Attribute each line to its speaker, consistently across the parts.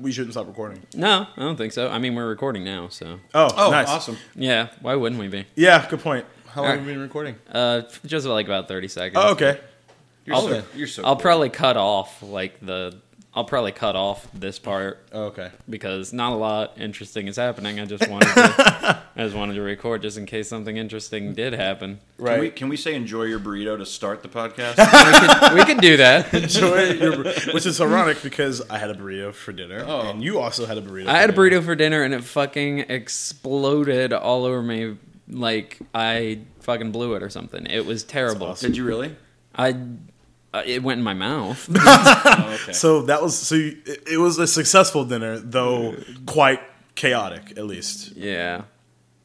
Speaker 1: we shouldn't stop recording.
Speaker 2: No, I don't think so. I mean, we're recording now, so
Speaker 1: Oh,
Speaker 3: Oh,
Speaker 1: nice.
Speaker 3: awesome.
Speaker 2: yeah. Why wouldn't we be?
Speaker 1: Yeah, good point.
Speaker 3: How long have we been recording?
Speaker 2: Uh, just like about thirty seconds.
Speaker 1: Oh, okay.
Speaker 3: You're
Speaker 2: I'll-
Speaker 3: so, you're so
Speaker 2: I'll
Speaker 3: cool.
Speaker 2: probably cut off like the. I'll probably cut off this part
Speaker 1: Oh, okay.
Speaker 2: because not a lot interesting is happening. I just wanted to, I just wanted to record just in case something interesting did happen.
Speaker 1: Right.
Speaker 3: Can we, can we say enjoy your burrito to start the podcast?
Speaker 2: We could, we could do that.
Speaker 1: Enjoy your bur- which is ironic because I had a burrito for dinner,
Speaker 3: Oh.
Speaker 1: and you also had a burrito.
Speaker 2: I had a
Speaker 1: for dinner.
Speaker 2: burrito for dinner and it fucking exploded all over me like I fucking blew it or something. It was terrible.
Speaker 1: That's awesome.
Speaker 3: Did you really?
Speaker 2: I uh, it went in my mouth.
Speaker 3: Oh, okay.
Speaker 1: So that was so you, it it was a successful dinner, though quite chaotic, at least.
Speaker 2: yeah.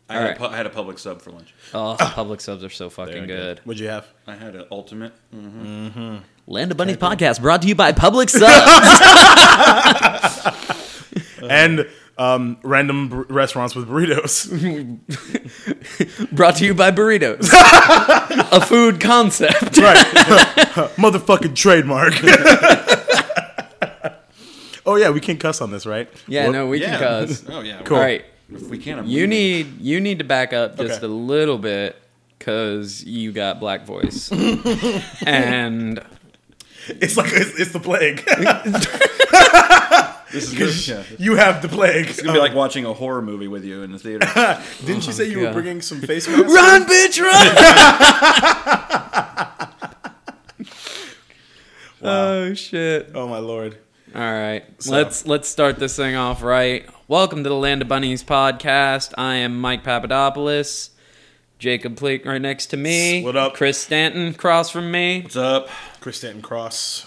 Speaker 3: I, had
Speaker 2: Alright.
Speaker 3: a pu- I had a public sub for lunch.
Speaker 2: Oh, public subs are so fucking good.
Speaker 1: What'd you have?
Speaker 3: I had an ultimate.
Speaker 2: Land of Bunnies podcast brought to you by Public Subs.
Speaker 3: Uh-huh.
Speaker 1: And um, random bur- restaurants with burritos.
Speaker 2: brought to you by burritos. A food concept.
Speaker 1: right. Motherfucking trademark. oh yeah, we can cuss on this, right?
Speaker 2: Yeah,
Speaker 1: Well,
Speaker 2: no, we
Speaker 3: yeah.
Speaker 2: can cuz.
Speaker 3: Oh yeah.
Speaker 1: Cool.
Speaker 2: All right.
Speaker 3: If we can, I'm
Speaker 2: You
Speaker 3: leaving.
Speaker 2: need you need to back up just
Speaker 1: Okay.
Speaker 2: a little bit cuz you got black voice. and
Speaker 1: It's like it's, it's the plague.
Speaker 3: This is good. Yeah. It's
Speaker 1: you have the plague. It's
Speaker 3: gonna be like watching a horror movie with you in the theater.
Speaker 1: Didn't you say you were
Speaker 2: God.
Speaker 1: bringing some face masks?
Speaker 2: run bitch run. Oh shit.
Speaker 1: Oh my lord.
Speaker 2: All right, let's let's start this thing off right. Welcome to the Land of Bunnies podcast. I am Mike Papadopoulos. Jacob Pleak right next to me.
Speaker 1: What up?
Speaker 2: Chris Stanton cross from me.
Speaker 3: What's up?
Speaker 1: Chris Stanton Cross.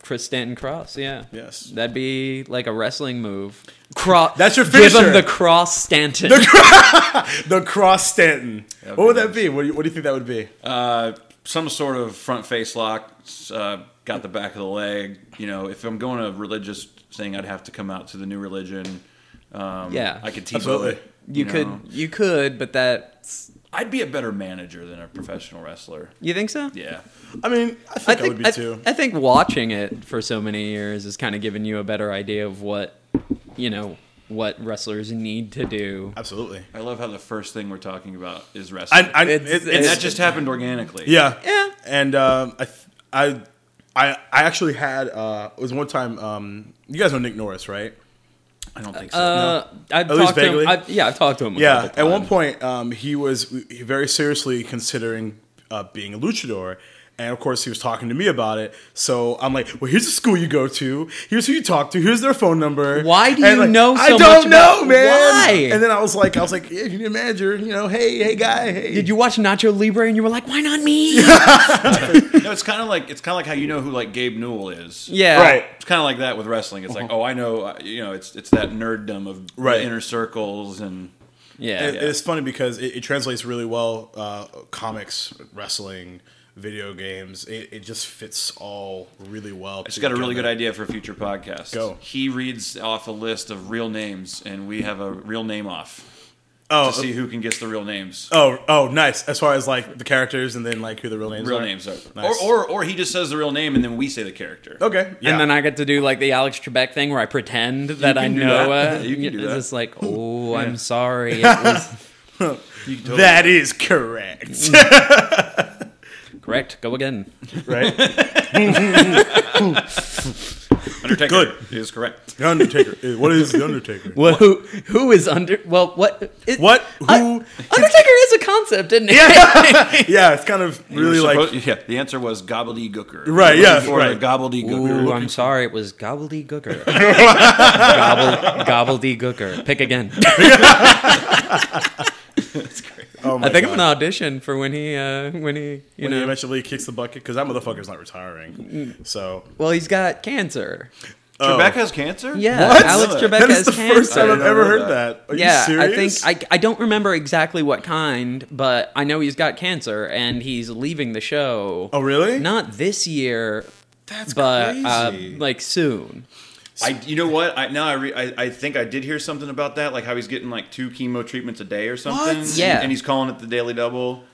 Speaker 2: Chris Stanton cross, yeah.
Speaker 1: Yes.
Speaker 2: That'd be like a wrestling move. Cross.
Speaker 1: That's your
Speaker 2: Give
Speaker 1: finisher.
Speaker 2: him the cross Stanton.
Speaker 1: The Cross Stanton.
Speaker 3: would
Speaker 1: what would
Speaker 3: be
Speaker 1: that
Speaker 3: nice.
Speaker 1: be? What do, you, what do you think that would be?
Speaker 3: Uh, some sort of front face lock. Uh, got the back of the leg. You know, if I'm going a religious thing, I'd have to come out to the new religion. Um,
Speaker 2: Yeah.
Speaker 3: I could teach
Speaker 1: Absolutely.
Speaker 3: it.
Speaker 2: you could
Speaker 3: know.
Speaker 2: you could, but that's
Speaker 3: I'd be a better manager than a professional wrestler.
Speaker 2: you think so?
Speaker 3: Yeah.
Speaker 1: I mean, I think,
Speaker 2: I
Speaker 1: that would
Speaker 2: think
Speaker 1: be
Speaker 2: I,
Speaker 1: too.
Speaker 2: I think watching it for so many years is kind of giving you a better idea of what you know what wrestlers need to do.
Speaker 1: Absolutely.
Speaker 3: I love how the first thing we're talking about is
Speaker 1: I,
Speaker 3: wrestling.
Speaker 1: I,
Speaker 2: It's-
Speaker 1: it-
Speaker 3: and
Speaker 1: it's-
Speaker 3: that just happened organically.
Speaker 1: yeah.
Speaker 2: Yeah.
Speaker 1: And um, I, th- I, I, I actually had uh, it was one time. Um, you guys know Nick Norris, right?
Speaker 3: I don't think so.
Speaker 2: Uh, I've
Speaker 1: At least
Speaker 2: talked to
Speaker 1: vaguely?
Speaker 2: him. I've, yeah, I've talked to him. A
Speaker 1: Yeah,
Speaker 2: couple
Speaker 1: at one
Speaker 2: times.
Speaker 1: point, um, he was he very seriously considering uh, being a luchador. And of course, he was talking to me about it. So I'm like, well, here's the school you go to. Here's who you talk to. Here's their phone number.
Speaker 2: Why do
Speaker 1: And,
Speaker 2: you know
Speaker 1: I
Speaker 2: so
Speaker 1: don't
Speaker 2: much
Speaker 1: know,
Speaker 2: about-
Speaker 1: man.
Speaker 2: Why?
Speaker 1: And then I was like, I was like, yeah, you need a manager. You know, hey, hey, guy, hey.
Speaker 2: Did you watch Nacho Libre and you were like, why not me?
Speaker 3: no, it's kind of like it's kind of like how you know who like Gabe Newell is.
Speaker 2: yeah.
Speaker 1: Right.
Speaker 3: It's kind of like that with wrestling. It's like, oh, I know, uh, you know, it's it's that nerddom of
Speaker 1: Uh-huh. Right.
Speaker 3: the inner circles and
Speaker 2: Yeah.
Speaker 1: It- It's funny because it, it translates really well. Uh, comics, wrestling, video games. It, it just fits all really well.
Speaker 3: Just got a really good idea for a future podcast.
Speaker 1: Go.
Speaker 3: He reads off a list of real names, and we have a real name off
Speaker 1: Oh,
Speaker 3: to see who can guess the real names.
Speaker 1: oh, oh, nice. As far as like the characters and then like who the real names
Speaker 3: real
Speaker 1: are.
Speaker 3: names are,
Speaker 1: Nice.
Speaker 3: or, or or he just says the real name, and then we say the character.
Speaker 1: Okay. Yeah.
Speaker 2: And then I get to do like the Alex Trebek thing where I pretend that I
Speaker 3: can do
Speaker 2: know
Speaker 3: that.
Speaker 2: it.
Speaker 3: You can do
Speaker 2: it's
Speaker 3: that.
Speaker 2: just like, oh, I'm sorry. It was
Speaker 3: You can totally-
Speaker 1: that is correct.
Speaker 2: Mm, correct. Go again.
Speaker 1: right?
Speaker 3: Undertaker
Speaker 1: Good.
Speaker 3: is correct.
Speaker 1: The Undertaker. Eh, What is the Undertaker?
Speaker 2: Well, who who is under? Well, what? It,
Speaker 1: What?
Speaker 2: I-
Speaker 1: Who?
Speaker 2: Undertaker is a concept, isn't it?
Speaker 1: yeah, it's kind of
Speaker 3: You were
Speaker 1: really like.
Speaker 3: supposed- yeah. The answer was gobbledygooker.
Speaker 1: Right,
Speaker 3: You were
Speaker 1: yeah,
Speaker 3: looking For
Speaker 1: right.
Speaker 3: the gobbledygooker.
Speaker 2: Ooh, I'm sorry. It was gobbledygooker. Gobble, gobbledygooker. Pick again.
Speaker 1: Oh my
Speaker 2: I think I'm
Speaker 1: God.
Speaker 2: gonna audition for when he uh, when he you
Speaker 1: When he
Speaker 2: know.
Speaker 1: eventually kicks the bucket because that motherfucker's not retiring.
Speaker 2: Mm.
Speaker 1: So
Speaker 2: well, he's got cancer.
Speaker 3: Trebek has cancer.
Speaker 2: Yeah,
Speaker 1: What?
Speaker 2: Alex
Speaker 3: Really?
Speaker 2: Trebek
Speaker 1: that is
Speaker 2: has
Speaker 1: the
Speaker 2: cancer.
Speaker 1: first time
Speaker 3: I
Speaker 1: I've
Speaker 3: didn't
Speaker 1: ever
Speaker 3: know
Speaker 1: heard that.
Speaker 3: that.
Speaker 1: Are
Speaker 2: yeah,
Speaker 1: you
Speaker 2: I
Speaker 1: serious?
Speaker 2: think I, I don't remember exactly what kind, but I know he's got cancer and he's leaving the show.
Speaker 1: Oh really?
Speaker 2: Not this year, but uh,
Speaker 1: crazy.
Speaker 2: like soon.
Speaker 3: I, you know what? I now I, re, I I think I did hear something about that, like how he's getting like two chemo treatments a day or something.
Speaker 1: What?
Speaker 2: Yeah.
Speaker 3: and he's calling it the daily double.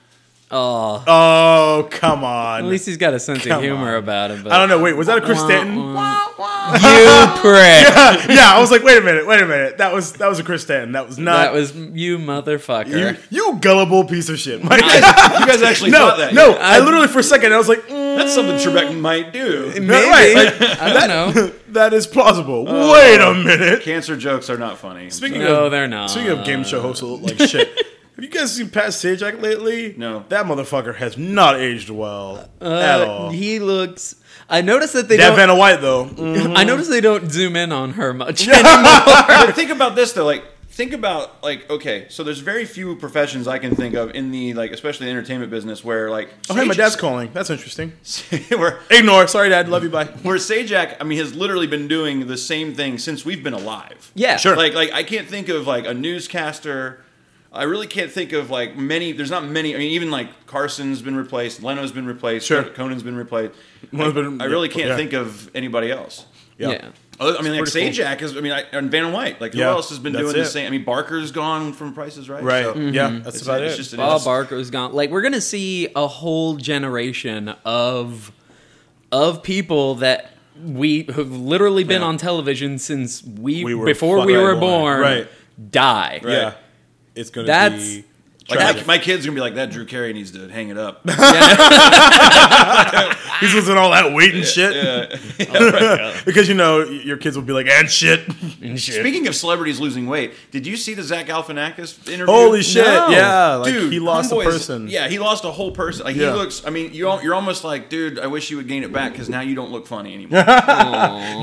Speaker 2: Oh,
Speaker 1: Oh, come on.
Speaker 2: at least he's got a sense of
Speaker 1: Come
Speaker 2: humor
Speaker 1: on.
Speaker 2: about it. But
Speaker 1: I don't know. Wait, was that a Chris
Speaker 2: Wah,
Speaker 1: Stanton?
Speaker 2: you prick.
Speaker 1: yeah, I was like, wait a minute, wait a minute. That was that was a Chris Stanton. That was
Speaker 2: That
Speaker 1: not
Speaker 2: was you, motherfucker.
Speaker 1: you, you gullible piece of shit. Mike.
Speaker 3: You guys actually
Speaker 1: no,
Speaker 3: thought that?
Speaker 1: no.
Speaker 3: yeah.
Speaker 1: I, literally for a second I was like, mm,
Speaker 3: that's something Trebek might do.
Speaker 1: no,
Speaker 2: Maybe.
Speaker 1: right, like,
Speaker 2: I don't know.
Speaker 1: that is plausible.
Speaker 3: Oh.
Speaker 1: wait a minute.
Speaker 3: Cancer jokes are not funny. I'm
Speaker 1: Speaking
Speaker 3: sorry.
Speaker 2: No,
Speaker 1: of,
Speaker 2: they're not.
Speaker 1: Speaking of game show hosts who look like shit, have you guys seen Pat Sajak lately?
Speaker 3: No.
Speaker 1: that motherfucker has not aged well at all.
Speaker 2: Uh, he looks. I noticed that they
Speaker 1: that
Speaker 2: don't.
Speaker 1: Vanna White though, mm,
Speaker 2: I noticed they don't zoom in on her much.
Speaker 3: but think about this though, like think about like okay, so there's very few professions I can think of in the like especially the entertainment business where like
Speaker 1: oh hey, my
Speaker 3: Sajak-
Speaker 1: dad's calling. That's interesting.
Speaker 3: where
Speaker 1: Ignore. Sorry, Dad. Love you. Bye.
Speaker 3: where Sajak I mean has literally been doing the same thing since we've been alive.
Speaker 2: yeah,
Speaker 1: Sure.
Speaker 3: Like like I can't think of like a newscaster. I really can't think of like many. There's not many. I mean, even like Carson's been replaced, Leno's been replaced,
Speaker 1: Sure.
Speaker 3: Conan's been replaced.
Speaker 1: Leno's been-
Speaker 3: I, I really
Speaker 1: yeah,
Speaker 3: can't
Speaker 1: yeah.
Speaker 3: think of anybody else.
Speaker 2: yeah.
Speaker 3: Other, I mean, like
Speaker 1: pretty cool.
Speaker 3: Sajak is. I mean, I, and Van White. Like, who
Speaker 1: Yeah,
Speaker 3: else has been
Speaker 1: that's
Speaker 3: doing
Speaker 1: it.
Speaker 3: the same? I mean, Barker's gone from Prices Right.
Speaker 1: Right. Mm-hmm.
Speaker 3: So mm-hmm.
Speaker 1: Yeah, that's
Speaker 3: it's,
Speaker 1: about
Speaker 3: it's
Speaker 1: it.
Speaker 3: just an
Speaker 2: Bob
Speaker 3: it's-
Speaker 2: Barker's gone. Like we're gonna see a whole generation of of people that we have literally been
Speaker 3: Yeah.
Speaker 2: on television since we,
Speaker 1: We were
Speaker 2: before we
Speaker 1: fucking
Speaker 2: were born,
Speaker 1: born. Right.
Speaker 2: die.
Speaker 3: Right.
Speaker 1: Yeah, it's gonna
Speaker 2: That's-
Speaker 1: be.
Speaker 3: Like,
Speaker 1: tragic.
Speaker 3: my, my kid's gonna be like that. Drew Carey needs to hang it up.
Speaker 1: He's listening to all that weight and shit. because you know your kids will be like, and shit.
Speaker 2: And shit.
Speaker 3: Speaking of celebrities losing weight, did you see the Zach Galifianakis interview?
Speaker 1: Holy shit!
Speaker 2: No.
Speaker 1: Yeah, like he lost a
Speaker 3: homeboy's-
Speaker 1: person.
Speaker 3: Yeah, he lost a whole person. Like
Speaker 1: Yeah.
Speaker 3: he looks. I mean, you're al- you're almost like, dude. I wish you would gain it back because now you don't look funny anymore.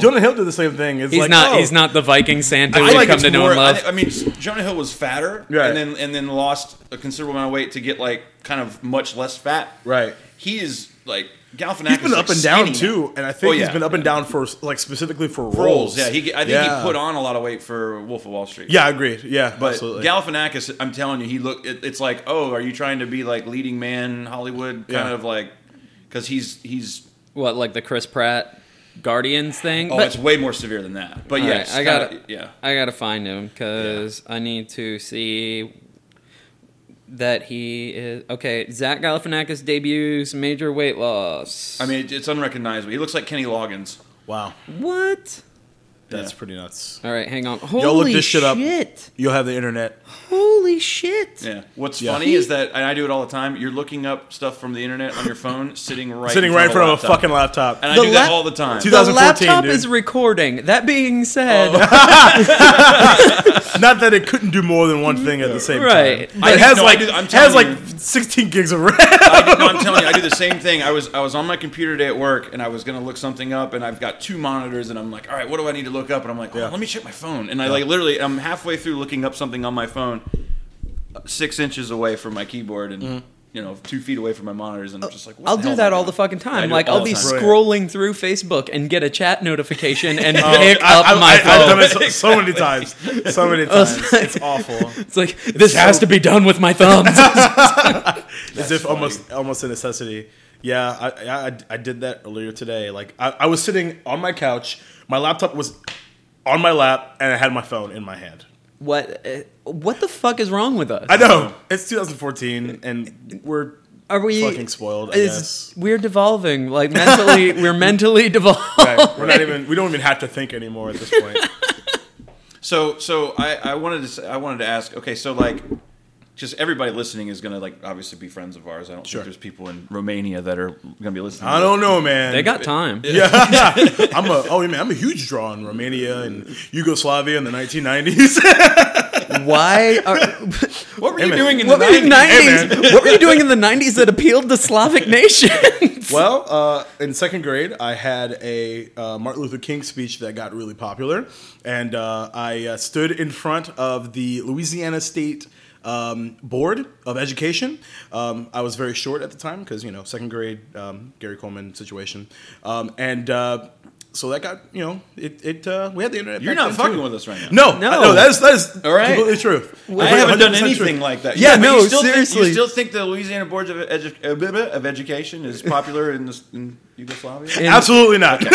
Speaker 1: Jonah Hill did the same thing. It's
Speaker 2: he's
Speaker 1: like,
Speaker 2: not.
Speaker 1: oh,
Speaker 2: He's not the Viking Santa
Speaker 3: I
Speaker 2: we've
Speaker 3: feel like
Speaker 2: come
Speaker 3: it's
Speaker 2: to know
Speaker 3: more.
Speaker 2: and
Speaker 3: I,
Speaker 2: love.
Speaker 3: thi- I mean, Jonah Hill was fatter,
Speaker 1: Right.
Speaker 3: and then and then lost a considerable amount of weight to get like kind of much less fat.
Speaker 1: Right.
Speaker 3: He is like Galifianakis.
Speaker 1: He's been
Speaker 3: is
Speaker 1: up and down
Speaker 3: skinny now.
Speaker 1: too, and I think
Speaker 3: Oh,
Speaker 1: he's
Speaker 3: yeah.
Speaker 1: been up and down for like specifically for roles.
Speaker 3: Roles. Yeah. He. I think
Speaker 1: Yeah.
Speaker 3: he put on a lot of weight for Wolf of Wall Street.
Speaker 1: Yeah, agreed. Yeah,
Speaker 3: But
Speaker 1: absolutely.
Speaker 3: Galifianakis, I'm telling you, he look. It, it's like, oh, are you trying to be like leading man Hollywood? Kind
Speaker 1: Yeah.
Speaker 3: of like, because he's he's.
Speaker 2: what like the Chris Pratt Guardians thing?
Speaker 3: Oh,
Speaker 2: But-
Speaker 3: it's way more severe than that. But
Speaker 2: All
Speaker 3: yes,
Speaker 2: right, I got
Speaker 3: kinda-
Speaker 2: to
Speaker 3: Yeah.
Speaker 2: I gotta find him because I need to see that he is okay. Zach Galifianakis debuts major weight loss.
Speaker 3: I mean, it, it's unrecognizable. He looks like Kenny Loggins.
Speaker 1: wow,
Speaker 2: what?
Speaker 1: that's
Speaker 3: Yeah.
Speaker 1: pretty nuts.
Speaker 2: All right, hang on. Holy
Speaker 1: Y'all look this shit up.
Speaker 2: shit.
Speaker 1: You'll have the internet.
Speaker 2: Holy shit!
Speaker 3: Yeah. What's
Speaker 1: Yeah.
Speaker 3: funny is that, and I do it all the time. You're looking up stuff from the internet on your phone, sitting right
Speaker 1: Sitting right in front of a
Speaker 3: laptop.
Speaker 1: fucking laptop.
Speaker 3: And I
Speaker 2: The
Speaker 3: do that
Speaker 2: lap-
Speaker 3: all the time.
Speaker 1: Two-
Speaker 2: The
Speaker 1: 2014,
Speaker 2: laptop
Speaker 1: dude.
Speaker 2: is recording. That being said,
Speaker 1: Not that it couldn't do more than one thing at the same
Speaker 2: Right.
Speaker 1: time.
Speaker 3: I
Speaker 1: it
Speaker 3: do-
Speaker 1: has
Speaker 3: no, I
Speaker 1: like
Speaker 3: do- I'm
Speaker 1: it has
Speaker 3: telling
Speaker 1: like
Speaker 3: you.
Speaker 1: 16 gigs of RAM.
Speaker 3: I do, no, I'm telling you, I do the same thing. I was I was on my computer today at work, and I was gonna look something up, and I've got two monitors, and I'm like, all right, what do I need to look up? And I'm like, oh,
Speaker 1: Yeah.
Speaker 3: let me check my phone, and I like literally, I'm halfway through looking up something on my phone, uh, six inches away from my keyboard, and
Speaker 1: Mm-hmm.
Speaker 3: you know, two feet away from my monitors, and I'm just like, what
Speaker 2: Oh, I'll
Speaker 3: the hell
Speaker 2: do
Speaker 3: am
Speaker 2: that
Speaker 3: I
Speaker 2: all the
Speaker 3: doing?
Speaker 2: fucking
Speaker 3: I
Speaker 2: time.
Speaker 3: do
Speaker 2: Like
Speaker 3: all
Speaker 2: I'll
Speaker 3: the
Speaker 2: be
Speaker 3: time.
Speaker 2: scrolling through Facebook and get a chat notification and pick
Speaker 1: Oh, I,
Speaker 2: up
Speaker 1: I,
Speaker 2: my
Speaker 1: I,
Speaker 2: phone. Oh,
Speaker 1: have done it so, so many times. So many times. it's awful.
Speaker 2: it's like this has to be done with my thumbs.
Speaker 1: as if almost almost a necessity. Yeah, I, I- I I did that earlier today. Like I, I was sitting on my couch, my laptop was on my lap, and I had my phone in my hand.
Speaker 2: What uh, what the fuck is wrong with us?
Speaker 1: I know it's 2014, and we're
Speaker 2: Are we
Speaker 1: fucking spoiled. I
Speaker 2: is-
Speaker 1: guess.
Speaker 2: We're devolving like mentally. we're mentally devolving.
Speaker 1: Right. We're not even. We don't even have to think anymore at this point.
Speaker 3: So so I, I wanted to say, I wanted to ask. Okay, so like, just everybody listening is gonna like obviously be friends of ours. I don't
Speaker 1: Sure.
Speaker 3: think there's people in Romania that are gonna be listening.
Speaker 1: I
Speaker 3: to
Speaker 1: don't know, man.
Speaker 2: They got time.
Speaker 1: Yeah, I'm a. Oh, man, I'm a huge draw in Romania and Yugoslavia in the 1990s.
Speaker 2: Why are
Speaker 3: this. What were
Speaker 1: Hey,
Speaker 3: you
Speaker 1: man.
Speaker 3: doing in
Speaker 2: what
Speaker 3: the
Speaker 2: were you
Speaker 3: 90s?
Speaker 2: nineties?
Speaker 1: man.
Speaker 2: what were you doing in the nineties that appealed to Slavic nations?
Speaker 1: Well, uh, in second grade, I had a uh, Martin Luther King speech that got really popular, and uh, I uh, stood in front of the Louisiana State um, Board of Education. Um, I was very short at the time because you know second grade um, Gary Coleman situation, um, and uh, so that got you know it. it uh, we had the internet.
Speaker 3: You're
Speaker 1: back
Speaker 3: not
Speaker 1: then,
Speaker 3: fucking
Speaker 1: too.
Speaker 3: with us right now.
Speaker 1: No,
Speaker 2: No.
Speaker 1: no, no. That is that is
Speaker 3: All right.
Speaker 1: completely true.
Speaker 3: I haven't done anything
Speaker 1: like.
Speaker 3: like that.
Speaker 2: Yeah,
Speaker 3: but
Speaker 2: no,
Speaker 3: you still Think,
Speaker 2: seriously.
Speaker 3: you still think the Louisiana Board of, Edu- uh, blah, blah, of Education is popular in, this, in Yugoslavia?
Speaker 1: Absolutely not.
Speaker 3: I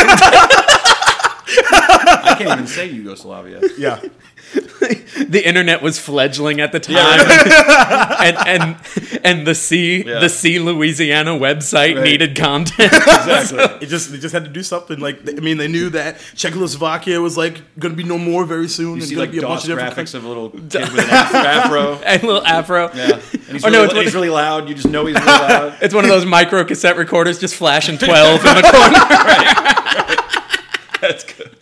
Speaker 3: I can't even say Yugoslavia.
Speaker 1: Yeah.
Speaker 2: the internet was fledgling at the time, and and and the C
Speaker 3: Yeah.
Speaker 2: the C Louisiana website
Speaker 3: Right.
Speaker 2: needed content.
Speaker 3: Exactly.
Speaker 1: It just they just had to do something. Like I mean, they knew that Czechoslovakia was like going to be no more very soon.
Speaker 3: You
Speaker 1: and
Speaker 3: see
Speaker 1: gonna
Speaker 3: like
Speaker 1: be a
Speaker 3: DOS
Speaker 1: bunch of different
Speaker 3: graphics of a little kid with an afro.
Speaker 2: and little afro.
Speaker 3: Yeah. And he's,
Speaker 2: Or Oh, no,
Speaker 3: really,
Speaker 2: it's
Speaker 3: and he's
Speaker 2: what-
Speaker 3: really loud. You just know he's really loud.
Speaker 2: It's one of those micro cassette recorders just flashing twelve in the corner.
Speaker 3: That's good.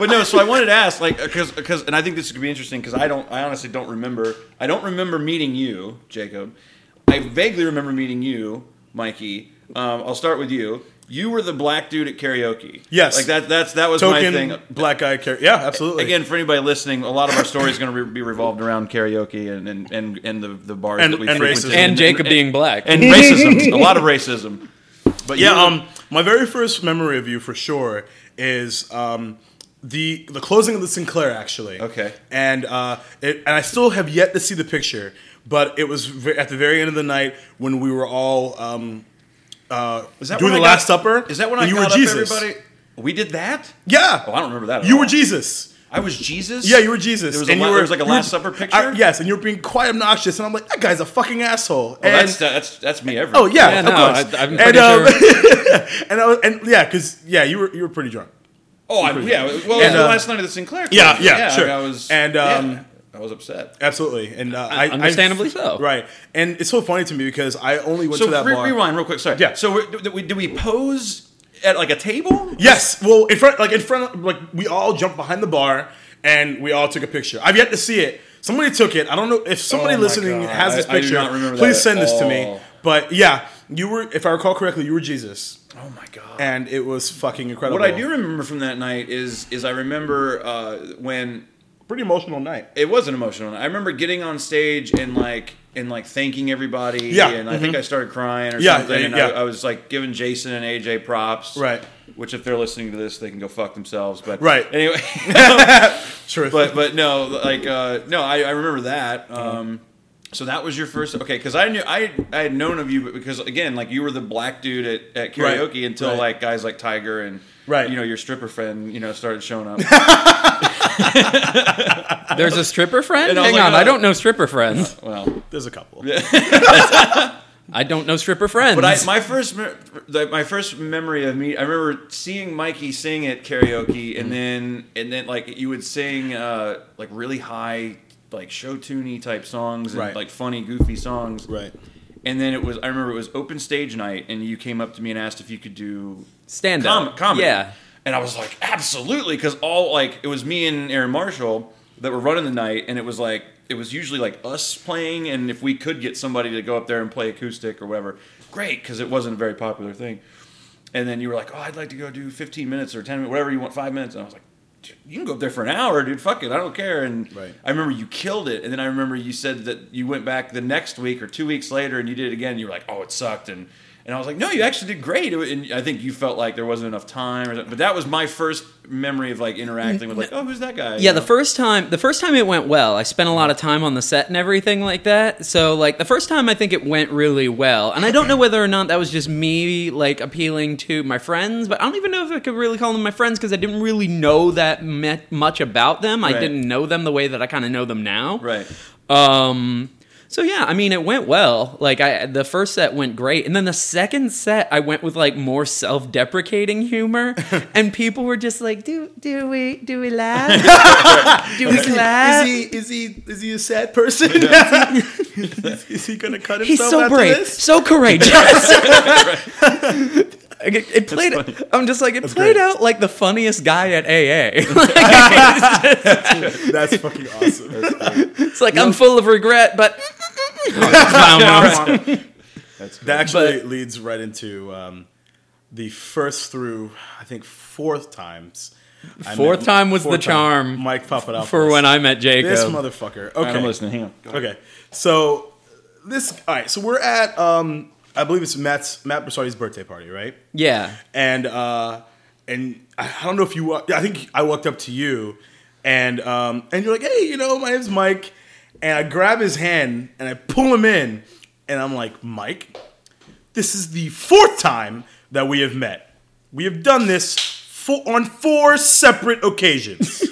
Speaker 3: but no, so I wanted to ask, like, because, because, and I think this could be interesting because I don't, I honestly don't remember. I don't remember meeting you, Jacob. I vaguely remember meeting you, Mikey. Um, I'll start with you. You were the black dude at karaoke.
Speaker 1: Yes.
Speaker 3: like that. That's that was my
Speaker 1: token
Speaker 3: thing.
Speaker 1: black guy character. Yeah, absolutely.
Speaker 3: Again, for anybody listening, a lot of our story is going to be revolved around karaoke and and and, and the, the bars
Speaker 1: And-
Speaker 3: that we
Speaker 1: and
Speaker 3: frequented.
Speaker 1: racism.
Speaker 2: and Jacob being black.
Speaker 3: and racism, a lot of racism. But you
Speaker 1: yeah,
Speaker 3: were the-
Speaker 1: um, my very first memory of you for sure is um, the the closing of the Sinclair actually.
Speaker 3: Okay.
Speaker 1: And uh, it, and I still have yet to see the picture, but it was ve- at the very end of the night when we were all um, uh,
Speaker 3: Is that
Speaker 1: doing
Speaker 3: when
Speaker 1: the
Speaker 3: I got-
Speaker 1: Last Supper.
Speaker 3: Is that when
Speaker 1: and
Speaker 3: I
Speaker 1: you
Speaker 3: got
Speaker 1: were
Speaker 3: up
Speaker 1: Jesus?
Speaker 3: everybody? We did that.
Speaker 1: Yeah.
Speaker 3: Oh, I don't remember that. At
Speaker 1: You
Speaker 3: all.
Speaker 1: were Jesus.
Speaker 3: I was Jesus.
Speaker 1: Yeah, you were Jesus.
Speaker 3: There was a
Speaker 1: and you
Speaker 3: la-
Speaker 1: were,
Speaker 3: there was like a
Speaker 1: you were-
Speaker 3: Last Supper picture?
Speaker 1: I- yes, and you were being quite obnoxious, and I'm like, that guy's a fucking asshole.
Speaker 3: Oh,
Speaker 1: and
Speaker 3: that's that's that's me every.
Speaker 1: Oh yeah,
Speaker 2: Yeah,
Speaker 1: of
Speaker 2: no,
Speaker 1: course.
Speaker 2: I- I'm
Speaker 1: and, uh, um,
Speaker 2: pretty
Speaker 1: and I was, and yeah, because yeah, you were you were pretty drunk.
Speaker 3: Oh I, yeah. Well, it was
Speaker 1: And,
Speaker 3: the
Speaker 1: uh,
Speaker 3: last night of the Sinclair. Club.
Speaker 1: yeah, yeah,
Speaker 3: like,
Speaker 1: sure.
Speaker 3: I was
Speaker 1: And, um,
Speaker 3: yeah, I was upset.
Speaker 1: Absolutely, and uh, I, I-
Speaker 2: understandably so.
Speaker 1: Right, and it's so funny to me because I only went
Speaker 3: So
Speaker 1: to that
Speaker 3: re-
Speaker 1: bar.
Speaker 3: rewind real quick. Sorry.
Speaker 1: Yeah.
Speaker 3: So we- do we do we pose at like a table?
Speaker 1: Yes, well, in front, like in front, of, like we all jumped behind the bar and we all took a picture. I've yet to see it. Somebody took it. I don't know if somebody
Speaker 3: Oh my
Speaker 1: listening
Speaker 3: God.
Speaker 1: has this
Speaker 3: I- I do
Speaker 1: picture.
Speaker 3: not remember that
Speaker 1: please
Speaker 3: at
Speaker 1: send this to me.
Speaker 3: all.
Speaker 1: But yeah, you were, if I recall correctly, you were Jesus,
Speaker 3: Oh my god.
Speaker 1: and it was fucking incredible.
Speaker 3: what I do remember from that night is is I remember uh, when
Speaker 1: pretty emotional night.
Speaker 3: it was an emotional. night. I remember getting on stage and like and like thanking everybody.
Speaker 1: Yeah, Mm-hmm.
Speaker 3: and I think I started crying or
Speaker 1: Yeah,
Speaker 3: something.
Speaker 1: yeah,
Speaker 3: and
Speaker 1: yeah.
Speaker 3: I, I was like giving Jason and AJ props,
Speaker 1: Right.
Speaker 3: Which, if they're listening to this, they can go fuck themselves. But
Speaker 1: Right.
Speaker 3: anyway,
Speaker 1: Sure,
Speaker 3: but but no, like uh, no, I, I remember that.
Speaker 1: Mm-hmm.
Speaker 3: Um, so that was your first okay? Because I knew I I had known of you, but because again, like you were the black dude at, at
Speaker 1: Right,
Speaker 3: karaoke until
Speaker 1: right.
Speaker 3: like guys like Tiger and
Speaker 1: Right.
Speaker 3: you know your stripper friend you know started showing up.
Speaker 2: There's a stripper friend.
Speaker 3: And I was
Speaker 2: Hang
Speaker 3: like,
Speaker 2: on,
Speaker 3: uh,
Speaker 2: I don't know stripper friends.
Speaker 3: well,
Speaker 1: there's a couple.
Speaker 2: I don't know stripper friends.
Speaker 3: But I, my first, me- the- my first memory of me, I remember seeing Mikey sing at karaoke,
Speaker 1: Mm-hmm.
Speaker 3: and then and then like you would sing uh, like really high, like show tuney type songs, and
Speaker 1: Right.
Speaker 3: like funny, goofy songs.
Speaker 1: Right.
Speaker 3: And then it was, I remember it was open stage night, and you came up to me and asked if you could do
Speaker 2: stand
Speaker 3: com-
Speaker 2: up
Speaker 3: comedy.
Speaker 2: Yeah,
Speaker 3: And I was like, absolutely, because all like it was me and Aaron Marshall that were running the night, and it was like it was usually like us playing, and if we could get somebody to go up there and play acoustic or whatever, great, because it wasn't a very popular thing. And then you were like, oh, I'd like to go do 15 minutes or 10 minutes, whatever you want, five minutes. And I was like, dude, you can go up there for an hour, dude. Fuck it, I don't care. And
Speaker 1: Right.
Speaker 3: I remember you killed it, and then I remember you said that you went back the next week or two weeks later, and you did it again. And you were like, "Oh, it sucked," and and I was like, "No, you actually did great." It wa- And I think you felt like there wasn't enough time, or something. but that was my first memory of like interacting with like, "Oh, who's that guy?"
Speaker 2: yeah. The first time, the first time it went well. I spent a lot of time on the set and everything like that. So like the first time, I think it went really well. And I don't know whether or not that was just me like appealing to my friends, but I don't even know if I could really call them my friends because I didn't really know that me- much about them. I
Speaker 3: Right.
Speaker 2: didn't know them the way that I kind of know them now.
Speaker 3: right.
Speaker 2: Um. So yeah, I mean, it went well. Like I, the first set went great, and then the second set, I went with like more self-deprecating humor, and people were just like, "Do do we do we laugh? do we clap?
Speaker 1: Is he is he is he a sad person? is, he, is he gonna cut
Speaker 2: He's
Speaker 1: himself
Speaker 2: so
Speaker 1: after
Speaker 2: brave,
Speaker 1: this?
Speaker 2: so courageous." Like, It, it played. I'm just like it played
Speaker 1: great.
Speaker 2: out like the funniest guy at AA. Like,
Speaker 1: That's fucking awesome.
Speaker 2: it's like I'm full of regret, but
Speaker 1: Oh,
Speaker 3: That's cool.
Speaker 1: That actually leads right into um, the first through, I think, fourth times. I met-
Speaker 2: Fourth time was
Speaker 1: fourth
Speaker 2: the charm
Speaker 1: Mike Papadopoulos.
Speaker 2: for when I met Jacob,
Speaker 1: This motherfucker. Okay.
Speaker 3: I'm listening. Hang on.
Speaker 1: Okay. So, this. All right. So, we're at, um, I believe it's Matt's, Matt Brissardi's birthday party, right?
Speaker 2: yeah.
Speaker 1: and uh, and I I don't know if you. wa- I think I walked up to you, and um, and you're like, hey, you know, my name's Mike, and I grab his hand and I pull him in, and I'm like, Mike, this is the fourth time that we have met. We have done this four, on four separate occasions.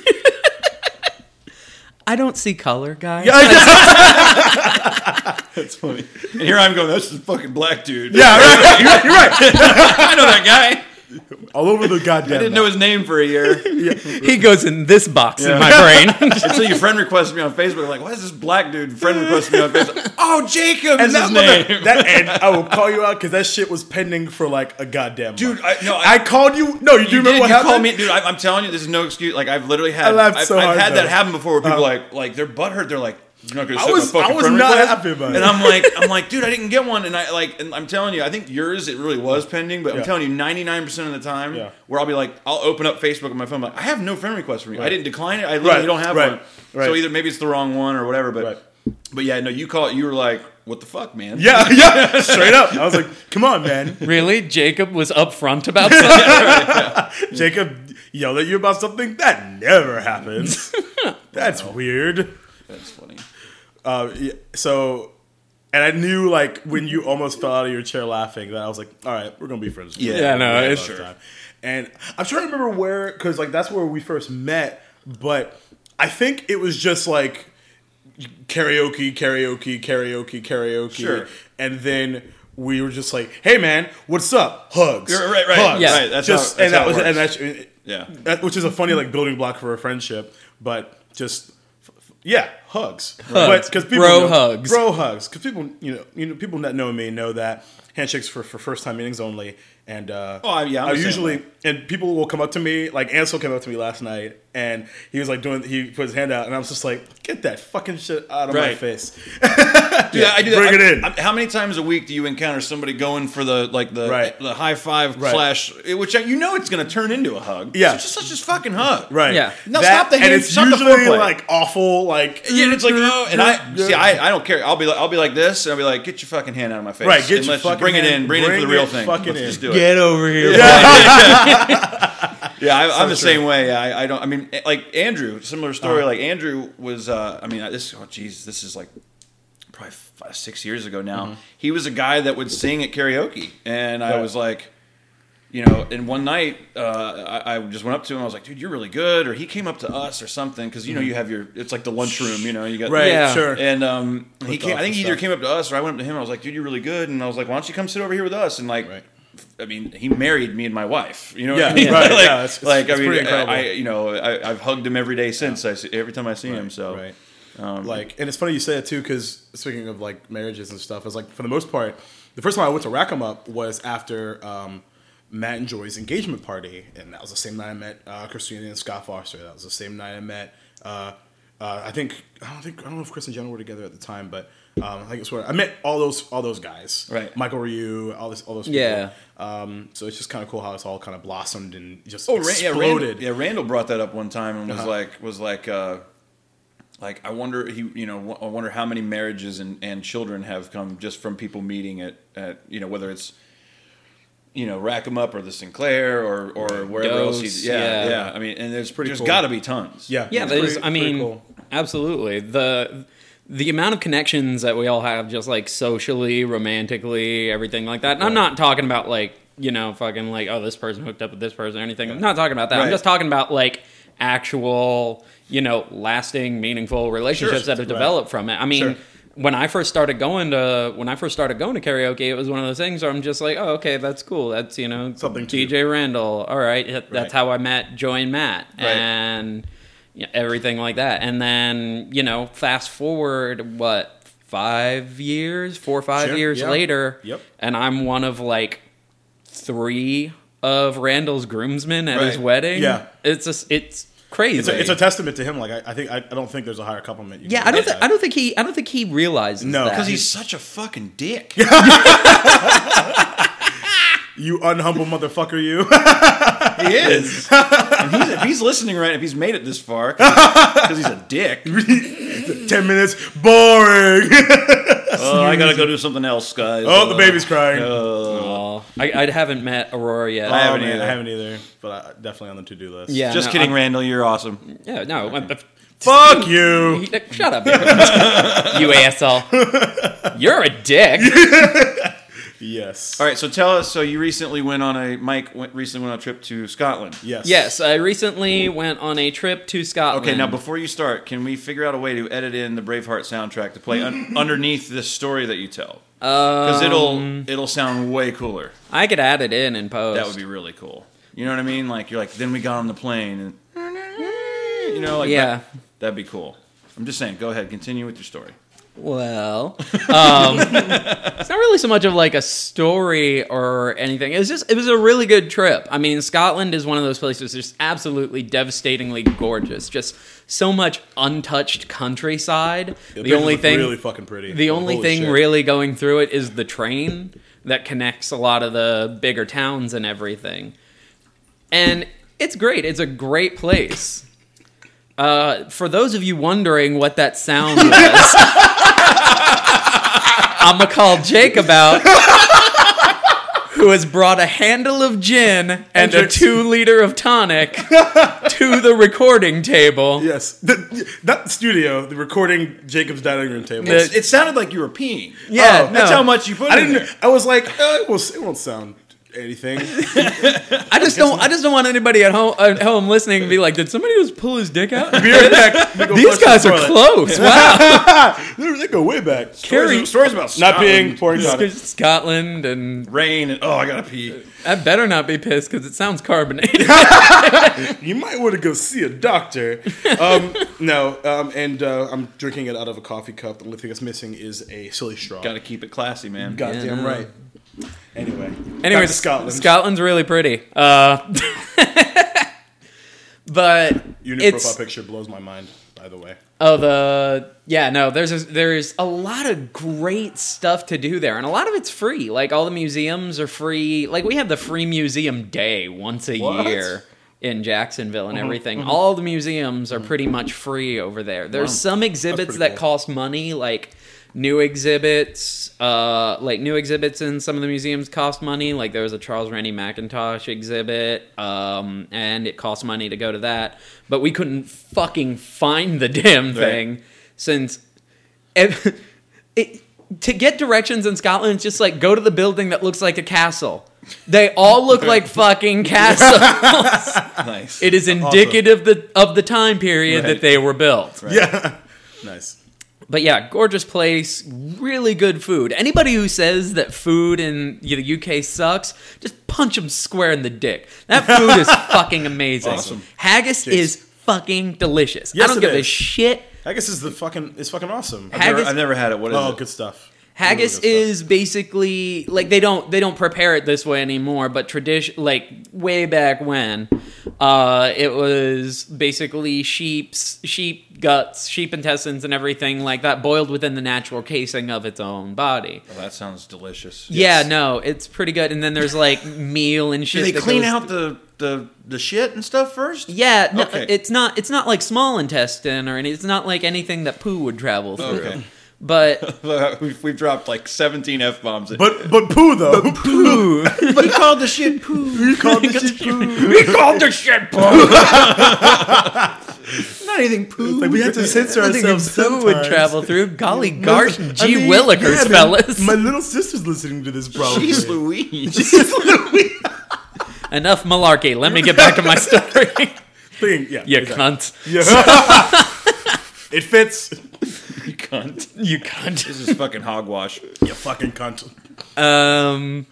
Speaker 2: I don't see color, guys.
Speaker 1: yeah, yeah,
Speaker 3: That's funny. And here I'm going, that's the fucking black dude.
Speaker 1: yeah, right, you're right, you're right.
Speaker 3: I know that guy.
Speaker 1: All over the goddamn.
Speaker 3: I didn't know his name for a year.
Speaker 2: He goes in this box
Speaker 3: Yeah.
Speaker 2: in my brain.
Speaker 3: Until your friend requested me on Facebook, like, why is this black dude friend requesting me on Facebook? Oh, Jacob
Speaker 1: and
Speaker 3: is
Speaker 1: that,
Speaker 3: his name.
Speaker 1: mother- that and I will call you out because that shit was pending for like a goddamn
Speaker 3: Dude,
Speaker 1: month.
Speaker 3: I- no, I-
Speaker 1: I, called you. No, you, do
Speaker 3: you
Speaker 1: remember
Speaker 3: did.
Speaker 1: what
Speaker 3: you
Speaker 1: happened?
Speaker 3: called me, dude. I, I'm telling you, this is no excuse. Like I've literally had,
Speaker 1: I laughed
Speaker 3: I've,
Speaker 1: so
Speaker 3: I've
Speaker 1: hard,
Speaker 3: had
Speaker 1: though. Um,
Speaker 3: that happen before. Where people like, like their butt hurt. They're like, you're not gonna.
Speaker 1: I
Speaker 3: accept my
Speaker 1: was-
Speaker 3: fucking
Speaker 1: I was
Speaker 3: friend
Speaker 1: not
Speaker 3: request?"
Speaker 1: happy about it.
Speaker 3: And I'm like, I'm like, dude, I didn't get one. And I like, and I'm telling you, I think yours it really was pending. But
Speaker 1: Yeah.
Speaker 3: I'm telling you, 99 percent of the time,
Speaker 1: Yeah.
Speaker 3: where I'll be like, I'll open up Facebook on my phone, like, I have no friend request from you. I
Speaker 1: Right.
Speaker 3: didn't decline it. I literally
Speaker 1: Right,
Speaker 3: don't have
Speaker 1: right,
Speaker 3: one.
Speaker 1: right.
Speaker 3: So either maybe it's the wrong one or whatever. But,
Speaker 1: Right.
Speaker 3: but yeah, no, you call. You were like, what the fuck, man?
Speaker 1: Yeah, yeah, straight up. I was like, "Come on, man,
Speaker 2: really? Jacob was upfront about something?
Speaker 1: Jacob yelled at you about something that never happens. That's weird."
Speaker 3: that's funny.
Speaker 1: Uh, yeah, so, and I knew like when you almost fell out of your chair laughing that I was like, "All right, we're gonna be friends."
Speaker 3: Yeah.
Speaker 2: yeah, no, it's
Speaker 1: sure. And I'm trying to remember where, because like that's where we first met. But I think it was just like karaoke, karaoke, karaoke, karaoke,
Speaker 3: Sure.
Speaker 1: and then we were just like, "Hey, man, what's up? Hugs,
Speaker 3: You're right, right,
Speaker 1: hugs."
Speaker 2: yeah.
Speaker 3: right. That's
Speaker 1: just
Speaker 3: how,
Speaker 1: and
Speaker 3: that's
Speaker 1: that
Speaker 3: how
Speaker 1: was
Speaker 3: it works.
Speaker 1: and that's
Speaker 3: Yeah.
Speaker 1: that, which is a funny like building block for a friendship, but just. f- f- Yeah, hugs. But because people
Speaker 2: Bro
Speaker 1: know-
Speaker 2: hugs.
Speaker 1: bro hugs. Because people, you know, you know, people that know me know that handshakes for, for first time meetings only. And uh,
Speaker 3: Oh, yeah, I'm
Speaker 1: I
Speaker 3: the same
Speaker 1: usually
Speaker 3: way.
Speaker 1: and people will come up to me. Like Ansel came up to me last night, and he was like doing. He put his hand out, and I was just like, "Get that fucking shit out of my
Speaker 3: Right.
Speaker 1: face!"
Speaker 3: Dude, I do that.
Speaker 1: Bring
Speaker 3: I-
Speaker 1: it in.
Speaker 3: I'm- how many times a week do you encounter somebody going for the like the
Speaker 1: Right.
Speaker 3: the high five
Speaker 1: Right.
Speaker 3: slash, which you know it's going to turn into a hug.
Speaker 1: Yeah.
Speaker 3: so just let's just fucking hug.
Speaker 1: Right?
Speaker 2: Yeah.
Speaker 3: No, stop the hand-
Speaker 1: And it's
Speaker 3: stop the
Speaker 1: usually
Speaker 3: foreplay.
Speaker 1: like awful. Like
Speaker 3: Yeah, and it's like no, and I
Speaker 1: Yeah.
Speaker 3: see. I, I don't care. I'll be like I'll be like this, and I'll be like, get your fucking hand out of my face.
Speaker 1: Right, get
Speaker 3: and
Speaker 1: your
Speaker 3: let's just
Speaker 1: fucking
Speaker 3: bring it
Speaker 1: hand-
Speaker 3: in, bring, it in
Speaker 1: bring
Speaker 3: for the real
Speaker 1: it
Speaker 3: thing.
Speaker 1: fucking
Speaker 3: Let's
Speaker 1: in.
Speaker 3: just do it.
Speaker 2: Get over here.
Speaker 3: Yeah, I, I'm the
Speaker 1: true. Uh-huh.
Speaker 3: same way. I, I don't. I mean, eh, like Andrew, similar story. Like Andrew was. Uh, I mean, I- this. Oh, jeez, this is like probably five, six years ago now. He was a guy that would sing at karaoke, and I
Speaker 1: Mm-hmm. Right.
Speaker 3: was like, you know, and one night uh, I, I just went up to him. I was like, dude, you're really good. Or he came up to us or something because you know you have your. It's like the lunchroom. You know, you got
Speaker 1: Mm-hmm. right,
Speaker 2: Yeah.
Speaker 1: sure.
Speaker 3: and um, he came, I
Speaker 1: off
Speaker 3: think
Speaker 1: and
Speaker 3: he either
Speaker 1: stuff.
Speaker 3: came up to us or I went up to him. I was like, "Dude, you're really good," and I was like, "Why don't you come sit over here with us?" And like,
Speaker 1: Right.
Speaker 3: I mean, he married me and my wife. You know,
Speaker 1: Yeah,
Speaker 3: what I mean?
Speaker 1: right,
Speaker 3: like,
Speaker 1: yeah, it's- it's-
Speaker 3: like,
Speaker 1: it's
Speaker 3: I mean,
Speaker 1: pretty incredible.
Speaker 3: I, I- you know, I, I've hugged him every day since. I see, every time I see him. So
Speaker 1: right. like, and it's funny you say that too, because speaking of like marriages and stuff, it's like for the most part, the first time I went to Rackham was after um, Matt and Joy's engagement party, and that was the same night I met uh, Christina and Scott Foster. That was the same night I met. Uh, uh, I think I don't think I don't know if Chris and Jenna were together at the time, but um, I think it's where I met all those all those guys,
Speaker 3: Right.
Speaker 1: Michael Ryu, all this all those people.
Speaker 2: Yeah.
Speaker 1: Um, so it's just kind of cool how it's all kind of blossomed and just
Speaker 3: oh, Ran- yeah,
Speaker 1: exploded.
Speaker 3: Randall, yeah, Randall brought that up one time and was
Speaker 1: Uh-huh.
Speaker 3: like, was like, uh, like I wonder he, you know, w- I wonder how many marriages and, and children have come just from people meeting at, at you know, whether it's you know rack 'em up or the Sinclair or or wherever else.
Speaker 2: Dose,
Speaker 3: He, yeah,
Speaker 2: yeah.
Speaker 3: yeah, I mean, and there's
Speaker 1: pretty
Speaker 3: pretty. There's
Speaker 1: cool.
Speaker 3: got to be tons.
Speaker 1: Yeah.
Speaker 2: Yeah,
Speaker 1: It's
Speaker 2: there's.
Speaker 1: pretty-
Speaker 2: I
Speaker 1: it's pretty
Speaker 2: mean,
Speaker 1: cool.
Speaker 2: absolutely the the amount of connections that we all have, just like socially, romantically, everything like that. And I'm not talking about like you know fucking like oh this person hooked up with this person or anything. I'm not talking about that. I'm
Speaker 3: Right.
Speaker 2: just talking about like actual you know lasting, meaningful relationships that have
Speaker 1: Right.
Speaker 2: developed from it. I mean.
Speaker 1: Sure.
Speaker 2: When I first started going to when I first started going to karaoke, it was one of those things where I'm just like, oh, okay, that's cool. That's you know,
Speaker 1: Something to
Speaker 2: DJ Randall. All right, that's
Speaker 1: Right.
Speaker 2: how I met Joy and Matt.
Speaker 3: Right.
Speaker 2: and you know, everything like that. And then you know, fast forward what five years, four or five
Speaker 1: Sure,
Speaker 2: years
Speaker 1: yeah.
Speaker 2: later,
Speaker 1: Yep.
Speaker 2: and I'm one of like three of Randall's groomsmen at his
Speaker 3: Right.
Speaker 2: wedding.
Speaker 1: Yeah.
Speaker 2: it's just it's crazy.
Speaker 1: It's a, it's a testament to him. Like I, I think I, I don't think there's a higher compliment. You
Speaker 2: yeah,
Speaker 1: can
Speaker 2: I don't.
Speaker 1: give
Speaker 2: Th- I don't think he. I don't think he realizes.
Speaker 1: No,
Speaker 2: that.
Speaker 3: Because he's such a fucking dick.
Speaker 1: You unhumble motherfucker, you.
Speaker 3: He is. and he's, if he's listening right, if he's made it this far, because he's a dick.
Speaker 1: Ten minutes, boring.
Speaker 3: Oh, I gotta go do something else, guys.
Speaker 1: oh, the baby's crying.
Speaker 2: Aw. I, I haven't met Aurora yet.
Speaker 1: Oh,
Speaker 3: I haven't
Speaker 1: man,
Speaker 3: either.
Speaker 1: I haven't either, but I, definitely on the to-do list.
Speaker 2: Yeah.
Speaker 3: Just
Speaker 2: no,
Speaker 3: kidding,
Speaker 2: I'm-
Speaker 3: Randall. You're awesome.
Speaker 2: yeah, no. I'm-
Speaker 1: Fuck you.
Speaker 2: Shut up, you asshole. You're a dick.
Speaker 1: Yes.
Speaker 3: All right, so tell us. So you recently went on a Mike went, recently went on a trip to Scotland.
Speaker 1: Yes.
Speaker 2: Yes, I recently went on a trip to Scotland.
Speaker 3: Okay, now before you start, can we figure out a way to edit in the Braveheart soundtrack to play un- underneath this story that you tell? Because it'll it'll sound way cooler.
Speaker 2: I could add it in and post.
Speaker 3: That would be really cool. You know what I mean? Like you're like, then we got on the plane, and you know, like
Speaker 2: Yeah.
Speaker 3: that, that'd be cool. I'm just saying. Go ahead, continue with your story.
Speaker 2: Well, um, it's not really so much of like a story or anything. It was just it was a really good trip. I mean, Scotland is one of those places that's just absolutely devastatingly gorgeous. Just so much untouched countryside.
Speaker 1: The,
Speaker 2: the
Speaker 1: pictures
Speaker 2: only
Speaker 1: look
Speaker 2: thing
Speaker 1: really fucking pretty.
Speaker 2: the only
Speaker 1: Holy
Speaker 2: thing
Speaker 1: shit.
Speaker 2: really going through it is the train that connects a lot of the bigger towns and everything. And it's great. It's a great place. Uh, for those of you wondering what that sound was, I'm gonna call Jake about. Who has brought a handle of gin and a
Speaker 1: Hendrix.
Speaker 2: two liter of tonic to the recording table?
Speaker 1: Yes. The, that studio, the recording Jacob's dining room table.
Speaker 2: The-
Speaker 3: It, it sounded like you were peeing.
Speaker 2: Yeah,
Speaker 1: Oh,
Speaker 3: That's
Speaker 2: no.
Speaker 3: how much you put
Speaker 1: I
Speaker 3: in
Speaker 1: didn't.
Speaker 3: there.
Speaker 1: I was like, uh, it, will, it won't sound anything.
Speaker 2: I just don't. I just don't want anybody at home at home listening to be like, "Did somebody just pull his dick out?"
Speaker 1: Beer back. they go
Speaker 2: These
Speaker 1: flush the
Speaker 2: guys are
Speaker 1: toilet.
Speaker 2: close. Wow,
Speaker 1: They they go way back.
Speaker 2: Carrie,
Speaker 3: Stories about
Speaker 1: Not being
Speaker 3: Scotland,
Speaker 1: pouring tonic.
Speaker 2: Scotland, and
Speaker 3: rain and oh, I gotta pee.
Speaker 2: I better not be pissed because it sounds carbonated.
Speaker 1: You might want to go see a doctor. Um, no, um, and uh, I'm drinking it out of a coffee cup. The only thing that's missing is a silly straw.
Speaker 3: Gotta keep it classy, man.
Speaker 1: Goddamn
Speaker 2: Yeah, no.
Speaker 1: right. Anyway, back to
Speaker 2: Anyway,
Speaker 1: Scotland.
Speaker 2: Scotland's really pretty. Uh, but
Speaker 1: Your new
Speaker 2: it's
Speaker 1: profile picture blows my mind. By the way,
Speaker 2: oh the yeah no there's a, there's a lot of great stuff to do there and a lot of it's free. Like all the museums are free. Like we have the free museum day once a
Speaker 3: What?
Speaker 2: year. in Jacksonville
Speaker 1: Mm-hmm,
Speaker 2: and everything. All the museums are pretty much free over there. There's some exhibits
Speaker 1: Mm. pretty
Speaker 2: that
Speaker 1: cool.
Speaker 2: cost money, like new exhibits, uh, like new exhibits in some of the museums cost money. Like there was a Charles Rennie Macintosh exhibit, um, and it cost money to go to that. But we couldn't fucking find the damn thing since. ev- it, to get directions in Scotland, it's just like go to the building that looks like a castle. They all look like fucking castles.
Speaker 3: Nice.
Speaker 2: It is indicative the, of the time period that
Speaker 3: Right.
Speaker 2: they were built.
Speaker 1: yeah, nice.
Speaker 2: But yeah, gorgeous place, really good food. Anybody who says that food in the UK sucks, just punch them square in the dick. That food is fucking amazing.
Speaker 1: Awesome.
Speaker 2: Haggis
Speaker 1: Jeez.
Speaker 2: is fucking delicious. I
Speaker 1: Yes,
Speaker 2: don't
Speaker 1: it
Speaker 2: give a
Speaker 1: is.
Speaker 2: shit.
Speaker 1: Haggis is the fucking. It's fucking awesome.
Speaker 3: I've, never,
Speaker 2: haggis-
Speaker 3: I've never had it. What is
Speaker 1: Oh,
Speaker 3: it?
Speaker 1: good stuff.
Speaker 2: Haggis
Speaker 1: Really good stuff.
Speaker 2: is basically like they don't they don't prepare it this way anymore, but tradition like way back when, uh, it was basically sheep's sheep guts, sheep intestines, and everything like that boiled within the natural casing of its own body.
Speaker 3: Oh, that sounds delicious.
Speaker 2: Yeah, no, it's pretty good. And then there's like meal and shit.
Speaker 3: Do they
Speaker 2: that
Speaker 3: clean
Speaker 2: goes-
Speaker 3: out the, the the shit and stuff first?
Speaker 2: Yeah, no,
Speaker 3: Okay.
Speaker 2: it's not it's not like small intestine or any, it's not like anything that poo would travel through.
Speaker 3: Okay.
Speaker 2: But uh,
Speaker 3: we've, we've dropped like 17 f bombs.
Speaker 1: But but poo though.
Speaker 2: poo.
Speaker 3: we called the shit poo.
Speaker 1: You called this shit poo.
Speaker 3: We called the shit poo. Not anything poo.
Speaker 1: Like we had to censor
Speaker 2: I think
Speaker 1: ourselves.
Speaker 2: Who would
Speaker 1: sometimes.
Speaker 2: travel through? Golly
Speaker 1: My-
Speaker 2: Gart
Speaker 1: I
Speaker 2: and G.
Speaker 1: mean,
Speaker 2: Willikers,
Speaker 1: yeah, man,
Speaker 2: fellas.
Speaker 1: My little sister's listening to this, probably.
Speaker 3: Jeez Louise.
Speaker 2: Enough malarkey. Let me get back to my story.
Speaker 1: Thing, yeah,
Speaker 2: you
Speaker 1: exactly.
Speaker 2: cunt.
Speaker 1: It fits.
Speaker 3: you cunt.
Speaker 2: You cunt.
Speaker 3: This is fucking hogwash.
Speaker 1: You fucking cunt.
Speaker 2: Um,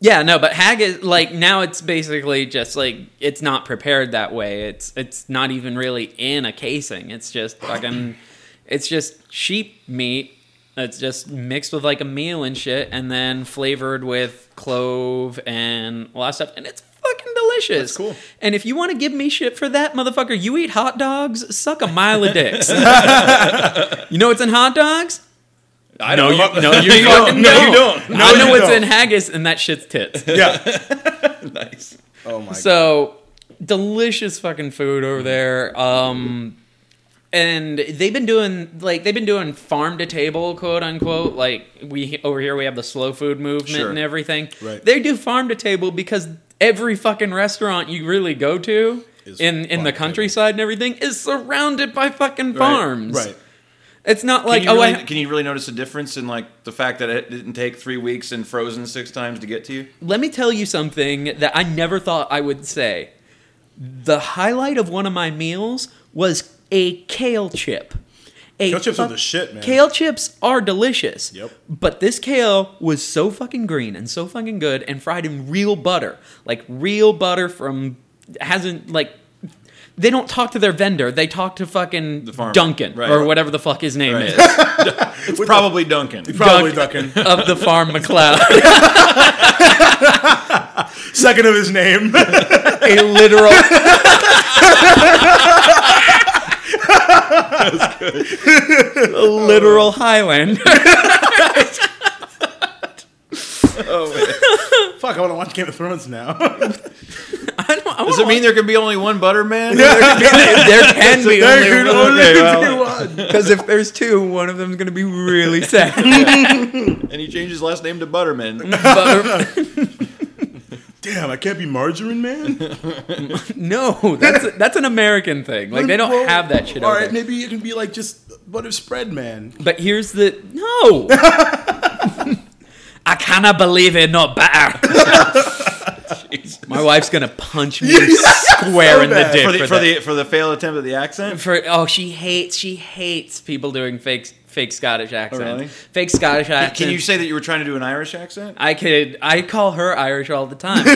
Speaker 2: yeah, no, but haggis, like now it's basically just like it's not prepared that way. It's it's not even really in a casing. It's just fucking, it's just sheep meat. that's just mixed with like a meal and shit, and then flavored with clove and a lot of stuff, and it's fucking delicious.
Speaker 1: That's cool.
Speaker 2: And if you want to give me shit for that, motherfucker, you eat hot dogs, suck a mile of dicks. you know what's in hot dogs?
Speaker 3: I don't
Speaker 2: you- no, you
Speaker 3: don't.
Speaker 2: fucking
Speaker 3: No,
Speaker 2: don't.
Speaker 3: you don't.
Speaker 1: No,
Speaker 2: I know
Speaker 1: you
Speaker 2: what's
Speaker 1: don't.
Speaker 2: in haggis, and that shit's tits.
Speaker 1: Yeah.
Speaker 3: Nice.
Speaker 1: Oh my god.
Speaker 2: so delicious fucking food over there. Um, and they've been doing like they've been doing farm to table, quote unquote. Like we over here, we have the slow food movement
Speaker 3: Sure.
Speaker 2: and everything.
Speaker 1: Right.
Speaker 2: They do farm to table because every fucking restaurant you really go to
Speaker 1: Is farm
Speaker 2: in in the
Speaker 1: to table.
Speaker 2: countryside and everything is surrounded by fucking farms.
Speaker 1: Right.
Speaker 2: It's not like
Speaker 3: can you,
Speaker 2: oh,
Speaker 3: really,
Speaker 2: I,
Speaker 3: can you really notice a difference in like the fact that it didn't take three weeks and frozen six times to get to you?
Speaker 2: let me tell you something that I never thought I would say. The highlight of one of my meals was a kale chip. A
Speaker 1: Kale chips are
Speaker 2: fuck-
Speaker 1: the shit, man.
Speaker 2: Kale chips are delicious.
Speaker 1: Yep.
Speaker 2: But this kale was so fucking green and so fucking good and fried in real butter. Like real butter from hasn't like they don't talk to their vendor. They talk to fucking
Speaker 3: The farmer.
Speaker 2: Duncan
Speaker 3: Right.
Speaker 2: or whatever the fuck his name
Speaker 3: Right.
Speaker 2: is
Speaker 3: It's probably Duncan.
Speaker 1: Probably Duncan.
Speaker 2: of the farm McLeod.
Speaker 1: Second of his name.
Speaker 2: a literal. a literal Highlander.
Speaker 1: Fuck, I want to watch Game of Thrones now.
Speaker 2: I don't, I
Speaker 3: Does it mean there can be only one Butterman?
Speaker 2: there, there can be
Speaker 1: There could only
Speaker 2: only
Speaker 3: okay,
Speaker 1: be
Speaker 3: well.
Speaker 1: one.
Speaker 2: Because if there's two, one of them's going to be really sad.
Speaker 3: and he changed his last name to Butterman.
Speaker 2: But,
Speaker 1: Damn, I can't be margarine, man.
Speaker 2: no, that's that's an American thing. Like they
Speaker 1: Well,
Speaker 2: don't have that shit.
Speaker 1: All
Speaker 2: Over
Speaker 1: right,
Speaker 2: there.
Speaker 1: maybe it can be like just butter spread, man.
Speaker 2: But here's the no. I cannot believe it, not better. My wife's gonna punch me square
Speaker 1: so
Speaker 2: in the
Speaker 1: bad.
Speaker 2: dick
Speaker 3: for the
Speaker 2: for
Speaker 3: for,
Speaker 2: that.
Speaker 3: the for the failed attempt at the accent.
Speaker 2: for oh she hates she hates people doing fake fake Scottish accents.
Speaker 3: Oh, really?
Speaker 2: Fake Scottish accents.
Speaker 3: Can you say that you were trying to do an Irish accent?
Speaker 2: I could I call her Irish all the time.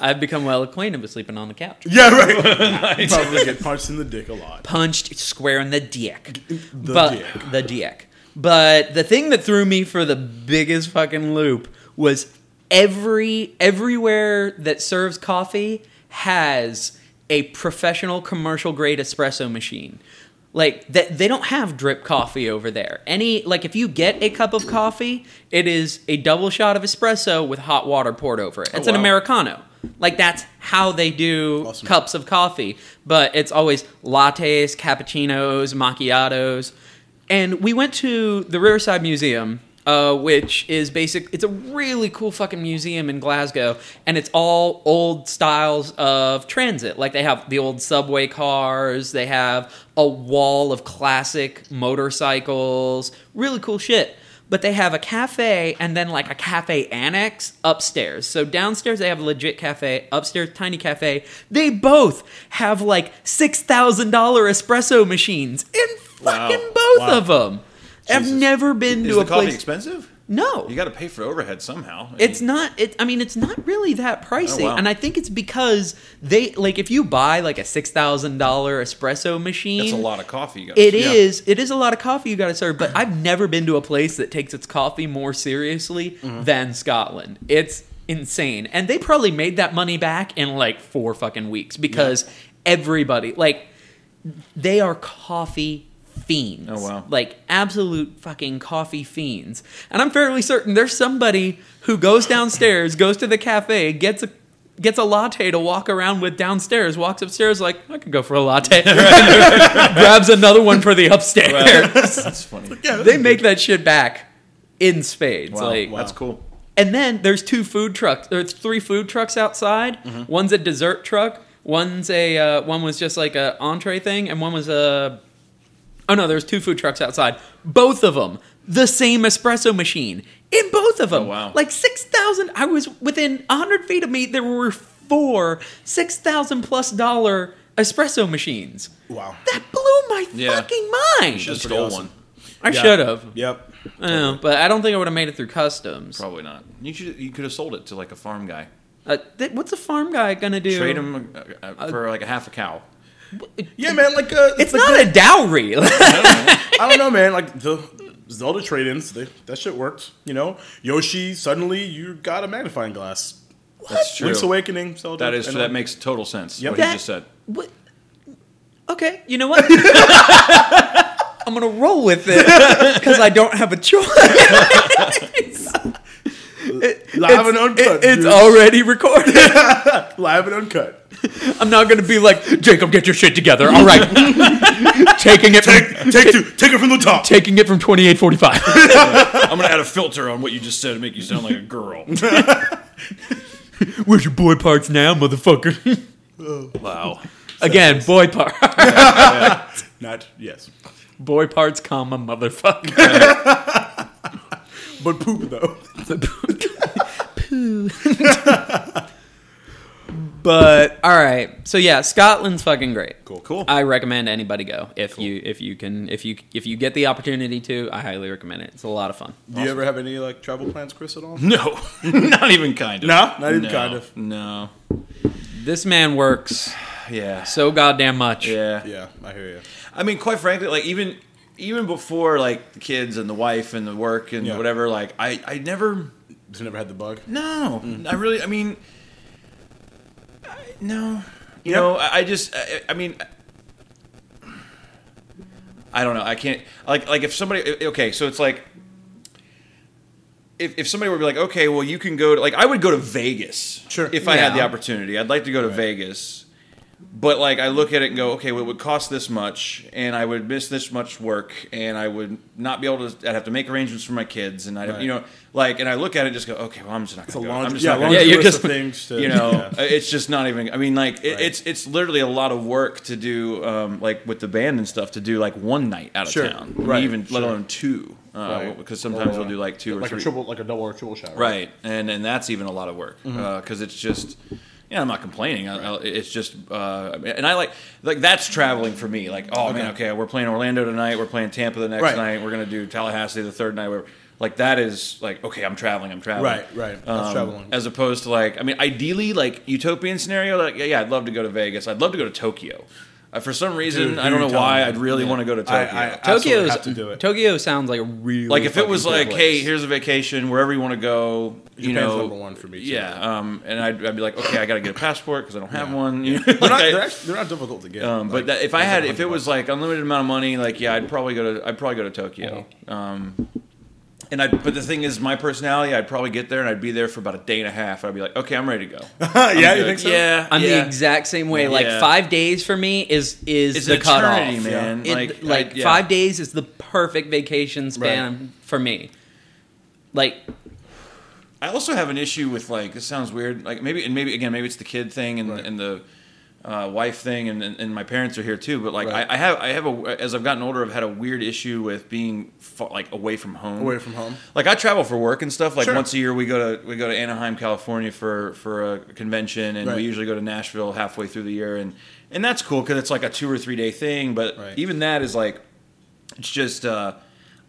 Speaker 2: I've become well acquainted with sleeping on the couch.
Speaker 1: Yeah, right. You Probably get punched in the dick a lot.
Speaker 2: Punched square in the dick.
Speaker 1: The
Speaker 2: but
Speaker 1: dick.
Speaker 2: the dick. But the thing that threw me for the biggest fucking loop was every everywhere that serves coffee has a professional commercial grade espresso machine. Like that they don't have drip coffee over there. Any like if you get a cup of coffee, it is a double shot of espresso with hot water poured over it. It's
Speaker 1: Oh,
Speaker 2: an
Speaker 3: wow.
Speaker 2: americano. Like that's how they do
Speaker 1: Awesome.
Speaker 2: cups of coffee, but it's always lattes, cappuccinos, macchiatos. And we went to the Riverside Museum, uh, which is basic. It's a really cool fucking museum in Glasgow, and it's all old styles of transit. Like they have the old subway cars, they have a wall of classic motorcycles, really cool shit but they have a cafe and then like a cafe annex upstairs. So downstairs they have a legit cafe, upstairs tiny cafe. They both have like six thousand dollar espresso machines in
Speaker 3: Wow.
Speaker 2: fucking both
Speaker 1: Wow.
Speaker 2: of them. I've
Speaker 3: Jesus.
Speaker 2: never been
Speaker 3: Is
Speaker 2: to
Speaker 3: the
Speaker 2: a
Speaker 3: coffee
Speaker 2: place.
Speaker 3: expensive?
Speaker 2: no,
Speaker 3: You got to pay for overhead somehow.
Speaker 2: it's not it i mean it's not really that pricey
Speaker 3: Oh, wow.
Speaker 2: and i think it's because they like if you buy like a $6000 espresso machine
Speaker 3: That's a lot of coffee. You gotta-
Speaker 2: It is.
Speaker 3: Yeah.
Speaker 2: It is a lot of coffee you got to serve, but I've never been to a place that takes its coffee more seriously than Scotland. It's insane, and they probably made that money back in like four fucking weeks because everybody like they are coffee fiends.
Speaker 3: Oh, wow.
Speaker 2: Like absolute fucking coffee fiends. And I'm fairly certain there's somebody who goes downstairs, goes to the cafe, gets a gets a latte to walk around with downstairs, walks upstairs like, I could go for a latte. grabs another one for the upstairs.
Speaker 3: That's funny.
Speaker 2: They make that shit back in spades.
Speaker 3: Wow,
Speaker 2: like
Speaker 3: that's cool.
Speaker 2: and then there's two food trucks. There's three food trucks outside.
Speaker 3: Mm-hmm.
Speaker 2: One's a dessert truck. One's a uh, one was just like a entree thing, and one was a. Oh no, there's two food trucks outside. Both of them the same espresso machine in both of them.
Speaker 3: Oh, wow.
Speaker 2: Like six thousand. I was within hundred feet of me. There were four six thousand plus dollar espresso machines.
Speaker 1: Wow.
Speaker 2: That blew my
Speaker 3: Yeah.
Speaker 2: fucking mind.
Speaker 3: Just
Speaker 1: pretty
Speaker 3: stole
Speaker 1: awesome.
Speaker 3: one.
Speaker 2: I
Speaker 1: Yeah.
Speaker 2: should have.
Speaker 1: Yep.
Speaker 2: I know, but I don't think I would have made it through customs.
Speaker 3: Probably not. You should. You could have sold it to like a farm guy.
Speaker 2: Uh, th- what's a farm guy gonna do?
Speaker 3: Trade him uh, uh, for like a half a cow.
Speaker 1: Yeah, man. Like, uh,
Speaker 2: It's
Speaker 1: like
Speaker 2: not a dowry.
Speaker 1: I don't know, man. Like the Zelda trade-ins, they, that shit worked. You know, Yoshi. Suddenly, you got a magnifying glass.
Speaker 3: That's true.
Speaker 1: Link's Awakening. Zelda.
Speaker 3: That is.
Speaker 1: and,
Speaker 3: That makes total sense.
Speaker 1: Yep.
Speaker 3: What
Speaker 2: That-
Speaker 3: he just said.
Speaker 2: what? Okay, you know what? I'm gonna roll with it because I don't have a choice.
Speaker 1: live and uncut.
Speaker 2: It- it's
Speaker 1: dude.
Speaker 2: already recorded.
Speaker 1: live and uncut.
Speaker 2: I'm not gonna be like Jacob, get your shit together. All right, taking it, from,
Speaker 1: Take two. Take it from the top.
Speaker 2: taking it from 2845.
Speaker 3: I'm gonna add a filter on what you just said to make you sound like a girl.
Speaker 2: Where's your boy parts now, motherfucker?
Speaker 3: wow.
Speaker 2: Again, boy parts.
Speaker 1: Not yes,
Speaker 2: Boy parts, comma motherfucker.
Speaker 1: but poop though.
Speaker 2: but all right, so yeah, Scotland's fucking great.
Speaker 1: Cool,
Speaker 3: Cool.
Speaker 2: I recommend anybody go if you if you can if you if you get the opportunity to. I highly recommend it. It's a lot of fun.
Speaker 1: Do you ever have any like travel plans, Chris, at all?
Speaker 3: No, not even kind of.
Speaker 1: No? Not even kind of.
Speaker 3: No.
Speaker 2: This man works
Speaker 3: Yeah.
Speaker 2: so goddamn much.
Speaker 3: Yeah.
Speaker 1: Yeah, I hear you.
Speaker 3: I mean, quite frankly, like even even before like the kids and the wife and the work and
Speaker 1: Yeah.
Speaker 3: whatever, like I I never
Speaker 1: Just never had the bug.
Speaker 3: no
Speaker 1: Mm-hmm.
Speaker 3: I really I mean I, no you
Speaker 1: Yeah.
Speaker 3: know I, I just I, I mean I don't know I can't like like if somebody okay so it's like. If, if somebody were to be like, okay, well, you can go to, like, I would go to Vegas.
Speaker 1: Sure.
Speaker 3: If I had the
Speaker 2: Yeah.
Speaker 3: opportunity, I'd like to go to Vegas. But like I look at it and go, okay, well, it would cost this much, and I would miss this much work, and I would not be able to. I'd have to make arrangements for my kids, and I, don't,
Speaker 1: Right.
Speaker 3: you know, like, and I look at it and just go, okay, well, I'm just not
Speaker 1: It's a
Speaker 3: going to go.
Speaker 1: long,
Speaker 3: I'm just
Speaker 1: yeah,
Speaker 3: not
Speaker 1: long
Speaker 3: gonna,
Speaker 2: Yeah, you're
Speaker 1: list of
Speaker 2: just-
Speaker 1: things to
Speaker 3: you know, uh,
Speaker 1: yeah.
Speaker 3: it's just not even. I mean, like, it,
Speaker 1: Right.
Speaker 3: it's it's literally a lot of work to do, um, like with the band and stuff, to do like one night out of
Speaker 1: Sure.
Speaker 3: town,
Speaker 1: Right.
Speaker 3: even
Speaker 1: Sure.
Speaker 3: let alone two, uh,
Speaker 1: Right.
Speaker 3: because sometimes
Speaker 1: Or,
Speaker 3: we'll do like two or
Speaker 1: like
Speaker 3: three.
Speaker 1: a triple, like a double or triple shot.
Speaker 3: Right, and and that's even a lot of work
Speaker 1: Mm-hmm.
Speaker 3: because it's just. Yeah, I'm not complaining. I, I, it's just, uh, and I like like that's traveling for me. Like, oh man,
Speaker 1: Okay.
Speaker 3: okay, we're playing Orlando tonight. We're playing Tampa the next
Speaker 1: Right.
Speaker 3: night. We're gonna do Tallahassee the third night. Whatever. Like that is like okay, I'm traveling. I'm traveling. Um,
Speaker 1: Right, right. That's traveling.
Speaker 3: As opposed to like, I mean, ideally, like utopian scenario. Like, yeah, I'd love to go to Vegas. I'd love to go to Tokyo. Uh, for some reason,
Speaker 1: Dude,
Speaker 3: I don't
Speaker 1: you're
Speaker 3: know why.
Speaker 1: telling
Speaker 3: I'd
Speaker 1: me.
Speaker 3: really want to go to
Speaker 1: I-
Speaker 3: Tokyo.
Speaker 1: I absolutely
Speaker 2: Tokyo's
Speaker 1: have to do it.
Speaker 2: Tokyo sounds like a really
Speaker 3: like if it
Speaker 2: fucking
Speaker 3: was
Speaker 2: cool
Speaker 3: like,
Speaker 2: place.
Speaker 3: hey, here's a vacation, wherever you want to go, you
Speaker 1: Japan's
Speaker 3: know,
Speaker 1: number one for me, too.
Speaker 3: Yeah, um, and I'd, I'd be like, okay, I got to get a passport because I don't have
Speaker 1: Yeah.
Speaker 3: one. You know, like
Speaker 1: They're not,
Speaker 3: I-
Speaker 1: they're, actually, they're not difficult to get.
Speaker 3: um, but
Speaker 1: like,
Speaker 3: that, if I
Speaker 1: there's
Speaker 3: had,
Speaker 1: a
Speaker 3: if it
Speaker 1: hundred
Speaker 3: was like unlimited amount of money, like yeah, I'd probably go to, I'd probably go to Tokyo. Um, and I, but the thing is, my personality, I'd probably get there and I'd be there for about a day and a half. I'd be like, okay, I'm ready to go.
Speaker 1: bucks. yeah,
Speaker 3: I'm
Speaker 1: you
Speaker 3: good.
Speaker 1: think so?
Speaker 3: Yeah,
Speaker 2: I'm
Speaker 3: yeah.
Speaker 2: the exact same way. Like
Speaker 3: Yeah.
Speaker 2: five days for me is is
Speaker 3: It's
Speaker 2: the
Speaker 3: an
Speaker 2: cutoff.
Speaker 3: eternity, man.
Speaker 2: It-
Speaker 3: Like,
Speaker 2: like
Speaker 3: I- yeah.
Speaker 2: five days is the perfect vacation span
Speaker 1: Right.
Speaker 2: for me. Like
Speaker 3: I also have an issue with like this sounds weird. Like maybe and maybe again maybe it's the kid thing and
Speaker 1: Right.
Speaker 3: and the uh, wife thing and, and and my parents are here too. But like
Speaker 1: Right.
Speaker 3: I, I have I have a as I've gotten older I've had a weird issue with being fa- like away from home.
Speaker 1: Away from home.
Speaker 3: Like I travel for work and stuff. Like
Speaker 1: Sure.
Speaker 3: once a year we go to we go to Anaheim, California for for a convention, and
Speaker 1: Right.
Speaker 3: we usually go to Nashville halfway through the year, and and that's cool because it's like a two or three day thing. But
Speaker 1: Right.
Speaker 3: even that is like it's just uh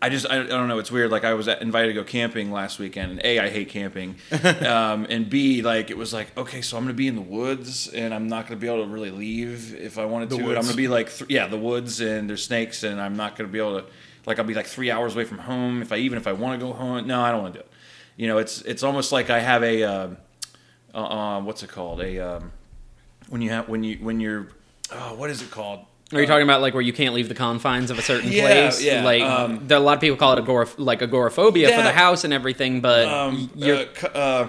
Speaker 3: I just I, I don't know. It's weird. Like I was invited to go camping last weekend, and a I hate camping, um, and b like it was like okay, so I'm gonna be in the woods, and I'm not gonna be able to really leave if I wanted
Speaker 1: The
Speaker 3: to. And I'm
Speaker 1: woods.
Speaker 3: gonna be like th- yeah, the woods, and there's snakes, and I'm not gonna be able to like I'll be like three hours away from home if I even if I want to go home. No, I don't want to do it. You know, it's it's almost like I have a um uh, uh, what's it called a um, when you have when you when you're oh, what is it called?
Speaker 2: are you talking about like where you can't leave the confines of a certain
Speaker 3: Yeah,
Speaker 2: place?
Speaker 3: yeah,
Speaker 2: Like
Speaker 3: um,
Speaker 2: there, a lot of people call it agoraph- like agoraphobia for
Speaker 3: Yeah.
Speaker 2: the house and everything, but
Speaker 3: um,
Speaker 2: you're
Speaker 3: uh, co- uh,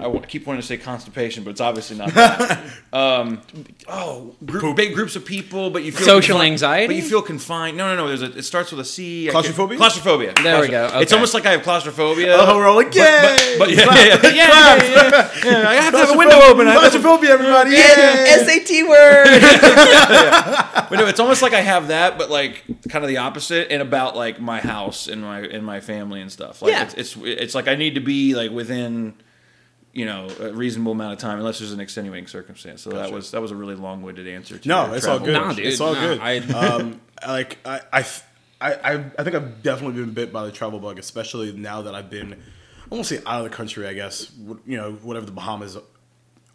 Speaker 3: I wa- keep wanting to say constipation, but it's obviously not. That. um, oh, group, big groups of people, but you feel
Speaker 2: Social
Speaker 3: confi-
Speaker 2: anxiety?
Speaker 3: But you feel confined. No, no, no. There's a. It starts with a C. I can't-
Speaker 1: Claustrophobia?
Speaker 3: Claustrophobia.
Speaker 2: There we go,
Speaker 3: Claustro- It's
Speaker 2: okay.
Speaker 3: almost like I have claustrophobia.
Speaker 1: Oh, we're all like,
Speaker 3: But,
Speaker 1: yay!
Speaker 3: but, but yeah, yeah, yeah, yeah, yeah, yeah, yeah, yeah. I have to have a window open. I have to-
Speaker 1: Claustrophobia, everybody! Yay!
Speaker 2: SAT word.
Speaker 3: but no, it's almost like I have that, but like kind of the opposite, and about like my house and my and my family and stuff. Like
Speaker 2: Yeah.
Speaker 3: it's, it's it's like I need to be like within, you know, a reasonable amount of time, unless there's an extenuating circumstance. So that was that was a really long winded answer. to
Speaker 1: No,
Speaker 3: your
Speaker 1: it's all
Speaker 3: travel
Speaker 1: good.
Speaker 2: Nah, dude,
Speaker 1: it's all
Speaker 2: nah,
Speaker 1: good.
Speaker 2: I-
Speaker 1: um, like I, I, th- I, I, I think I've definitely been bit by the travel bug, especially now that I've been, I won't say out of the country. I guess wh- you know whatever the Bahamas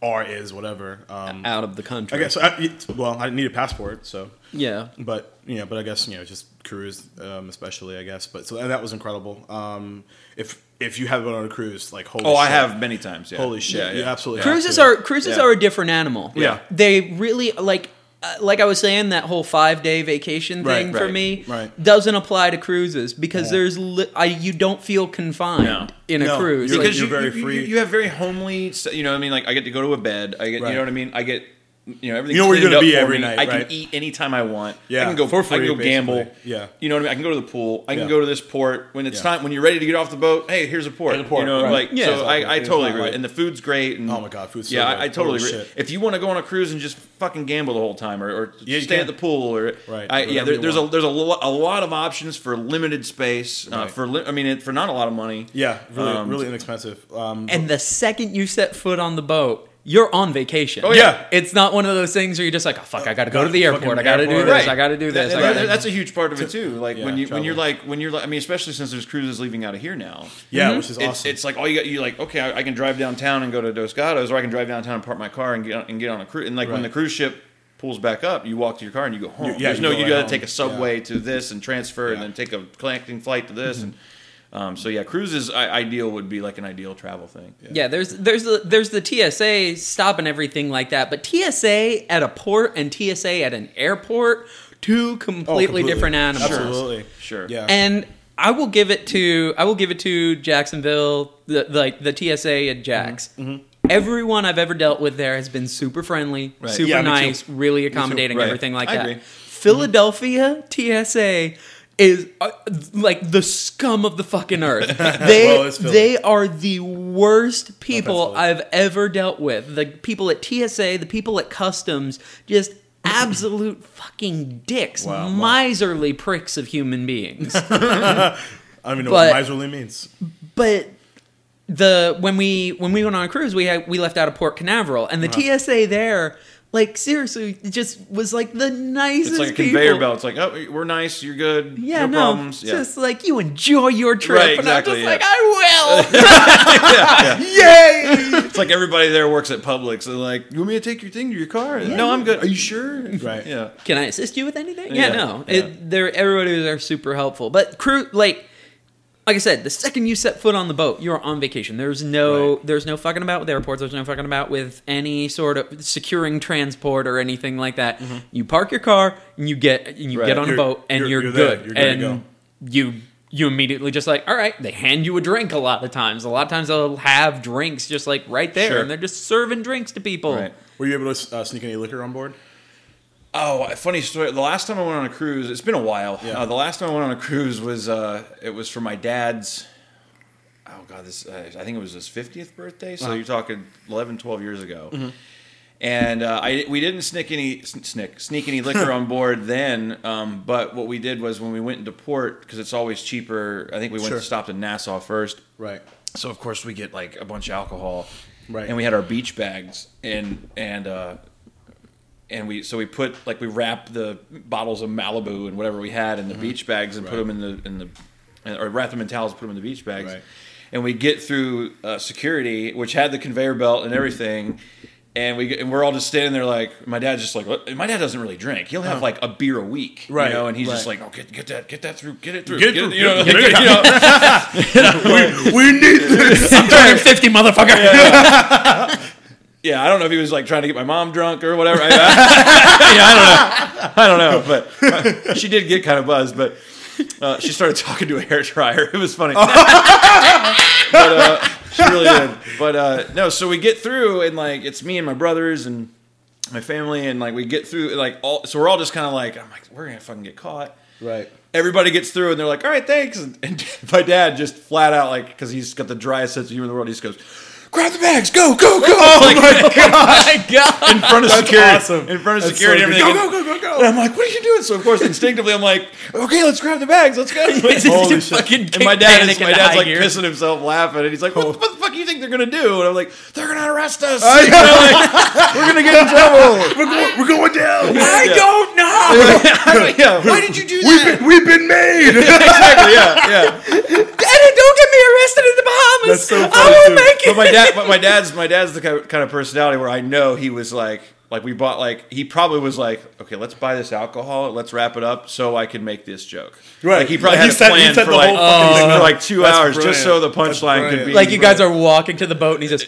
Speaker 1: are is whatever. Um,
Speaker 2: out of the country.
Speaker 1: I guess. I, it- well, I need a passport, so.
Speaker 2: Yeah.
Speaker 1: But you know, but I guess you know, just cruise, um, especially I guess. But so and that was incredible. Um, if if you have been on a cruise, like holy
Speaker 3: Oh, I
Speaker 1: shit.
Speaker 3: have many times. Yeah.
Speaker 1: Holy shit, you absolutely have
Speaker 2: Cruises
Speaker 1: to.
Speaker 2: are cruises
Speaker 3: Yeah.
Speaker 2: are a different animal.
Speaker 1: Yeah.
Speaker 2: they really like uh, like I was saying that whole five day vacation
Speaker 1: Right,
Speaker 2: thing for
Speaker 3: right,
Speaker 2: me
Speaker 1: right.
Speaker 2: doesn't apply to cruises because
Speaker 1: Yeah.
Speaker 2: there's li- I, you don't feel confined
Speaker 3: No.
Speaker 2: in a
Speaker 1: No,
Speaker 2: cruise.
Speaker 1: you're
Speaker 2: Like,
Speaker 1: right.
Speaker 3: because you
Speaker 1: very
Speaker 3: you-
Speaker 1: free.
Speaker 3: You, you have very homely. st- You know what I mean? Like I get to go to a bed. I get.
Speaker 1: Right.
Speaker 3: You know what I mean? I get you know everything.
Speaker 1: You know where you're gonna
Speaker 3: cleaned up
Speaker 1: be
Speaker 3: for
Speaker 1: every
Speaker 3: me.
Speaker 1: night,
Speaker 3: I
Speaker 1: right?
Speaker 3: can eat anytime I want.
Speaker 1: Yeah,
Speaker 3: I can go
Speaker 1: for
Speaker 3: I
Speaker 1: free,
Speaker 3: can go gamble.
Speaker 1: basically. Yeah.
Speaker 3: you know what I mean. I can go to the pool. I can
Speaker 1: Yeah.
Speaker 3: go to this port when it's
Speaker 1: Yeah.
Speaker 3: time when you're ready to get off the boat. Hey, here's a port.
Speaker 1: Here's a port,
Speaker 3: You know,
Speaker 1: right.
Speaker 3: like
Speaker 2: Yeah.
Speaker 3: so. I, I
Speaker 1: It's
Speaker 3: totally
Speaker 1: not
Speaker 3: agree.
Speaker 1: like-
Speaker 3: and the food's great. And
Speaker 1: Oh my God, food's so
Speaker 3: yeah.
Speaker 1: good.
Speaker 3: I, I totally
Speaker 1: Holy
Speaker 3: agree.
Speaker 1: shit.
Speaker 3: If you want to go on a cruise and just fucking gamble the whole time, or, or
Speaker 1: Yeah, you
Speaker 3: stay
Speaker 1: can.
Speaker 3: at the pool, or
Speaker 1: Right.
Speaker 3: I,
Speaker 1: Whatever
Speaker 3: yeah, there,
Speaker 1: you
Speaker 3: there's a
Speaker 1: want.
Speaker 3: there's a, lo- a lot of options for limited space. Uh,
Speaker 1: Right.
Speaker 3: for li- I mean, it, for not a lot of money.
Speaker 1: Yeah, really,
Speaker 3: Um,
Speaker 1: really inexpensive. Um,
Speaker 2: And the second you set foot on the boat, you're on vacation.
Speaker 1: yeah. Oh, Yeah.
Speaker 2: It's not one of those things where you're just like, oh, fuck, I got to go to the
Speaker 1: Fucking
Speaker 2: airport. I got to do this.
Speaker 1: airport.
Speaker 2: I got to do this.
Speaker 3: That-
Speaker 2: I
Speaker 3: that-
Speaker 2: gotta-
Speaker 3: that's a huge part of it too. Like
Speaker 1: yeah,
Speaker 3: when you when you're
Speaker 1: travel.
Speaker 3: like when you're like I mean, especially since there's cruises leaving out of here now.
Speaker 1: yeah,
Speaker 2: Mhm.
Speaker 1: which is
Speaker 3: It's,
Speaker 1: awesome.
Speaker 3: it's like all you got. You like okay, I, I can drive downtown and go to Dos Gatos, or I can drive downtown and park my car and get on, and get on a cruise. And like when
Speaker 1: Right.
Speaker 3: the cruise ship pulls back up, you walk to your car and you go home.
Speaker 1: You- yeah,
Speaker 3: There's
Speaker 1: you
Speaker 3: no
Speaker 1: go
Speaker 3: you
Speaker 1: right
Speaker 3: got to
Speaker 1: home.
Speaker 3: take a subway
Speaker 1: Yeah.
Speaker 3: to this and transfer,
Speaker 1: Yeah. Mm-hmm.
Speaker 3: and then take a connecting flight to this. and um, so yeah, cruises I, ideal would be like an ideal travel thing.
Speaker 2: Yeah, there's there's the there's the TSA stop and everything like that, but TSA at a port and TSA at an airport, two
Speaker 1: Oh,
Speaker 2: completely, different animals.
Speaker 1: Absolutely,
Speaker 3: Sure.
Speaker 1: Yeah,
Speaker 2: And I will give it to I will give it to Jacksonville, the, like the TSA at Jax.
Speaker 1: Mm-hmm.
Speaker 2: Everyone I've ever dealt with there has been super friendly,
Speaker 3: Right.
Speaker 2: super
Speaker 1: Yeah, me too.
Speaker 2: nice, really accommodating,
Speaker 3: Right.
Speaker 2: everything like
Speaker 3: I
Speaker 2: that.
Speaker 3: agree.
Speaker 2: Philadelphia TSA is uh, like the scum of the fucking earth. They
Speaker 1: Well, it's Philly.
Speaker 2: they are the worst people
Speaker 1: Philly.
Speaker 2: I've ever dealt with. The people at TSA, the people at customs, just absolute fucking dicks,
Speaker 1: Wow.
Speaker 2: miserly pricks of human beings.
Speaker 1: I don't even know
Speaker 2: but-
Speaker 1: what miserly means.
Speaker 2: but the when we when we went on a cruise, we had we left out of Port Canaveral, and the TSA there, like seriously, just was like the nicest.
Speaker 3: It's like a
Speaker 2: people.
Speaker 3: conveyor belt. It's like, oh, we're nice. You're good.
Speaker 2: Yeah,
Speaker 3: no,
Speaker 2: no,
Speaker 3: problems. Yeah.
Speaker 2: just like you enjoy your trip,
Speaker 3: Right,
Speaker 2: and I'm just
Speaker 3: exactly, yeah.
Speaker 2: like, I will, yay!
Speaker 3: It's like everybody there works at Publix. They're like, "You want me to take your thing to your car?" No, I'm good. Are you sure?
Speaker 1: Right.
Speaker 3: Yeah.
Speaker 2: Can I assist you with anything? Yeah,
Speaker 3: Yeah,
Speaker 2: no,
Speaker 3: yeah.
Speaker 2: It, they're everybody was there super helpful, but crew like. Like I said, the second you set foot on the boat, you're on vacation. There's no,
Speaker 1: Right.
Speaker 2: there's no fucking about with airports. There's no fucking about with any sort of securing transport or anything like that. You park your car and you get, and you
Speaker 3: Right.
Speaker 2: get on a
Speaker 1: Mm-hmm. You're-
Speaker 2: boat and
Speaker 1: you're-
Speaker 2: you're,
Speaker 1: you're there.
Speaker 2: good.
Speaker 1: You're good to
Speaker 2: and
Speaker 1: go.
Speaker 2: you, you immediately just like, all right. They hand you a drink a lot of times. A lot of times they'll have drinks just like right there,
Speaker 3: Sure.
Speaker 2: and they're just serving drinks to people.
Speaker 3: Right.
Speaker 1: Were you able to uh, sneak any liquor on board?
Speaker 3: Oh, a funny story. The last time I went on a cruise, it's been a while.
Speaker 1: Yeah.
Speaker 3: Uh, the last time I went on a cruise was uh, it was for my dad's. Oh God, this uh, I think it was his fiftieth birthday. So you're talking 11, 12 years ago.
Speaker 1: Mm-hmm.
Speaker 3: And uh, I we didn't sneak any sn- snick, sneak any liquor on board then. Um, but what we did was when we went into port because it's always cheaper. I think we went
Speaker 1: Sure.
Speaker 3: and stopped in Nassau first.
Speaker 1: Right.
Speaker 3: so of course we get like a bunch of alcohol
Speaker 1: Right.
Speaker 3: and we had our beach bags and and uh and we so we put like we wrap the bottles of malibu and whatever we had in the beach bags and put
Speaker 1: Mm-hmm. Right.
Speaker 3: them in the in the or wrap them in towels and put them in the beach bags
Speaker 1: Right.
Speaker 3: and we get through uh, security which had the conveyor belt
Speaker 1: Mm-hmm.
Speaker 3: and everything and we get- and we're all just standing there like my dad's just like "What?" my dad doesn't really drink he'll have like a beer a week
Speaker 1: Uh-huh. Right,
Speaker 3: you know and he's just
Speaker 1: right.
Speaker 3: like oh get, get that get that through get it through
Speaker 1: Get it
Speaker 3: it-
Speaker 1: through,
Speaker 3: you know,
Speaker 1: get it
Speaker 3: like,
Speaker 1: through.
Speaker 3: you know
Speaker 1: We need this.
Speaker 2: I'm turning fifty, motherfucker.
Speaker 3: yeah, I don't know if he was like trying to get my mom drunk or whatever. I, I- you know, I don't know. I don't know, but uh, she did get kind of buzzed. But uh, she started talking to a hair dryer. It was funny. but uh, she really did. But uh, no, so we get through, and like it's me and my brothers and my family, and like we get through, like all. So we're all just kind of like, I'm like, we're gonna fucking get caught
Speaker 1: Right.
Speaker 3: everybody gets through and they're like, all right, thanks. And, and my dad just flat out, like, because he's got the driest sense of humor in the world, he just goes, grab the bags, go, go, go. like,
Speaker 2: my god.
Speaker 3: in front of security.
Speaker 1: Oh, awesome.
Speaker 3: In front of
Speaker 1: That's
Speaker 3: security
Speaker 1: so
Speaker 3: and
Speaker 1: good.
Speaker 3: everything.
Speaker 1: Go, go, go, go,
Speaker 3: And
Speaker 1: go.
Speaker 3: I'm like, what are you doing? So, of course, instinctively, I'm like, okay, let's grab the bags, let's go.
Speaker 1: Holy shit.
Speaker 2: Fucking
Speaker 3: And my dad is, my dad's like
Speaker 2: here.
Speaker 3: pissing himself laughing, and he's like, what, what the fuck do you think they're going to do? And I'm like, they're going to arrest us.
Speaker 1: I
Speaker 3: You know, like, We're going to get in trouble.
Speaker 1: We're going, we're going down.
Speaker 2: I
Speaker 3: Yeah.
Speaker 2: don't know.
Speaker 3: yeah. Why did you do
Speaker 1: We've
Speaker 3: that?
Speaker 1: been, we've been made.
Speaker 3: exactly, yeah, yeah.
Speaker 2: Daddy, don't get me arrested in the Bahamas.
Speaker 1: That's so
Speaker 2: I
Speaker 1: funny,
Speaker 2: will
Speaker 1: too.
Speaker 2: make it.
Speaker 3: but my dad, but my dad's, my dad's the ki- kind of personality where I know he was like, like we bought, like he probably was like, okay, let's buy this alcohol, let's wrap it up, so I can make this joke.
Speaker 1: Right.
Speaker 3: Like he
Speaker 1: Like,
Speaker 3: probably had
Speaker 1: he
Speaker 3: a
Speaker 1: set- he
Speaker 3: plan
Speaker 1: set
Speaker 3: for
Speaker 1: the
Speaker 3: like,
Speaker 1: whole fucking
Speaker 3: for
Speaker 1: thing
Speaker 3: like two
Speaker 1: That's
Speaker 3: hours, just so the
Speaker 1: brilliant. That's
Speaker 3: punchline could
Speaker 1: brilliant.
Speaker 3: be
Speaker 2: like you guys are walking to the boat, and he's just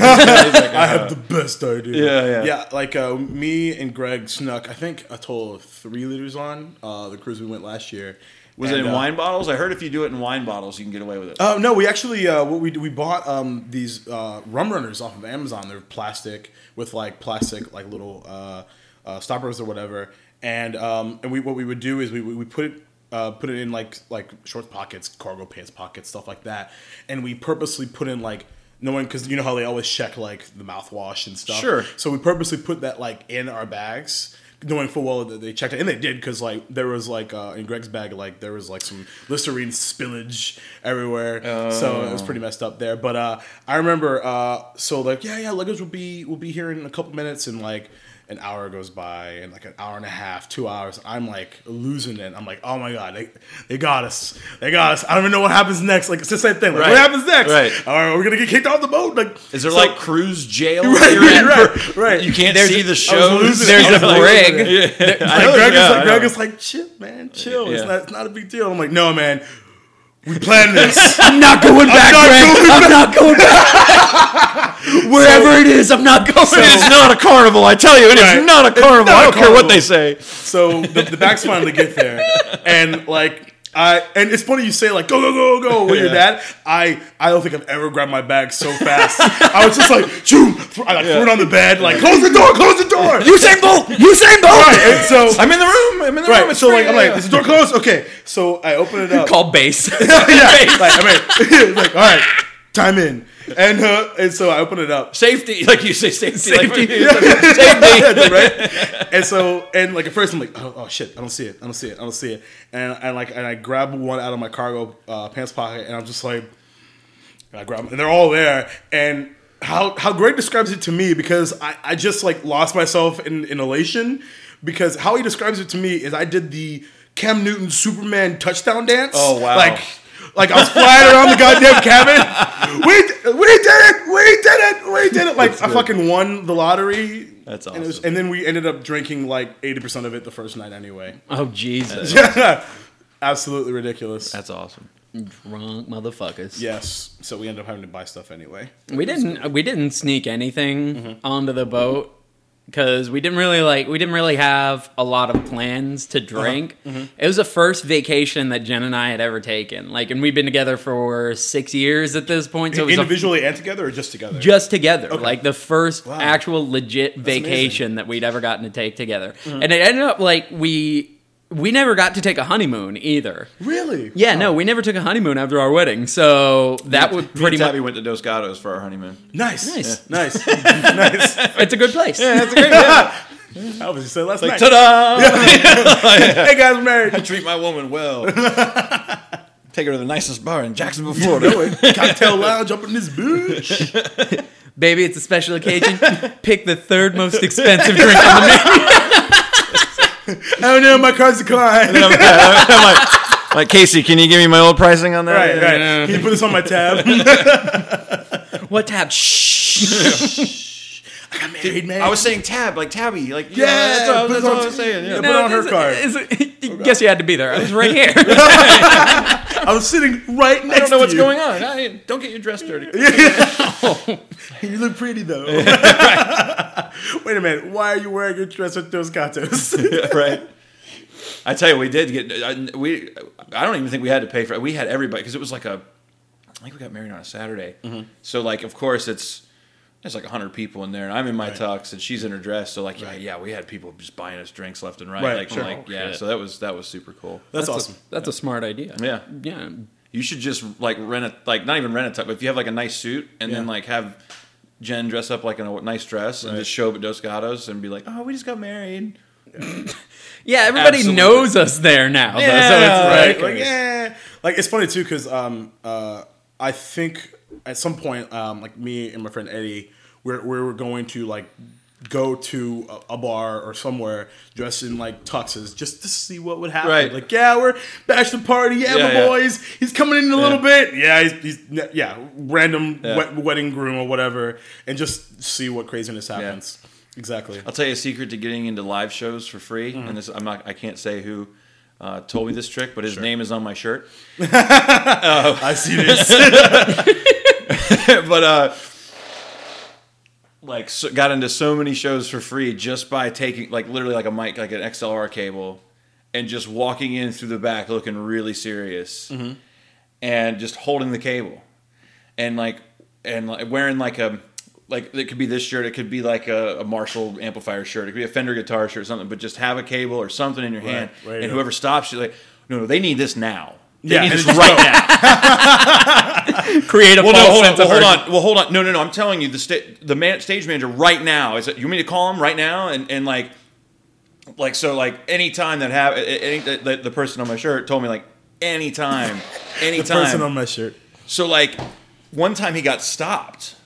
Speaker 1: I have the best idea.
Speaker 3: Yeah, yeah.
Speaker 1: yeah. Like uh, me and Greg snuck, I think, a total of three liters on uh, the cruise we went last year.
Speaker 3: Was
Speaker 1: And,
Speaker 3: it in
Speaker 1: uh,
Speaker 3: wine bottles? I heard if you do it in wine bottles, you can get away with it.
Speaker 1: Uh, no, we actually uh, what we we bought um, these uh, rum runners off of Amazon. They're plastic with like plastic like little uh, uh, stoppers or whatever. And um, and we what we would do is we we we put it. Uh, put it in like like short pockets, cargo pants pockets, stuff like that, and we purposely put in like no one because you know how they always check like the mouthwash and stuff.
Speaker 3: Sure.
Speaker 1: So we purposely put that like in our bags, knowing full well that they checked it, and they did because like there was like uh, in Greg's bag like there was like some Listerine spillage everywhere, so it was pretty messed up there. But uh, I remember uh, so like yeah yeah luggage will be will be here in a couple minutes and like. An hour goes by, and like an hour and a half, two hours. I'm like losing it. I'm like, oh my god, they, they got us, they got us. I don't even know what happens next. Like it's the same thing. Like
Speaker 3: Right.
Speaker 1: what happens next?
Speaker 3: Right.
Speaker 1: All right, we're gonna get kicked off the boat. Like
Speaker 3: Is there
Speaker 1: so-
Speaker 3: like cruise jail?
Speaker 1: Right,
Speaker 3: you're in
Speaker 1: right,
Speaker 3: for-
Speaker 1: right, right.
Speaker 3: You can't
Speaker 2: There's-
Speaker 3: see the
Speaker 1: I was
Speaker 3: shows.
Speaker 1: losing-
Speaker 2: There's
Speaker 1: I was
Speaker 2: a
Speaker 1: like,
Speaker 2: brig.
Speaker 3: Yeah. I
Speaker 1: Like
Speaker 3: know,
Speaker 1: Greg,
Speaker 3: yeah,
Speaker 1: is
Speaker 3: I
Speaker 1: like, Greg
Speaker 3: know.
Speaker 1: is like, chill, man, chill. It's,
Speaker 3: Yeah.
Speaker 1: not, it's not a big deal. I'm like, no, man, we planned this.
Speaker 2: I'm not going back,
Speaker 1: not
Speaker 2: Greg.
Speaker 1: going
Speaker 2: I'm not going back. Wherever it is, I'm not going.
Speaker 3: It is not a carnival. I tell you, it is
Speaker 1: Right.
Speaker 3: not a carnival.
Speaker 1: not
Speaker 3: I
Speaker 1: a
Speaker 3: don't care
Speaker 1: carnival.
Speaker 3: what they say.
Speaker 1: so the, the backs finally get there, and like. I, and it's funny you say like go go go go when you're
Speaker 3: Yeah.
Speaker 1: that I I don't think I've ever grabbed my bag so fast I was just like shoom I like threw it on the bed like close the door close the door
Speaker 2: Usain Bolt. Usain Bolt.
Speaker 1: right and so
Speaker 3: I'm in the room. I'm in the room.
Speaker 1: right
Speaker 3: It's
Speaker 1: so
Speaker 3: free.
Speaker 1: like I'm
Speaker 3: Yeah.
Speaker 1: like is the door closed okay so I open it up
Speaker 2: Call base.
Speaker 1: yeah like I mean like all right time in and uh, and so I open it up
Speaker 3: safety, like you say, safety,
Speaker 2: Safety.
Speaker 3: Like,
Speaker 1: Yeah, right? And so, and like at first, I'm like, oh, oh shit, I don't see it, I don't see it, I don't see it, and and like and I grab one out of my cargo uh, pants pocket, and I'm just like, and I grab, 'em, and they're all there, and. How, how Greg describes it to me because I, I just like lost myself in, in elation because how he describes it to me is I did the Cam Newton Superman touchdown dance.
Speaker 3: Oh, wow.
Speaker 1: Like like I was flying around the goddamn cabin. We we did it. We did it. We did it. Like I fucking won the lottery.
Speaker 3: That's
Speaker 1: And, it was-
Speaker 3: awesome.
Speaker 1: and then we ended up drinking like eighty percent of it the first night anyway.
Speaker 2: oh Jesus!
Speaker 1: Absolutely ridiculous.
Speaker 3: That's awesome.
Speaker 2: Drunk motherfuckers.
Speaker 1: yes. So we ended up having to buy stuff anyway.
Speaker 2: We didn't. We didn't sneak anything onto the boat because we didn't really like. We didn't really have a lot of plans to drink. It was the first vacation that Jen and I had ever taken. Like, and we've been together for six years at this point. So it was a-
Speaker 1: Individually and together, or just together?
Speaker 2: just together, like the first
Speaker 1: Wow.
Speaker 2: actual legit vacation that we'd ever gotten to take together. And it ended up like we we never got to take a honeymoon either.
Speaker 1: really?
Speaker 2: Yeah, no, we never took a honeymoon after our wedding. So that would pretty
Speaker 3: Pretty me and
Speaker 2: much
Speaker 3: Tabby went to Dos Gatos for our honeymoon.
Speaker 1: Nice.
Speaker 2: Nice.
Speaker 1: Nice. nice. nice.
Speaker 2: it's a good place.
Speaker 1: That was you said last night.
Speaker 3: Ta-da!
Speaker 1: Hey guys, we're married.
Speaker 3: Treat my woman well. Take her to the nicest bar in Jacksonville, Florida.
Speaker 1: Cocktail lounge up in this bitch.
Speaker 2: Baby, it's a special occasion. Pick the third most expensive drink on the menu.
Speaker 1: Oh no, my car's declined.
Speaker 3: I'm, like, like, Casey, can you give me my old pricing on that?
Speaker 1: Right, right. Can you put this on my tab? I
Speaker 2: What tab? Shh.
Speaker 1: got married, man.
Speaker 3: I was saying tab, like Tabby, like
Speaker 1: Yeah,
Speaker 3: yeah, that's, what, I was-
Speaker 1: put
Speaker 3: that's
Speaker 1: it on
Speaker 3: what I
Speaker 1: t-
Speaker 3: was saying. Yeah.
Speaker 1: Put it on her
Speaker 2: this-
Speaker 1: card.
Speaker 2: is it- guess you had to be there. I was right here.
Speaker 1: I was sitting right next to you.
Speaker 3: I don't know what's going on. I, don't get your dress dirty.
Speaker 1: You look pretty though. Wait a minute. Why are you wearing your dress with those gatos?
Speaker 3: right. I tell you, we did get I, we. I don't even think we had to pay for it. We had everybody because it was like a. I think we got married on a Saturday,
Speaker 1: Mm-hmm.
Speaker 3: so like of course it's there's like hundred people in there, and I'm in my tux and she's in her dress, so like yeah, yeah, we had people just buying us drinks left and right,
Speaker 1: Right,
Speaker 3: like,
Speaker 1: sure. Oh,
Speaker 3: like, yeah, so that was that was super cool.
Speaker 1: That's awesome.
Speaker 2: A, that's a smart idea.
Speaker 3: Yeah.
Speaker 2: Yeah.
Speaker 3: You should just like rent a like not even rent a tux, but if you have like a nice suit and then
Speaker 1: Yeah.
Speaker 3: like have Jen dress up like in a nice dress and
Speaker 1: Right.
Speaker 3: just show up at Dos Gatos and be like, oh, we just got married.
Speaker 2: Yeah, everybody
Speaker 3: Absolutely.
Speaker 2: knows us there now. though,
Speaker 3: Yeah.
Speaker 2: so it's
Speaker 1: Like,
Speaker 2: like,
Speaker 1: like, yeah. Like it's funny too because um uh I think at some point um like me and my friend Eddie we're we were going to like go to a, a bar or somewhere dressed in like tuxes just to see what would happen.
Speaker 3: Right.
Speaker 1: Like yeah, we're bachelor party. Yeah,
Speaker 3: Yeah,
Speaker 1: my
Speaker 3: yeah.
Speaker 1: boys. He's coming in a little bit. Yeah, he's, he's yeah random wet, wedding groom or whatever, and just see what craziness happens. Exactly.
Speaker 3: I'll tell you a secret to getting into live shows for free, and this I'm not I can't say who uh, told me this trick, but his name is on my shirt.
Speaker 1: I see this.
Speaker 3: but uh, like so, got into so many shows for free just by taking like literally like a mic like an XLR cable and just walking in through the back looking really serious
Speaker 1: Mm-hmm.
Speaker 3: and just holding the cable and like and like wearing like a like it could be this shirt it could be like a, a Marshall amplifier shirt it could be a Fender guitar shirt or something but just have a cable or something in your hand
Speaker 1: right,
Speaker 3: and
Speaker 1: yeah.
Speaker 3: whoever stops you like no no they need this now they
Speaker 1: Yeah,
Speaker 3: need
Speaker 1: and
Speaker 3: this
Speaker 1: just
Speaker 3: right now
Speaker 2: Create a
Speaker 3: well,
Speaker 2: false
Speaker 3: no, hold on,
Speaker 2: sense of
Speaker 3: well, hold
Speaker 2: urgency.
Speaker 3: on, well, hold on. No, no, no. I'm telling you, the sta- the man- stage manager right now is. You want me to call him right now and and like, like so like anytime that have any the, the, the person on my shirt told me like anytime,
Speaker 1: The
Speaker 3: anytime.
Speaker 1: person on my shirt.
Speaker 3: so like, one time he got stopped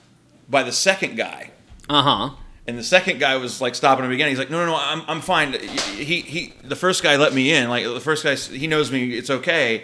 Speaker 3: by the second guy.
Speaker 2: Uh huh.
Speaker 3: And the second guy was like stopping him again. He's like, "No, no, no, I'm, I'm fine." He, he, the first guy let me in. Like the first guy, he knows me. It's okay.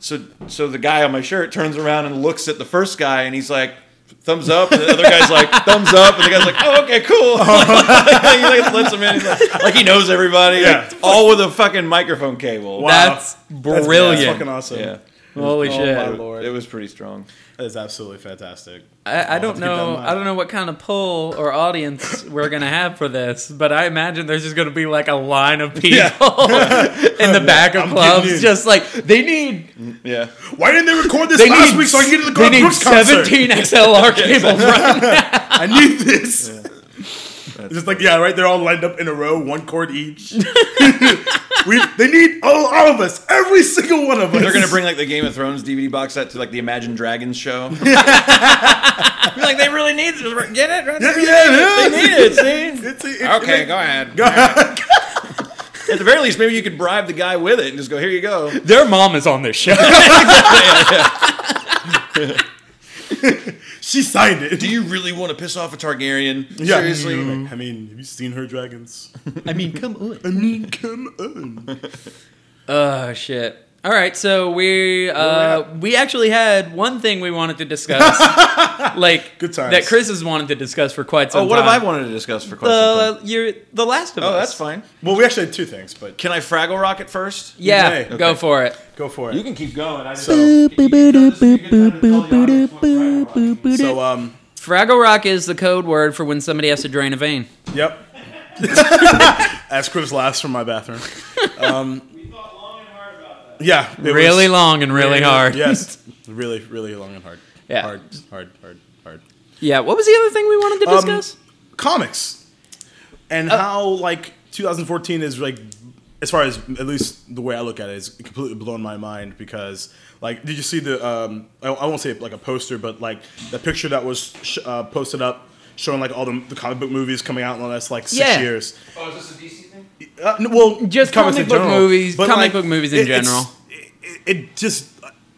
Speaker 3: So, so the guy on my shirt turns around and looks at the first guy, and he's like, "Thumbs up." And the other guy's like, "Thumbs up." And the guy's like, "Oh, okay, cool." he like lets him in. He's like, like, he knows everybody.
Speaker 1: Yeah.
Speaker 3: Like, all with a fucking microphone cable.
Speaker 1: Wow.
Speaker 2: That's
Speaker 1: That's- That's
Speaker 2: brilliant.
Speaker 1: fucking awesome.
Speaker 3: Yeah.
Speaker 2: Holy shit.
Speaker 1: my lord.
Speaker 3: It was pretty strong.
Speaker 1: That is absolutely fantastic.
Speaker 2: I, I
Speaker 1: I'll
Speaker 2: don't
Speaker 1: have to keep that in
Speaker 2: know.
Speaker 1: mind.
Speaker 2: I don't know what kind of pull or audience we're gonna have for this, but I imagine there's just gonna be like a line of people in the back of
Speaker 1: I'm getting
Speaker 2: clubs,
Speaker 1: in.
Speaker 2: just like they need
Speaker 3: Yeah.
Speaker 1: Why didn't they record this
Speaker 2: they
Speaker 1: last
Speaker 2: need
Speaker 1: week so I can get to the
Speaker 2: they
Speaker 1: Garth
Speaker 2: need
Speaker 1: Brooks concert?
Speaker 2: 17 XLR cables. right now.
Speaker 1: I need this.
Speaker 3: That's-
Speaker 1: Just like yeah, right. They're all lined up in a row, one chord each. we, they need all, all of us, every single one of us.
Speaker 3: They're gonna bring like the Game of Thrones DVD box set to like the Imagine Dragons show. like they really need to get it. Right?
Speaker 1: Yeah, yeah, yeah.
Speaker 3: They need it. See?
Speaker 1: It's, it,
Speaker 3: Okay,
Speaker 1: it,
Speaker 3: go ahead. At the very least, maybe you could bribe the guy with it and just go, "Here you go."
Speaker 2: Their mom is on this show.
Speaker 1: She signed it.
Speaker 3: Do you really want to piss off a Targaryen?
Speaker 1: yeah.
Speaker 3: Seriously.
Speaker 1: Like, I mean, have you seen her dragons?
Speaker 2: I mean, come on.
Speaker 1: I mean, come on.
Speaker 2: Oh shit! All right, so we uh, we actually had one thing we wanted to discuss, like
Speaker 1: Good times.
Speaker 2: that Chris has wanted to discuss for quite some
Speaker 3: Oh,
Speaker 2: time.
Speaker 3: what have I wanted to discuss for quite some time?
Speaker 2: The you're the last of
Speaker 3: Oh,
Speaker 2: us.
Speaker 3: that's fine.
Speaker 1: Well, we actually had two things, but
Speaker 3: Can I Fraggle Rock it first?
Speaker 2: Yeah,
Speaker 1: You may.
Speaker 2: go
Speaker 3: Okay.
Speaker 2: for it.
Speaker 1: go for it.
Speaker 3: can keep going. I just
Speaker 1: So, um,
Speaker 2: Fraggle Rock is the code word for when somebody has to drain a vein.
Speaker 1: yep. As Chris laughs from my bathroom.
Speaker 4: We thought long and hard about that.
Speaker 1: Yeah. it was-
Speaker 2: really long and really hard.
Speaker 1: Yes. Really, really long and hard.
Speaker 2: Yeah.
Speaker 1: Hard, hard, hard, hard.
Speaker 2: Yeah. What was the other thing we wanted to
Speaker 1: Um,
Speaker 2: discuss?
Speaker 1: comics and
Speaker 2: Uh,
Speaker 1: how like 2014 is like as far as at least the way I look at it is completely blown my mind because like did you see the um I, I won't say like a poster but like the picture that was sh- uh, posted up showing like all the, the comic book movies coming out in the last like six
Speaker 2: Yeah.
Speaker 1: years
Speaker 4: Oh, is this a DC thing?
Speaker 1: uh, n- well,
Speaker 2: Just
Speaker 1: comics
Speaker 2: comic
Speaker 1: in
Speaker 2: book
Speaker 1: general.
Speaker 2: movies- comic
Speaker 1: like,
Speaker 2: book movies in
Speaker 1: it- it's-
Speaker 2: general.
Speaker 1: It, it just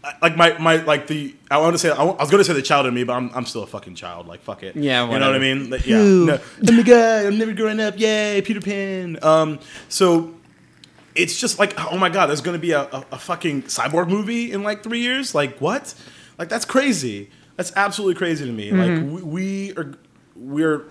Speaker 1: I- like my my like the I want to say I wa- I was going to say the child in me, but I'm I'm still a fucking child. Like fuck it.
Speaker 2: Yeah,
Speaker 1: you know what I
Speaker 2: whatever.
Speaker 1: mean? Like, yeah. No, I'm the guy. I'm never growing up. Yay, Peter Pan. Um, so. It's just like, oh my god, there's gonna be a, a, a fucking cyborg movie in like three years. Like what? Like that's crazy. That's absolutely crazy to me.
Speaker 2: Mm-hmm.
Speaker 1: Like we, we are, we're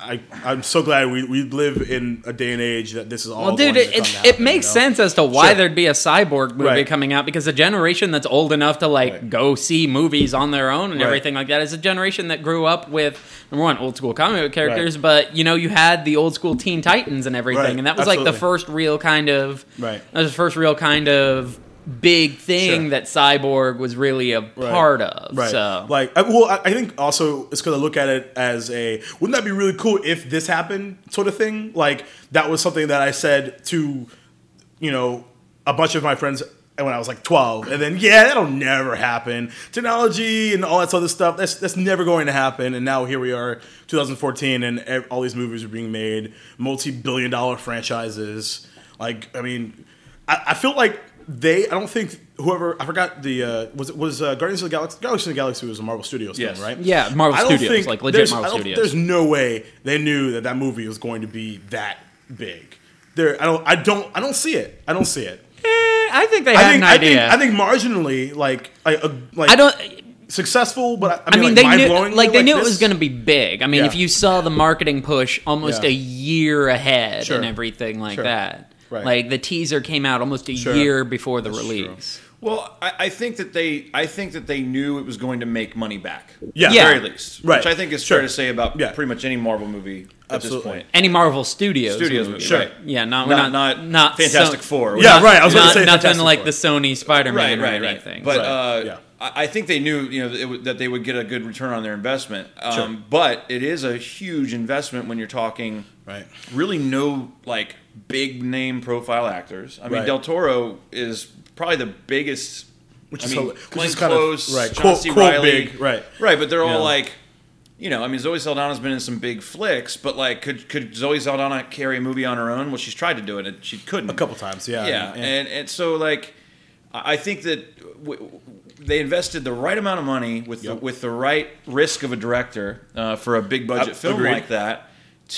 Speaker 1: I, I'm so glad we, we live in a day and age that this is all.
Speaker 2: Well,
Speaker 1: going
Speaker 2: dude,
Speaker 1: to
Speaker 2: it,
Speaker 1: come
Speaker 2: it,
Speaker 1: to
Speaker 2: it
Speaker 1: happen,
Speaker 2: makes
Speaker 1: you know?
Speaker 2: sense as to why
Speaker 1: Sure.
Speaker 2: there'd be a cyborg movie
Speaker 1: Right.
Speaker 2: coming out because the generation that's old enough to like
Speaker 1: Right.
Speaker 2: go see movies on their own and
Speaker 1: Right.
Speaker 2: everything like that is a generation that grew up with number one old school comic book characters, but you know you had the old school Teen Titans and everything,
Speaker 1: Right.
Speaker 2: and that was like the
Speaker 1: Absolutely.
Speaker 2: first real kind of
Speaker 1: Right.
Speaker 2: That was the first real kind of big thing
Speaker 1: Sure.
Speaker 2: that cyborg was really a part of.
Speaker 1: Right.
Speaker 2: So
Speaker 1: Like, I, well, I, I think also it's because I look at it as a wouldn't that be really cool if this happened sort of thing. Like that was something that I said to, you know, a bunch of my friends when I was like 12, and then yeah, that'll never happen. Technology and all that other stuff that's that's never going to happen. And now here we are, 2014, and ev- all these movies are being made, multi-billion-dollar franchises. Like, I mean, I, I feel like they. I don't think whoever I forgot the uh, was it was uh, Guardians of the Galaxy. Guardians of the Galaxy was a Marvel Studios
Speaker 3: Yes.
Speaker 1: thing, right?
Speaker 2: Yeah, Marvel
Speaker 1: I don't
Speaker 2: Studios,
Speaker 1: think
Speaker 2: like legit
Speaker 1: there's-
Speaker 2: Marvel
Speaker 1: I don't-
Speaker 2: Studios.
Speaker 1: There's no way they knew that that movie was going to be that big. There, I don't, I don't, I don't see it. I don't see it.
Speaker 2: Eh, I think they had
Speaker 1: I think,
Speaker 2: an
Speaker 1: I think,
Speaker 2: idea.
Speaker 1: I think marginally, like, I, uh, like
Speaker 2: I don't.
Speaker 1: successful, but I,
Speaker 2: I
Speaker 1: I
Speaker 2: mean,
Speaker 1: mean,
Speaker 2: they
Speaker 1: like,
Speaker 2: knew,
Speaker 1: mind-blowingly,
Speaker 2: like they knew it
Speaker 1: this-
Speaker 2: was going to be big. I mean,
Speaker 1: Yeah.
Speaker 2: if you saw the marketing push almost
Speaker 1: Yeah.
Speaker 2: a year ahead
Speaker 1: Sure.
Speaker 2: and everything like
Speaker 1: Sure.
Speaker 2: that,
Speaker 1: Right.
Speaker 2: like the teaser came out almost a
Speaker 1: Sure.
Speaker 2: year before the
Speaker 1: That's true.
Speaker 2: release.
Speaker 3: Well, I, I think that they, I think that they knew it was going to make money back.
Speaker 1: Yeah.
Speaker 3: at the
Speaker 2: Yeah.
Speaker 3: very least,
Speaker 1: Right.
Speaker 3: Which I think is
Speaker 1: Sure.
Speaker 3: fair to say about
Speaker 1: Yeah.
Speaker 3: pretty much any Marvel movie at
Speaker 1: Absolutely.
Speaker 3: this point.
Speaker 2: Any Marvel Studios.
Speaker 3: Studios
Speaker 2: movie.
Speaker 3: movie,
Speaker 1: Sure.
Speaker 3: right?
Speaker 2: Yeah, not not
Speaker 3: Not- not
Speaker 2: not,
Speaker 3: Fantastic Four.
Speaker 1: Yeah, right, I was gonna
Speaker 2: not,
Speaker 1: say
Speaker 2: nothing
Speaker 1: Fantastic
Speaker 2: like
Speaker 1: Four.
Speaker 2: the Sony Spider-Man
Speaker 3: right,
Speaker 2: or
Speaker 3: right,
Speaker 2: anything.
Speaker 3: Right. But
Speaker 1: Right,
Speaker 3: uh,
Speaker 1: yeah.
Speaker 3: I I think they knew, you know, that, it would, that they would get a good return on their investment. Um,
Speaker 1: Sure.
Speaker 3: But it is a huge investment when you're talking,
Speaker 1: Right.
Speaker 3: Really, no like big name profile actors. I mean,
Speaker 1: Right.
Speaker 3: Del Toro is probably the biggest.
Speaker 1: Which
Speaker 3: I
Speaker 1: is
Speaker 3: mean,
Speaker 1: hol- which
Speaker 3: Glenn
Speaker 1: is kind of-
Speaker 3: Close,
Speaker 1: right,
Speaker 3: John
Speaker 1: quote-
Speaker 3: C.
Speaker 1: quote
Speaker 3: Reilly.
Speaker 1: big, right.
Speaker 3: right. But they're all
Speaker 1: Yeah.
Speaker 3: like. You know, I mean, Zoe Saldana's been in some big flicks, but like, could could Zoe Saldana carry a movie on her own? Well, she's tried to do it, and she couldn't
Speaker 1: A couple times, yeah.
Speaker 3: Um, yeah, and and so like, I I think that w- w- they invested the right amount of money with the,
Speaker 1: Yep.
Speaker 3: with the right risk of a director uh, for a big budget
Speaker 1: Ab-
Speaker 3: film
Speaker 1: agreed.
Speaker 3: like that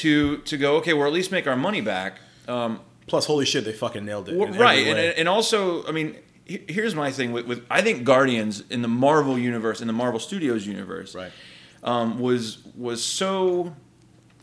Speaker 3: to to go okay, we'll at least make our money back. Um,
Speaker 1: plus, holy shit, they fucking nailed it.
Speaker 3: well,
Speaker 1: in every
Speaker 3: right, and,
Speaker 1: way.
Speaker 3: and also, I mean, he- here's my thing with, with I think Guardians in the Marvel universe, in the Marvel Studios universe,
Speaker 1: right.
Speaker 3: um, was was so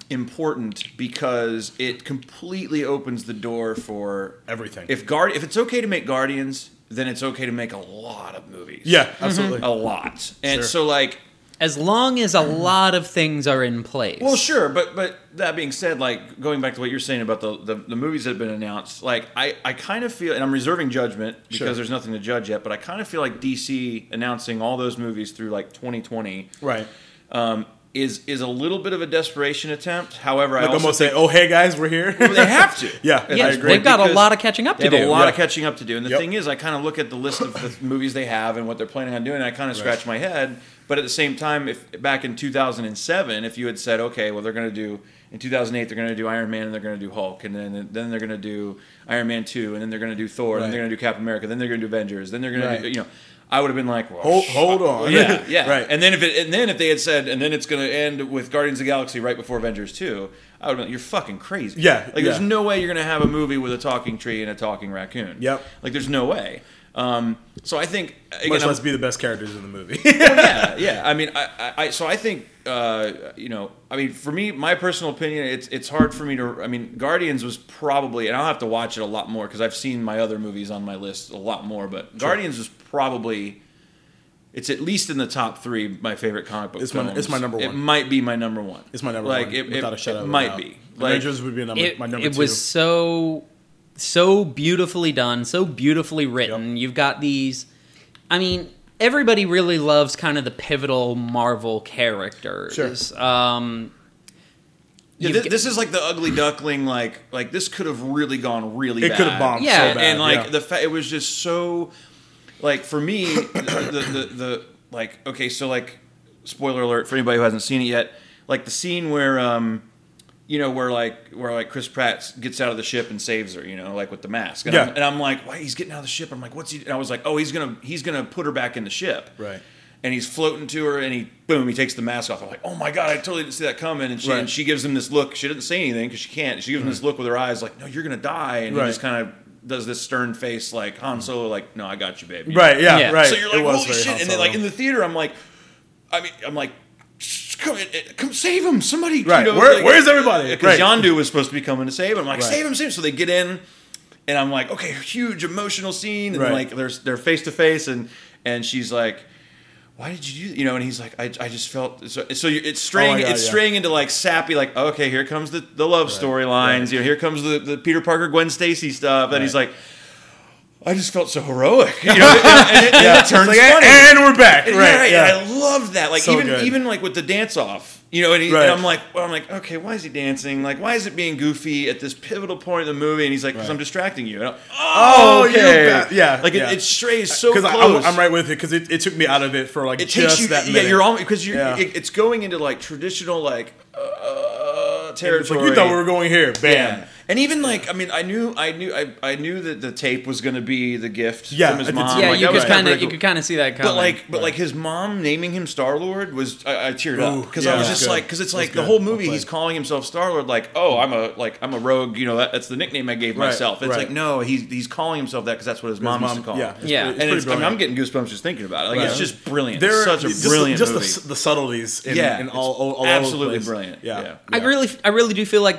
Speaker 3: important because it completely opens the door for
Speaker 1: Everything.
Speaker 3: If guard, if it's okay to make Guardians, then it's okay to make a lot of movies.
Speaker 1: Yeah,
Speaker 2: Mm-hmm.
Speaker 1: absolutely.
Speaker 3: a lot. And
Speaker 1: Sure.
Speaker 3: so like,
Speaker 2: as long as a lot of things are in place.
Speaker 3: well, sure, but but that being said, like going back to what you're saying about the the, the movies that have been announced, like I I kind of feel, and I'm reserving judgment because
Speaker 1: Sure.
Speaker 3: there's nothing to judge yet, but I kind of feel like DC announcing all those movies through like 2020.
Speaker 1: Right.
Speaker 3: um, is is a little bit of a desperation attempt. However, I
Speaker 1: Like
Speaker 3: also
Speaker 1: almost say, oh, hey, guys, we're here.
Speaker 3: think they have to.
Speaker 1: Yeah,
Speaker 3: And
Speaker 1: I
Speaker 2: yes,
Speaker 1: agree.
Speaker 2: they've got a
Speaker 3: because
Speaker 2: lot of catching up
Speaker 3: They
Speaker 2: to
Speaker 3: have
Speaker 2: do.
Speaker 3: a lot of
Speaker 1: Yeah.
Speaker 3: catching up to do, and the
Speaker 1: Yep.
Speaker 3: thing is, I kind of look at the list of the movies they have and what they're planning on doing. And I kind of scratch my head, but at the same time, if back in 2007, if you had said, okay, well, they're going to do in 2008, they're going to do Iron Man and they're going to do Hulk, and then then they're going to do Iron Man two, and then they're going to do Thor, and then
Speaker 1: Right.
Speaker 3: they're going to do Captain America, then they're going to do Avengers, then they're going
Speaker 1: Right.
Speaker 3: to do you know, I would have been like, well,
Speaker 1: Hold, hold on.
Speaker 3: yeah, yeah.
Speaker 1: right.
Speaker 3: And then if it, and then if they had said, and then it's going to end with Guardians of the Galaxy right before Avengers two, I would have been like, you're fucking crazy.
Speaker 1: Yeah,
Speaker 3: like there's
Speaker 1: yeah.
Speaker 3: no way you're going to have a movie with a talking tree and a talking raccoon.
Speaker 1: Yep.
Speaker 3: Like there's no way. Um, so I think again,
Speaker 1: Much
Speaker 3: I'm-
Speaker 1: less be the best characters in the movie.
Speaker 3: yeah, yeah. I mean, I, I, I so I think uh, you know, I mean, for me, my personal opinion, it's it's hard for me to. I mean, Guardians was probably, and I'll have to watch it a lot more because I've seen my other movies on my list a lot more. But Guardians was probably, it's at least in the top three my favorite comic book.
Speaker 1: It's my-
Speaker 3: films.
Speaker 1: it's my number
Speaker 3: It
Speaker 1: one.
Speaker 3: might be my number one.
Speaker 1: it's my number
Speaker 3: like,
Speaker 1: one.
Speaker 3: It, it,
Speaker 1: without a shadow
Speaker 3: it
Speaker 1: of a
Speaker 3: might
Speaker 1: doubt.
Speaker 3: be. Like,
Speaker 1: Avengers would be number,
Speaker 2: it,
Speaker 1: my number
Speaker 2: it
Speaker 1: two.
Speaker 2: was so so beautifully done so beautifully written
Speaker 1: Yep.
Speaker 2: you've got these i mean everybody really loves kind of the pivotal marvel characters um
Speaker 3: Yeah,
Speaker 2: you've
Speaker 3: this,
Speaker 2: got-
Speaker 3: this is like the ugly duckling. Like, like this could have really gone really.
Speaker 1: It
Speaker 3: bad.
Speaker 1: could have bombed
Speaker 2: Yeah.
Speaker 1: so bad.
Speaker 3: and like
Speaker 1: yeah.
Speaker 3: the fa- it was just so like for me the, the, the the like okay so like spoiler alert for anybody who hasn't seen it yet like the scene where um you know where like where like Chris Pratt gets out of the ship and saves her you know like with the mask and,
Speaker 1: Yeah.
Speaker 3: I'm, and I'm like why he's getting out of the ship I'm like what's he and I was like oh he's gonna he's gonna put her back in the ship
Speaker 1: Right.
Speaker 3: and he's floating to her and he boom he takes the mask off i'm like oh my god i totally didn't see that coming and she,
Speaker 1: Right. Mm-hmm.
Speaker 3: and she gives him this look she doesn't say anything because she can't she gives him this look with her eyes like no you're gonna die and
Speaker 1: Right.
Speaker 3: he just kind of does this stern face like han solo like no i got you baby
Speaker 1: right, yeah,
Speaker 2: Yeah.
Speaker 1: right.
Speaker 3: so you're
Speaker 1: It
Speaker 3: like
Speaker 1: was
Speaker 3: holy
Speaker 1: very Han
Speaker 3: shit and then like
Speaker 1: Solo.
Speaker 3: in the theater i'm like i mean i'm like "Shh, come, eh, eh, come save him somebody
Speaker 1: Right.
Speaker 3: you know,
Speaker 1: Where-
Speaker 3: like-
Speaker 1: where's everybody?
Speaker 3: because
Speaker 1: Right.
Speaker 3: yandu was supposed to be coming to save him I'm like
Speaker 1: Right.
Speaker 3: save him save him so they get in and I'm like, okay, huge emotional scene, and
Speaker 1: Right.
Speaker 3: like there's they're face to face, and and she's like, why did you do, you know? And he's like, I, I just felt so. So you it's
Speaker 1: Oh
Speaker 3: straying,
Speaker 1: my God,
Speaker 3: it's
Speaker 1: yeah.
Speaker 3: straying into like sappy, like okay, here comes the the love storylines,
Speaker 1: right.
Speaker 3: you know, here comes the the Peter Parker Gwen Stacy stuff, and he's
Speaker 1: Right.
Speaker 3: like. I just felt so heroic, you know, and, and it, and it
Speaker 1: It's
Speaker 3: turns
Speaker 1: like,
Speaker 3: funny.
Speaker 1: And we're back.
Speaker 3: And-
Speaker 1: right,
Speaker 3: right,
Speaker 1: yeah.
Speaker 3: and I love that. Like
Speaker 1: So
Speaker 3: even
Speaker 1: good.
Speaker 3: even like with the dance off, you know, and, he,
Speaker 1: Right.
Speaker 3: and I'm like, well, I'm like, okay, why is he dancing? Like, why is it being goofy at this pivotal point in the movie? And he's like, because
Speaker 1: Right.
Speaker 3: I'm distracting you. And I'm,
Speaker 1: Oh,
Speaker 3: oh,
Speaker 1: you
Speaker 3: okay,
Speaker 1: bet. Yeah,
Speaker 3: Like
Speaker 1: yeah. Uh,
Speaker 3: It, it strays so
Speaker 1: I-
Speaker 3: close.
Speaker 1: I'm, I'm right with it because it, it took me out of it for like
Speaker 3: It
Speaker 1: just
Speaker 3: takes you.
Speaker 1: that
Speaker 3: yeah,
Speaker 1: minute.
Speaker 3: you're all because you're.
Speaker 1: Yeah.
Speaker 3: It, it's going into like traditional like uh,
Speaker 1: It's like
Speaker 3: territory.
Speaker 1: you thought we were going here. Bam.
Speaker 3: Yeah. And even like, I mean, I knew, I knew, I, I knew that the tape was going to be the gift
Speaker 1: Yeah,
Speaker 3: from his
Speaker 1: I did
Speaker 3: mom.
Speaker 1: see
Speaker 2: yeah
Speaker 1: like,
Speaker 2: you
Speaker 1: that was
Speaker 2: could kind of
Speaker 3: of
Speaker 2: you could kind of see that coming
Speaker 3: but like, but like his mom naming him Star Lord was I, I teared up
Speaker 1: Ooh,
Speaker 3: because
Speaker 1: yeah,
Speaker 3: I was
Speaker 1: that's
Speaker 3: just
Speaker 1: good.
Speaker 3: like because it's
Speaker 1: That's
Speaker 3: like the
Speaker 1: good.
Speaker 3: whole
Speaker 1: Well
Speaker 3: movie he's
Speaker 1: played.
Speaker 3: calling himself Star Lord like oh I'm a like I'm a rogue you know that, that's the nickname I gave
Speaker 1: Right,
Speaker 3: myself it's
Speaker 1: right.
Speaker 3: like no he's he's calling himself that because that's what his mom, used to call
Speaker 1: yeah,
Speaker 3: him
Speaker 1: it's
Speaker 2: Yeah.
Speaker 1: pretty- it's
Speaker 2: And
Speaker 3: and
Speaker 1: pretty
Speaker 3: it's, I mean, I'm
Speaker 1: brilliant.
Speaker 3: getting goosebumps just thinking about it like
Speaker 1: Right.
Speaker 3: it's just brilliant
Speaker 1: There
Speaker 3: it's
Speaker 1: are-
Speaker 3: such a
Speaker 1: just,
Speaker 3: brilliant
Speaker 1: just
Speaker 3: movie
Speaker 1: The, the subtleties in,
Speaker 3: Yeah,
Speaker 1: in all, all, all over the
Speaker 3: absolutely
Speaker 1: place.
Speaker 3: brilliant
Speaker 1: Yeah,
Speaker 3: Yeah.
Speaker 2: I really, I really do feel like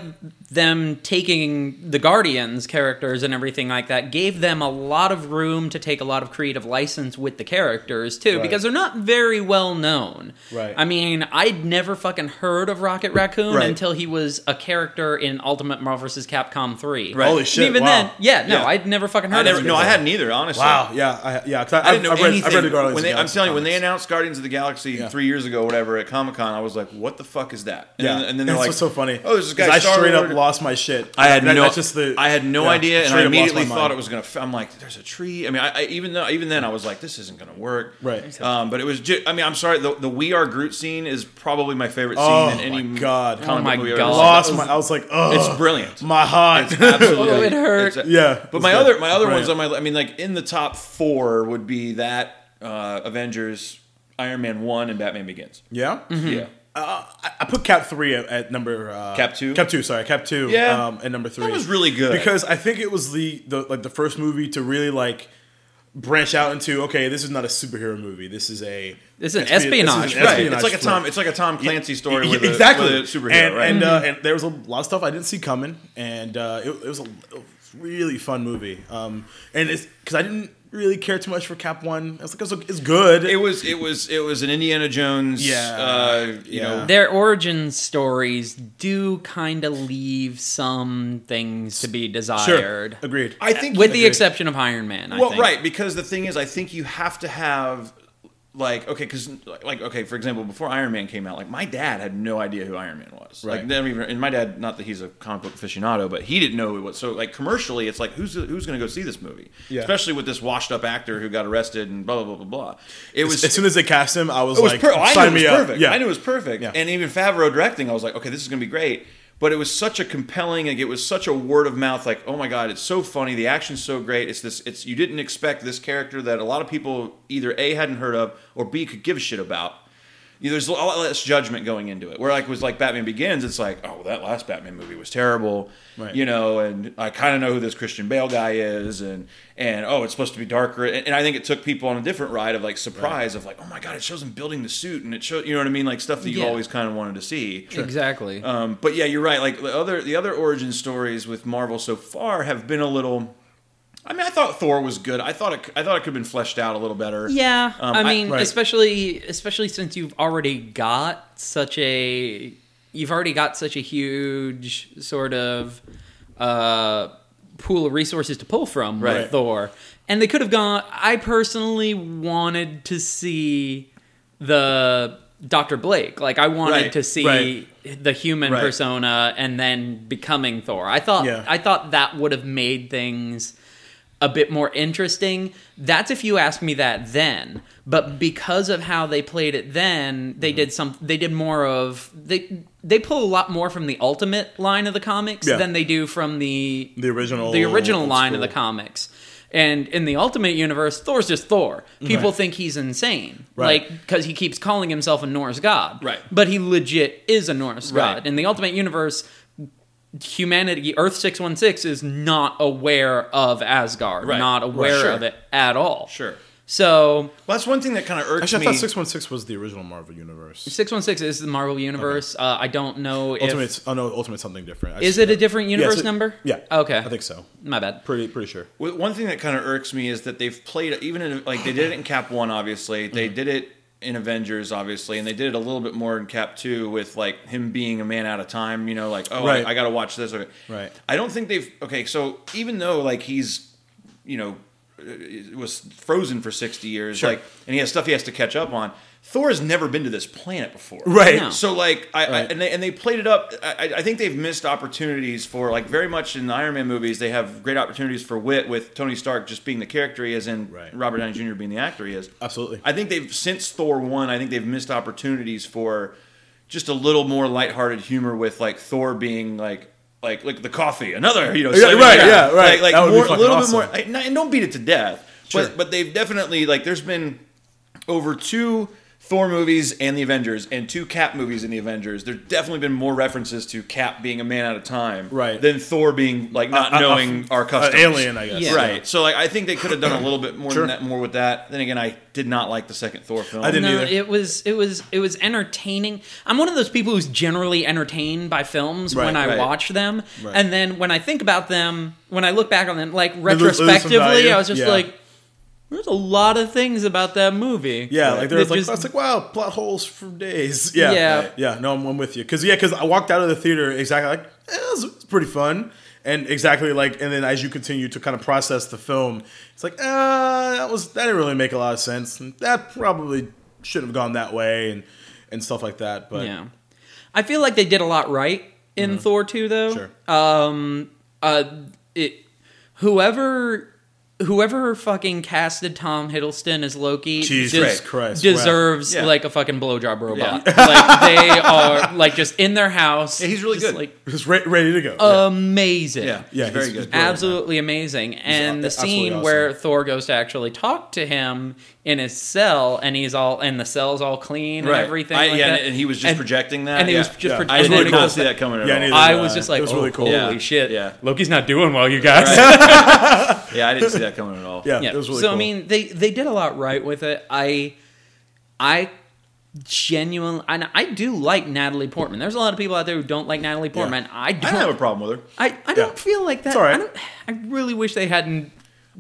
Speaker 2: them taking the Guardians characters and everything like that gave them a lot of room to take a lot of creative license with the characters too,
Speaker 1: Right.
Speaker 2: because they're not very well known.
Speaker 1: Right.
Speaker 2: I mean, I'd never fucking heard of Rocket Raccoon
Speaker 1: Right.
Speaker 2: until he was a character in Ultimate Marvel vs. Capcom 3.
Speaker 3: Right.
Speaker 1: Holy
Speaker 3: And
Speaker 1: shit!
Speaker 2: and even
Speaker 1: wow.
Speaker 2: then, yeah, no,
Speaker 3: Yeah.
Speaker 2: I'd never fucking heard
Speaker 3: I
Speaker 2: of
Speaker 3: never,
Speaker 2: him.
Speaker 3: no, I
Speaker 2: before.
Speaker 3: hadn't either. Honestly,
Speaker 1: Wow. Yeah. I, yeah. 'cause I,
Speaker 3: I didn't know
Speaker 1: I've read,
Speaker 3: anything.
Speaker 1: I've read the Guardians. of
Speaker 3: when
Speaker 1: the
Speaker 3: they, I'm
Speaker 1: Galaxy
Speaker 3: telling you, when they
Speaker 1: comics.
Speaker 3: announced Guardians of the Galaxy
Speaker 1: Yeah.
Speaker 3: three years ago, whatever, at Comic Con, I was like, "What the fuck is that?" And,
Speaker 1: yeah.
Speaker 3: then, and then they're
Speaker 1: That's
Speaker 3: like,
Speaker 1: what's so funny.
Speaker 3: Oh, this
Speaker 1: 'cause
Speaker 3: guy
Speaker 1: I straight up
Speaker 3: Star-Lord.
Speaker 1: lost my shit.
Speaker 3: I had
Speaker 1: That-
Speaker 3: no.
Speaker 1: That's just the.
Speaker 3: I had no
Speaker 1: yeah,
Speaker 3: idea, and
Speaker 1: straight up
Speaker 3: I
Speaker 1: lost my
Speaker 3: immediately
Speaker 1: mind.
Speaker 3: thought it was gonna. F- I'm like, there's a tree. I mean, I, I even though even then I was like, this isn't gonna work.
Speaker 1: Right.
Speaker 3: Um, but it was. Just, I mean, I'm sorry. The, the We Are Groot scene is probably my favorite scene
Speaker 1: Oh
Speaker 3: in any
Speaker 1: my God.
Speaker 3: comic
Speaker 1: Oh
Speaker 3: book
Speaker 2: my
Speaker 3: movie I've
Speaker 2: God.
Speaker 3: ever seen.
Speaker 1: lost
Speaker 2: That was-
Speaker 1: my. I was like, oh,
Speaker 3: It's brilliant.
Speaker 1: My heart.
Speaker 3: Absolutely,
Speaker 2: Oh, it hurt.
Speaker 3: It's a-
Speaker 1: Yeah,
Speaker 3: but
Speaker 1: it's
Speaker 3: my
Speaker 1: good.
Speaker 3: other my other
Speaker 1: Brilliant.
Speaker 3: ones on my. I mean, like in the top four would be that uh, Avengers, Iron Man one, and Batman Begins.
Speaker 1: yeah.
Speaker 3: Yeah,
Speaker 1: Uh, I, I put Cap three at, at number. Uh,
Speaker 3: Cap two?
Speaker 1: Cap two. Sorry, Cap two.
Speaker 3: Yeah.
Speaker 1: Um, at number three.
Speaker 3: was really good.
Speaker 1: because I think it was the, the like the first movie to really like branch out into okay, this is not a superhero movie. This is a
Speaker 2: This is an
Speaker 1: expe- this is
Speaker 2: espionage
Speaker 1: an
Speaker 2: Right.
Speaker 3: right.
Speaker 1: espionage
Speaker 3: It's like a
Speaker 1: flick.
Speaker 3: Tom. It's like a Tom Clancy story
Speaker 1: Yeah,
Speaker 3: with, a,
Speaker 1: exactly.
Speaker 3: with a superhero,
Speaker 1: and,
Speaker 3: right?
Speaker 1: And, uh, and there was a lot of stuff I didn't see coming, and uh, it, it was a it was a really fun movie. Um, and it's because I didn't really care too much for Cap One. I was like, it's, it's good.
Speaker 3: It was it was it was an Indiana Jones.
Speaker 1: Yeah.
Speaker 3: uh, you
Speaker 1: Yeah.
Speaker 3: know.
Speaker 2: Their origin stories do kind of leave some things to be desired.
Speaker 1: Agreed.
Speaker 3: I think
Speaker 2: With the exception of Iron Man, I
Speaker 3: well,
Speaker 2: think.
Speaker 3: right, because the thing is, I think you have to have like okay, because like okay, for example, before Iron Man came out, like my dad had no idea who Iron Man was.
Speaker 1: Right.
Speaker 3: Like never even, and my dad, not that he's a comic book aficionado, but he didn't know what. So like commercially, it's like who's who's going to go see this movie?
Speaker 1: Yeah.
Speaker 3: Especially with this washed up actor who got arrested and blah blah blah blah blah. It was
Speaker 1: as soon as they cast him, I was,
Speaker 3: it was
Speaker 1: like,
Speaker 3: per- I
Speaker 1: sign
Speaker 3: knew
Speaker 1: me
Speaker 3: it was
Speaker 1: up.
Speaker 3: perfect.
Speaker 1: Yeah,
Speaker 3: I knew it was perfect.
Speaker 1: Yeah.
Speaker 3: And even Favreau directing, I was like, okay, this is going to be great. But it was such a compelling, like it was such a word of mouth, like, oh my god, it's so funny, the action's so great. It's this, it's you didn't expect this character that a lot of people either a hadn't heard of or b could give a shit about. You know, there's a lot less judgment going into it. Where like was like Batman Begins, it's like, oh, that last Batman movie was terrible,
Speaker 1: Right.
Speaker 3: you know, and I kind of know who this Christian Bale guy is, and and oh, it's supposed to be darker, and, and I think it took people on a different ride of like surprise of like, oh my god, it shows him building the suit, and it shows, you know what I mean, like stuff that you
Speaker 2: Yeah.
Speaker 3: have always kind of wanted to see.
Speaker 2: Exactly.
Speaker 3: Um, but yeah, you're right. Like the other the other origin stories with Marvel so far have been a little. I mean, I thought Thor was good. I thought it, I thought it could have been fleshed out a little better.
Speaker 2: Yeah,
Speaker 3: Um,
Speaker 2: I
Speaker 3: I-
Speaker 2: mean,
Speaker 1: right.
Speaker 2: especially especially since you've already got such a you've already got such a huge sort of uh, pool of resources to pull from
Speaker 1: Right.
Speaker 2: with Thor, and they could have gone. I personally wanted to see the Doctor Blake. Like, I wanted
Speaker 3: Right,
Speaker 2: to see.
Speaker 1: right.
Speaker 2: The human
Speaker 3: Right.
Speaker 2: persona, and then becoming Thor. I thought,
Speaker 1: Yeah.
Speaker 2: I thought that would have made things a bit more interesting. That's if you ask me that then. But because of how they played it then, they did some they did more of they they pull a lot more from the ultimate line of the comics
Speaker 1: Yeah.
Speaker 2: than they do from the
Speaker 1: the original,
Speaker 2: the original
Speaker 1: old
Speaker 2: line of
Speaker 1: school.
Speaker 2: the comics. And in the Ultimate Universe, Thor's just Thor. People
Speaker 1: Right.
Speaker 2: think he's insane,
Speaker 1: Right.
Speaker 2: like because he keeps calling himself a Norse god,
Speaker 3: Right.
Speaker 2: But he legit is a Norse
Speaker 3: Right.
Speaker 2: god. In the Ultimate Universe, humanity, Earth six one six, is not aware of Asgard,
Speaker 3: Right.
Speaker 2: not
Speaker 3: Right.
Speaker 2: aware
Speaker 3: Sure.
Speaker 2: of it at all.
Speaker 3: Sure.
Speaker 2: So
Speaker 3: Well, that's one thing that kind of irked
Speaker 1: Actually, I
Speaker 3: me.
Speaker 1: thought six one six was the original Marvel universe.
Speaker 2: six one six is the Marvel Universe. Uh, I don't know
Speaker 1: Ultimate,
Speaker 2: if
Speaker 1: oh no, Ultimate something different. I
Speaker 2: is
Speaker 1: just-
Speaker 2: it a different
Speaker 1: Yeah,
Speaker 2: universe
Speaker 1: so-
Speaker 2: number.
Speaker 1: Yeah.
Speaker 2: Okay.
Speaker 1: I think so.
Speaker 2: my bad.
Speaker 1: Pretty, pretty sure.
Speaker 3: Well, One thing that kind of irks me is that they've played even in, like they did it in Cap One, obviously. They
Speaker 1: Mm-hmm.
Speaker 3: did it in Avengers, obviously, and they did it a little bit more in Cap Two with like him being a man out of time. You know, like oh,
Speaker 1: Right.
Speaker 3: I, I got to watch this. Okay.
Speaker 1: Right.
Speaker 3: I don't think they've okay. So even though like he's, you know, uh, was frozen for sixty years,
Speaker 1: Sure.
Speaker 3: like, and he has stuff he has to catch up on. Thor has never been to this planet before,
Speaker 1: Right.
Speaker 2: No.
Speaker 3: so like I, I
Speaker 1: Right.
Speaker 3: and they and they played it up. I, I- I think they've missed opportunities for like very much in the Iron Man movies. They have great opportunities for wit with Tony Stark just being the character he is and
Speaker 1: Right.
Speaker 3: Robert Downey Jr. being the actor he is.
Speaker 1: Absolutely.
Speaker 3: I think they've since Thor one. I think they've missed opportunities for just a little more lighthearted humor with like Thor being like. Like, like the coffee, another you know,
Speaker 1: Yeah,
Speaker 3: seven-
Speaker 1: right, yeah, right.
Speaker 3: Like, like
Speaker 1: That would be
Speaker 3: more, a
Speaker 1: fucking
Speaker 3: little
Speaker 1: awesome.
Speaker 3: bit more, and not- and don't beat it to death.
Speaker 1: Sure.
Speaker 3: But but they've definitely like there's been over two Thor movies and the Avengers, and two Cap movies and the Avengers. There's definitely been more references to Cap being a man out of time,
Speaker 1: Right.
Speaker 3: Than Thor being like not
Speaker 1: A- a-
Speaker 3: knowing
Speaker 1: a-
Speaker 3: our
Speaker 1: a
Speaker 3: customs,
Speaker 1: uh, alien, I guess.
Speaker 2: Yeah.
Speaker 3: Right. So like, I think they could have done a little bit more
Speaker 1: Sure.
Speaker 3: than that, more with that. Then again, I did not like the second Thor film.
Speaker 1: I didn't
Speaker 2: no,
Speaker 1: either.
Speaker 2: it was it was it was entertaining. I'm one of those people who's generally entertained by films
Speaker 1: Right,
Speaker 2: when I
Speaker 3: right.
Speaker 2: watch them,
Speaker 1: Right.
Speaker 2: and then when I think about them, when I look back on them, like
Speaker 1: lose- lose some
Speaker 2: retrospectively,
Speaker 1: value.
Speaker 2: I was just
Speaker 1: Yeah.
Speaker 2: like, "There's a lot of things about that movie."
Speaker 1: Yeah, like there was
Speaker 2: that
Speaker 1: like "Oh,
Speaker 2: just-
Speaker 1: I was like wow, plot holes for days. Yeah,
Speaker 2: Yeah.
Speaker 1: yeah, no, I'm, I'm with you because yeah, because I walked out of the theater exactly like eh, it, was, it was pretty fun, and exactly like and then as you continue to kind of process the film, it's like uh, that was that didn't really make a lot of sense. And that probably shouldn't have gone that way and and stuff like that. But
Speaker 2: yeah, I feel like they did a lot right in Thor 2, though.
Speaker 1: Mm-hmm. Sure.
Speaker 2: Um, uh, it whoever whoever fucking casted Tom Hiddleston as Loki,
Speaker 1: Jesus
Speaker 2: des-
Speaker 1: Christ,
Speaker 2: deserves
Speaker 3: wow. Yeah.
Speaker 2: like a fucking blowjob robot. like they are like just in their house.
Speaker 3: Yeah, he's really
Speaker 2: just,
Speaker 3: good.
Speaker 2: Like
Speaker 1: it was re- ready to go.
Speaker 2: uh, amazing.
Speaker 3: Yeah,
Speaker 1: Yeah,
Speaker 3: yeah, very
Speaker 1: he's-
Speaker 3: good.
Speaker 1: he's-
Speaker 2: Absolutely amazing. And the
Speaker 1: absolutely
Speaker 2: scene
Speaker 1: awesome.
Speaker 2: where Thor goes to actually talk to him in his cell and he's all and the cell's all clean
Speaker 3: Right.
Speaker 2: and everything.
Speaker 3: I-
Speaker 2: like
Speaker 3: yeah,
Speaker 2: that.
Speaker 3: and he was just projecting that.
Speaker 2: And he
Speaker 3: Yeah.
Speaker 2: was just
Speaker 1: Yeah.
Speaker 2: projecting
Speaker 3: I did
Speaker 2: it
Speaker 3: not
Speaker 2: was
Speaker 3: see that coming at
Speaker 1: Yeah,
Speaker 3: all.
Speaker 1: neither.
Speaker 2: I
Speaker 1: Uh,
Speaker 2: was just like,
Speaker 1: it was really
Speaker 2: oh,
Speaker 1: cool.
Speaker 2: Holy
Speaker 3: Yeah.
Speaker 2: shit!
Speaker 3: Yeah.
Speaker 2: Loki's not doing well, you guys.
Speaker 3: Yeah, I didn't see that coming at all.
Speaker 1: yeah,
Speaker 2: Yeah.
Speaker 1: it was really
Speaker 2: so
Speaker 1: cool.
Speaker 2: I mean, they they did a lot right with it. I I genuinely and I do like Natalie Portman. There's a lot of people out there who don't like Natalie Portman. I
Speaker 3: I
Speaker 2: don't.
Speaker 3: don't have a problem with her.
Speaker 2: I, I don't
Speaker 1: Yeah.
Speaker 2: feel like that.
Speaker 1: all right.
Speaker 2: I, don't, I really wish they hadn't.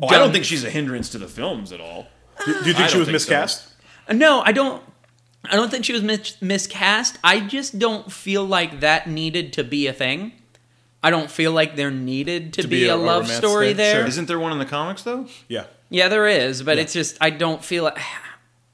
Speaker 3: Oh, I
Speaker 2: done-
Speaker 3: don't think she's a hindrance to the films at all.
Speaker 1: do, do you
Speaker 3: I
Speaker 1: think she
Speaker 3: don't
Speaker 1: was
Speaker 3: think so.
Speaker 1: miscast?
Speaker 2: No, I don't. I don't think she was mis- miscast. I just don't feel like that needed to be a thing. I don't feel like there needed to, be, a, love
Speaker 1: romance
Speaker 2: story
Speaker 1: thing,
Speaker 2: there.
Speaker 1: sure.
Speaker 3: Isn't there one in the comics though?
Speaker 1: Yeah.
Speaker 2: Yeah, there is, but it's just I don't feel like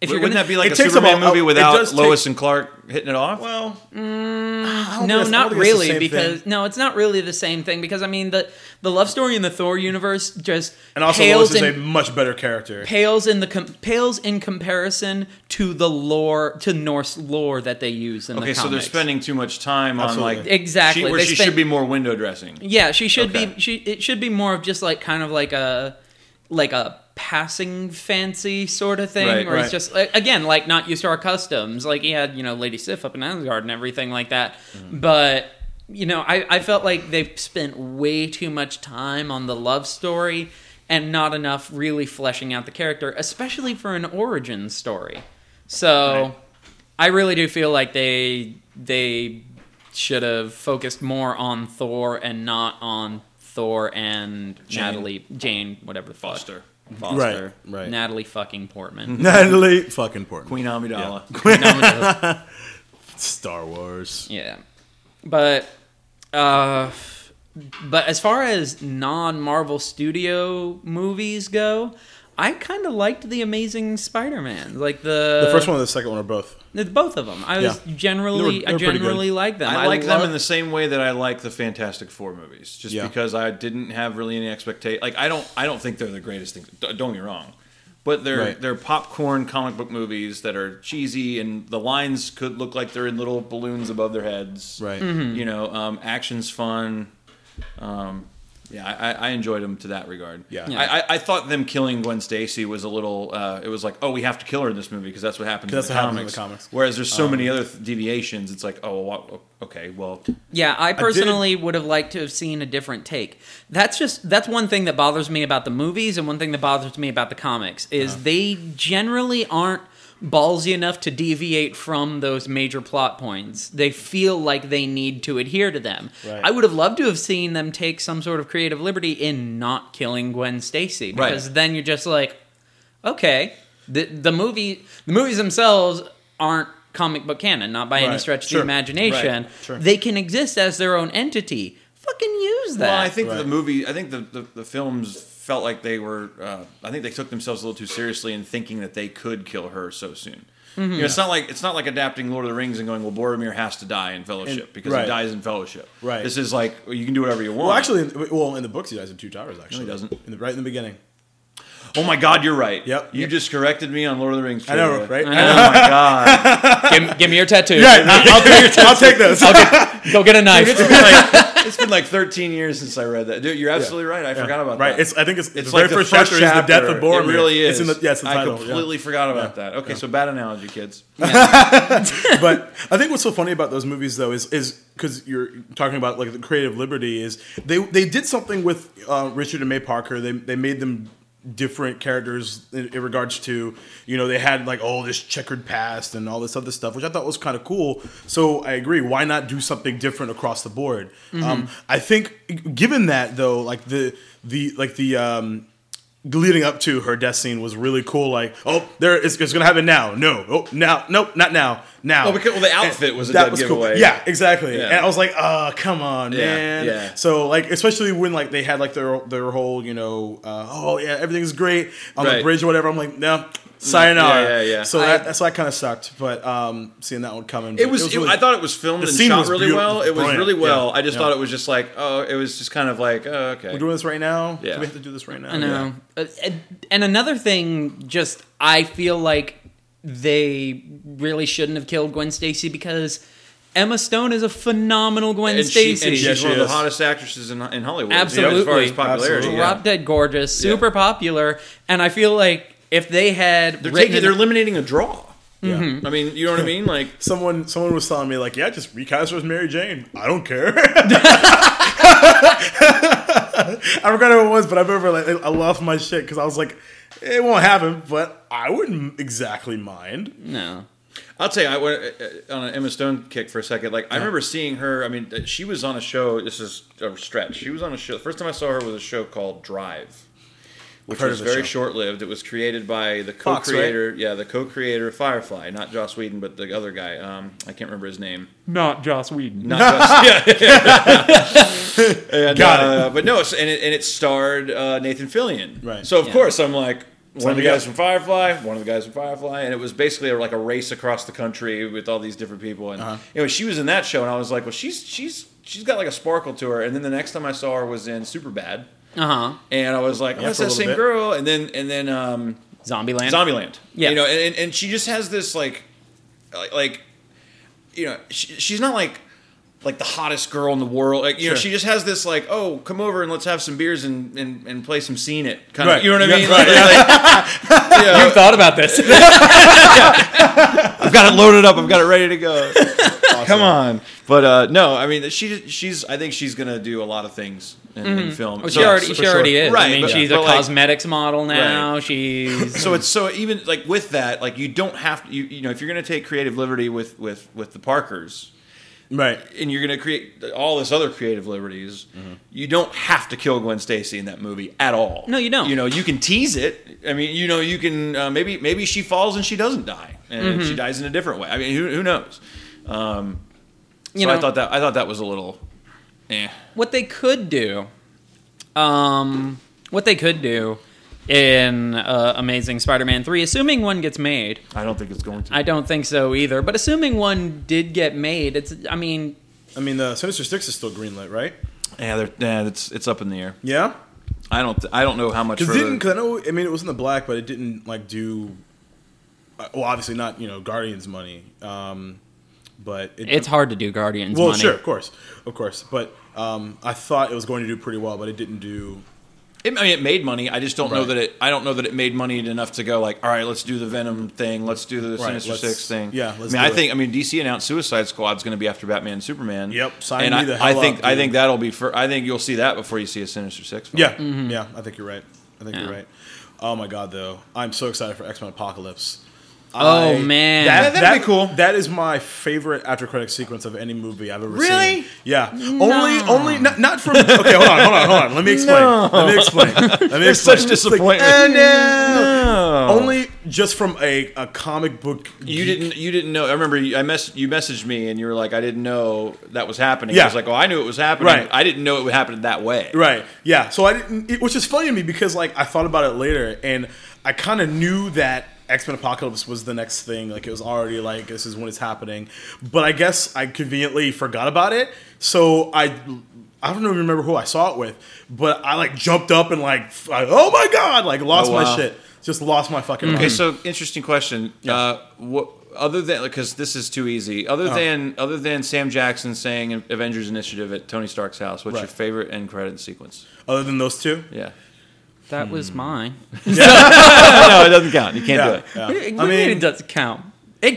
Speaker 2: if you're
Speaker 3: Wouldn't
Speaker 2: gonna
Speaker 3: that be like
Speaker 1: It
Speaker 3: a
Speaker 1: takes
Speaker 3: Superman
Speaker 1: about-
Speaker 3: movie
Speaker 1: Oh, it
Speaker 3: without
Speaker 1: does take-
Speaker 3: Lois and Clark hitting it off?
Speaker 1: Well,
Speaker 2: mm, no,
Speaker 1: that's- I don't
Speaker 2: not
Speaker 1: think it's the
Speaker 2: really
Speaker 1: same
Speaker 2: because
Speaker 1: thing.
Speaker 2: no, it's not really the same thing because I mean the the love story in the Thor universe just
Speaker 1: and also
Speaker 2: pales
Speaker 1: Lois is
Speaker 2: in,
Speaker 1: a much better character.
Speaker 2: pales in the com- pales in comparison to the lore to Norse lore that they use in
Speaker 3: okay,
Speaker 2: the comics.
Speaker 3: so they're spending too much time
Speaker 1: Absolutely.
Speaker 3: on like
Speaker 2: Exactly.
Speaker 3: she, where
Speaker 2: They
Speaker 3: she
Speaker 2: spend-
Speaker 3: should be more window dressing.
Speaker 2: Yeah, she should
Speaker 3: Okay.
Speaker 2: be. She it should be more of just like kind of like a like a passing fancy sort of thing,
Speaker 3: Right,
Speaker 2: where
Speaker 1: right.
Speaker 2: it's just like, again like not used to our customs. Like he had you know Lady Sif up in Asgard and everything like that,
Speaker 3: Mm-hmm.
Speaker 2: but. You know, I, I felt like they've spent way too much time on the love story and not enough really fleshing out the character, especially for an origin story. So I really do feel like they they should have focused more on Thor and not on Thor and
Speaker 3: Jane.
Speaker 2: Natalie Jane, whatever the fuck.
Speaker 3: Foster,
Speaker 1: Right, right.
Speaker 2: Natalie fucking Portman.
Speaker 1: Natalie, fucking important.
Speaker 3: Queen Amidala.
Speaker 1: Star Wars.
Speaker 2: yeah. But uh but as far as non-Marvel studio movies go, I kind of liked the Amazing Spider-Man, like the
Speaker 1: The first one or the second one or both?
Speaker 2: both of them. I was
Speaker 1: Yeah.
Speaker 2: generally,
Speaker 1: They were- they were
Speaker 2: I
Speaker 1: pretty good.
Speaker 2: generally like them.
Speaker 3: I like them
Speaker 2: love-
Speaker 3: in the same way that I like the Fantastic Four movies, just
Speaker 1: Yeah.
Speaker 3: because I didn't have really any expectation. Like I don't, I don't think they're the greatest things. d- Don't get me wrong, but they're
Speaker 1: Right.
Speaker 3: they're popcorn comic book movies that are cheesy, and the lines could look like they're in little balloons above their heads.
Speaker 1: Right.
Speaker 2: Mm-hmm.
Speaker 3: You know, um, action's fun. Um, yeah, I, I- I enjoyed them to that regard.
Speaker 1: Yeah.
Speaker 2: Yeah.
Speaker 3: I, I, I thought them killing Gwen Stacy was a little. Uh, it was like, oh, we have to kill her in this movie because that's what happens. In the,
Speaker 1: Because that's what
Speaker 3: comics.
Speaker 1: happens in the comics. Um,
Speaker 3: Whereas there's so many other th- deviations. It's like, oh, well, okay, well,
Speaker 1: Eh,
Speaker 2: Yeah, I personally would have liked to have seen a different take. That's just that's one thing that bothers me about the movies and one thing that bothers me about the comics is they generally aren't ballsy enough to deviate from those major plot points. They feel like they need to adhere to them.
Speaker 1: Right.
Speaker 2: I would have loved to have seen them take some sort of creative liberty in not killing Gwen Stacy
Speaker 3: Right.
Speaker 2: because then you're just like okay, the the movie the movies themselves aren't comic book canon, not by any
Speaker 1: Right,
Speaker 2: stretch of
Speaker 1: sure.
Speaker 2: the imagination.
Speaker 1: Right, sure.
Speaker 2: They can exist as their own entity. Fucking use that.
Speaker 3: Well, I think
Speaker 1: Right.
Speaker 3: the movie, I think the, the, the films felt like they were, uh, I think they took themselves a little too seriously in thinking that they could kill her so soon.
Speaker 1: Mm-hmm.
Speaker 3: You know, it's not like it's not like adapting Lord of the Rings and going, well, Boromir has to die in Fellowship
Speaker 1: And-
Speaker 3: because
Speaker 1: right.
Speaker 3: he dies in Fellowship.
Speaker 1: Right.
Speaker 3: This is like well, you can do whatever you want.
Speaker 1: Well, actually, in- well, in the books, he dies in Two Towers. Actually,
Speaker 3: doesn't.
Speaker 1: In the, right in the beginning.
Speaker 3: oh my God, you're right.
Speaker 1: Yep.
Speaker 3: You
Speaker 1: Yep.
Speaker 3: just corrected me on Lord of the Rings.
Speaker 1: I know,
Speaker 3: trivia.
Speaker 1: right?
Speaker 2: I
Speaker 3: Oh
Speaker 2: know.
Speaker 3: my God.
Speaker 2: give, give me your tattoo.
Speaker 1: Yeah, I'll, take, I'll take those.
Speaker 2: Go get a knife.
Speaker 3: Like, it's been like 13 years since I read that. Dude, you're absolutely right. I forgot about
Speaker 1: right.
Speaker 3: that.
Speaker 1: It's I think it's,
Speaker 3: It's
Speaker 1: the
Speaker 3: like
Speaker 1: very
Speaker 3: the first,
Speaker 1: is the death of Boromir.
Speaker 3: It really
Speaker 1: It's
Speaker 3: is.
Speaker 1: in the, yes, the
Speaker 3: I
Speaker 1: title. yeah.
Speaker 3: completely forgot about that. Okay, so bad analogy, kids.
Speaker 1: but I think what's so funny about those movies though is is because you're talking about like the creative liberty is they they did something with uh, Richard and May Parker. They they made them different characters in, in regards to you know they had like all this checkered past and all this other stuff which i thought was kind of cool so i agree why not do something different across the board um, i think given that though like the the like the um, leading up to her death scene was really cool. Like, oh, there it's, it's gonna happen now. No, oh, now, nope, not now, now.
Speaker 3: Well, because- well, the outfit was a dead giveaway.
Speaker 1: Yeah, exactly.
Speaker 3: Yeah.
Speaker 1: And I was like, oh, come on,
Speaker 3: Yeah,
Speaker 1: man.
Speaker 3: yeah.
Speaker 1: So like, especially when like they had like their their whole you know, uh, oh yeah, everything's great on the
Speaker 3: Right. Mm,
Speaker 1: bridge or whatever. I'm like, no. Sayonara.
Speaker 3: Yeah, yeah, yeah.
Speaker 1: So
Speaker 2: I-
Speaker 1: that, that's why I kind of sucked, but um, seeing that one coming. but
Speaker 3: It was. it-
Speaker 1: really-
Speaker 3: I thought it was filmed
Speaker 1: the
Speaker 3: and
Speaker 1: scene
Speaker 3: shot
Speaker 1: was
Speaker 3: really
Speaker 1: beautiful.
Speaker 3: well. It was
Speaker 1: Brilliant.
Speaker 3: really well.
Speaker 1: Yeah,
Speaker 3: I just
Speaker 1: yeah.
Speaker 3: thought it was just like, oh, it was just kind of like, oh, okay.
Speaker 1: we're doing this right now.
Speaker 3: Yeah.
Speaker 1: Do we have to do this right now.
Speaker 2: I know. Uh, and- And another thing, just I feel like they really shouldn't have killed Gwen Stacy because Emma Stone is a phenomenal Gwen
Speaker 3: and, she, and
Speaker 2: Stacy.
Speaker 3: she's
Speaker 1: Yeah,
Speaker 3: one
Speaker 1: she
Speaker 3: of the
Speaker 1: is.
Speaker 3: hottest actresses in, in Hollywood.
Speaker 2: Absolutely.
Speaker 3: As far as popularity.
Speaker 1: Absolutely.
Speaker 3: yeah.
Speaker 2: Drop dead gorgeous, super popular, and I feel like if they had
Speaker 3: They're,
Speaker 2: written
Speaker 3: taking,
Speaker 2: an-
Speaker 3: they're eliminating a draw.
Speaker 2: Mm-hmm.
Speaker 3: I mean, you know what I mean? Like,
Speaker 1: Someone, someone was telling me like, yeah, just recast her as Mary Jane. I don't care. I forgot who it was, but I remember like I lost my shit because I was like, it won't happen, but I wouldn't exactly mind.
Speaker 2: no.
Speaker 3: I'll tell you, I went uh, on an Emma Stone kick for a second. Like I remember seeing her. I mean, uh, she was on a show. This is a stretch. She was on a show. The first time I saw her was a show called Drive, which
Speaker 1: heard
Speaker 3: was
Speaker 1: of the
Speaker 3: very
Speaker 1: show.
Speaker 3: short lived. It was created by the
Speaker 1: Fox,
Speaker 3: co-creator. Yeah, the co-creator of Firefly, not Joss Whedon, but the other guy. Um, I can't remember his name.
Speaker 2: Not Joss Whedon.
Speaker 3: Not Joss. yeah, yeah. And,
Speaker 1: Got it.
Speaker 3: uh, But no, it's- and it, and it starred uh, Nathan Fillion.
Speaker 1: Right.
Speaker 3: So of
Speaker 2: Yeah.
Speaker 3: course I'm like. One of the
Speaker 1: Sign me
Speaker 3: guys
Speaker 1: up.
Speaker 3: from Firefly, one of the guys from Firefly, and it was basically like a race across the country with all these different people.
Speaker 1: Uh-huh.
Speaker 3: And anyway, she was in that show, and I was like, "Well, she's she's she's got like a sparkle to her." And then the next time I saw her was in Superbad,
Speaker 2: Uh huh.
Speaker 3: and I was like, "Oh,
Speaker 1: Yeah,
Speaker 3: that's
Speaker 1: for a
Speaker 3: that
Speaker 1: little
Speaker 3: same
Speaker 1: bit.
Speaker 3: girl." And then and then um,
Speaker 2: Zombieland.
Speaker 3: Zombieland.
Speaker 2: Yeah.
Speaker 3: You know, and, and she just has this like, like- like, you know, she, she's not like like the hottest girl in the world. Like, you know,
Speaker 1: Sure.
Speaker 3: she just has this like, oh, come over and let's have some beers and and, and play some scene it kind
Speaker 1: Right.
Speaker 3: of. You know what I
Speaker 1: Yeah,
Speaker 3: mean?
Speaker 1: right,
Speaker 3: Like, like, you know,
Speaker 2: I've thought about this.
Speaker 3: I've got it loaded up. I've got it ready to go. Come on, but uh, no, I mean she she's I think she's gonna do a lot of things in, in film.
Speaker 2: Oh, she
Speaker 3: So-
Speaker 2: already,
Speaker 1: for
Speaker 2: she already
Speaker 1: sure.
Speaker 2: is. I
Speaker 3: Right,
Speaker 2: mean,
Speaker 3: but-
Speaker 2: she's
Speaker 3: but
Speaker 2: a
Speaker 3: like-
Speaker 2: cosmetics model now.
Speaker 3: Right.
Speaker 2: She's
Speaker 3: so it's so even like with that like you don't have to you, you know if you're going to take creative liberty with with with the parkers
Speaker 1: Right.
Speaker 3: and you're going to create all this other creative liberties
Speaker 2: Mm-hmm.
Speaker 3: you don't have to kill gwen stacy in that movie at all
Speaker 2: No, you don't.
Speaker 3: you know you can tease it i mean you know you can uh, maybe maybe she falls and she doesn't die and
Speaker 2: Mm-hmm.
Speaker 3: she dies in a different way i mean who, who knows um
Speaker 2: you
Speaker 3: so
Speaker 2: know
Speaker 3: i thought that i thought that was a little eh.
Speaker 2: what they could do um what they could do in uh, amazing spider-man 3 assuming one gets made
Speaker 3: i don't think it's going to
Speaker 2: i don't think so either but assuming one did get made it's i mean
Speaker 1: I mean, the Sinister Six is still greenlit, right?
Speaker 3: yeah, they're, yeah it's it's up in the air
Speaker 1: Yeah.
Speaker 3: i don't i don't know how much
Speaker 1: Because
Speaker 3: further-
Speaker 1: didn't because I know I mean it was in the black, but it didn't like do. uh, Well, obviously not. You know, Guardians money. Um, but it,
Speaker 2: it's hard to do guardians
Speaker 1: well,
Speaker 2: money.
Speaker 1: sure, of course, of course. But um, I thought it was going to do pretty well, but it didn't do
Speaker 3: It, I mean, it made money. I just don't know
Speaker 1: Right.
Speaker 3: that it. I don't know that it made money enough to go like, all right, let's do the Venom thing, let's do the
Speaker 1: Right,
Speaker 3: Sinister
Speaker 1: let's-
Speaker 3: Six thing.
Speaker 1: yeah,
Speaker 3: I
Speaker 1: let's
Speaker 3: mean, I
Speaker 1: do it.
Speaker 3: think. I mean, DC announced Suicide Squad's going to be after Batman and Superman.
Speaker 1: Yep, sign
Speaker 3: and
Speaker 1: me
Speaker 3: I,
Speaker 1: the
Speaker 3: I
Speaker 1: hell
Speaker 3: think
Speaker 1: up,
Speaker 3: I
Speaker 1: dude.
Speaker 3: think that'll be. For, I think you'll see that before you see a Sinister Six. film.
Speaker 1: Yeah, yeah, I think you're right. I think
Speaker 2: Yeah.
Speaker 1: you're right. Oh my god, though, I'm so excited for X Men Apocalypse.
Speaker 2: Oh, man.
Speaker 3: Yeah, that'd be cool.
Speaker 1: That is my favorite after credit sequence of any movie I've ever seen.
Speaker 3: Really?
Speaker 1: Yeah. Only, only, not, not from. Okay, hold on, hold on, hold on. Let me explain. Let me explain. Let me
Speaker 3: There's
Speaker 1: explain.
Speaker 3: such disappointment. No.
Speaker 1: Only just from a, a comic book.
Speaker 3: You didn't. You didn't know. I remember. You, I mess. You messaged me, and you were like, "I didn't know that was happening." I
Speaker 1: Yeah.
Speaker 3: was like, "Oh, I knew it was happening.
Speaker 1: Right.
Speaker 3: I didn't know it would happen that way."
Speaker 1: Right. Yeah. So I didn't, it, which is funny to me because like I thought about it later and I kind of knew that X Men Apocalypse was the next thing. Like it was already like this is when it's happening, but I guess I conveniently forgot about it. So I. I don't even remember who I saw it with, but I like jumped up and like, f- like, oh my god, like lost
Speaker 3: Oh, wow. Mm-hmm.
Speaker 1: my shit, just lost my fucking
Speaker 3: Okay,
Speaker 1: mind.
Speaker 3: so interesting question. Uh, what other than because this is too easy. Other than other than Sam Jackson saying Avengers Initiative at Tony Stark's house, what's your
Speaker 1: Right.
Speaker 3: favorite end credit sequence?
Speaker 1: Other than those two,
Speaker 3: Yeah.
Speaker 2: That was mine.
Speaker 3: no, it doesn't count. You can't do
Speaker 1: yeah,
Speaker 3: it.
Speaker 1: yeah.
Speaker 2: What do you
Speaker 1: I
Speaker 2: mean it
Speaker 1: mean,
Speaker 2: doesn't count. It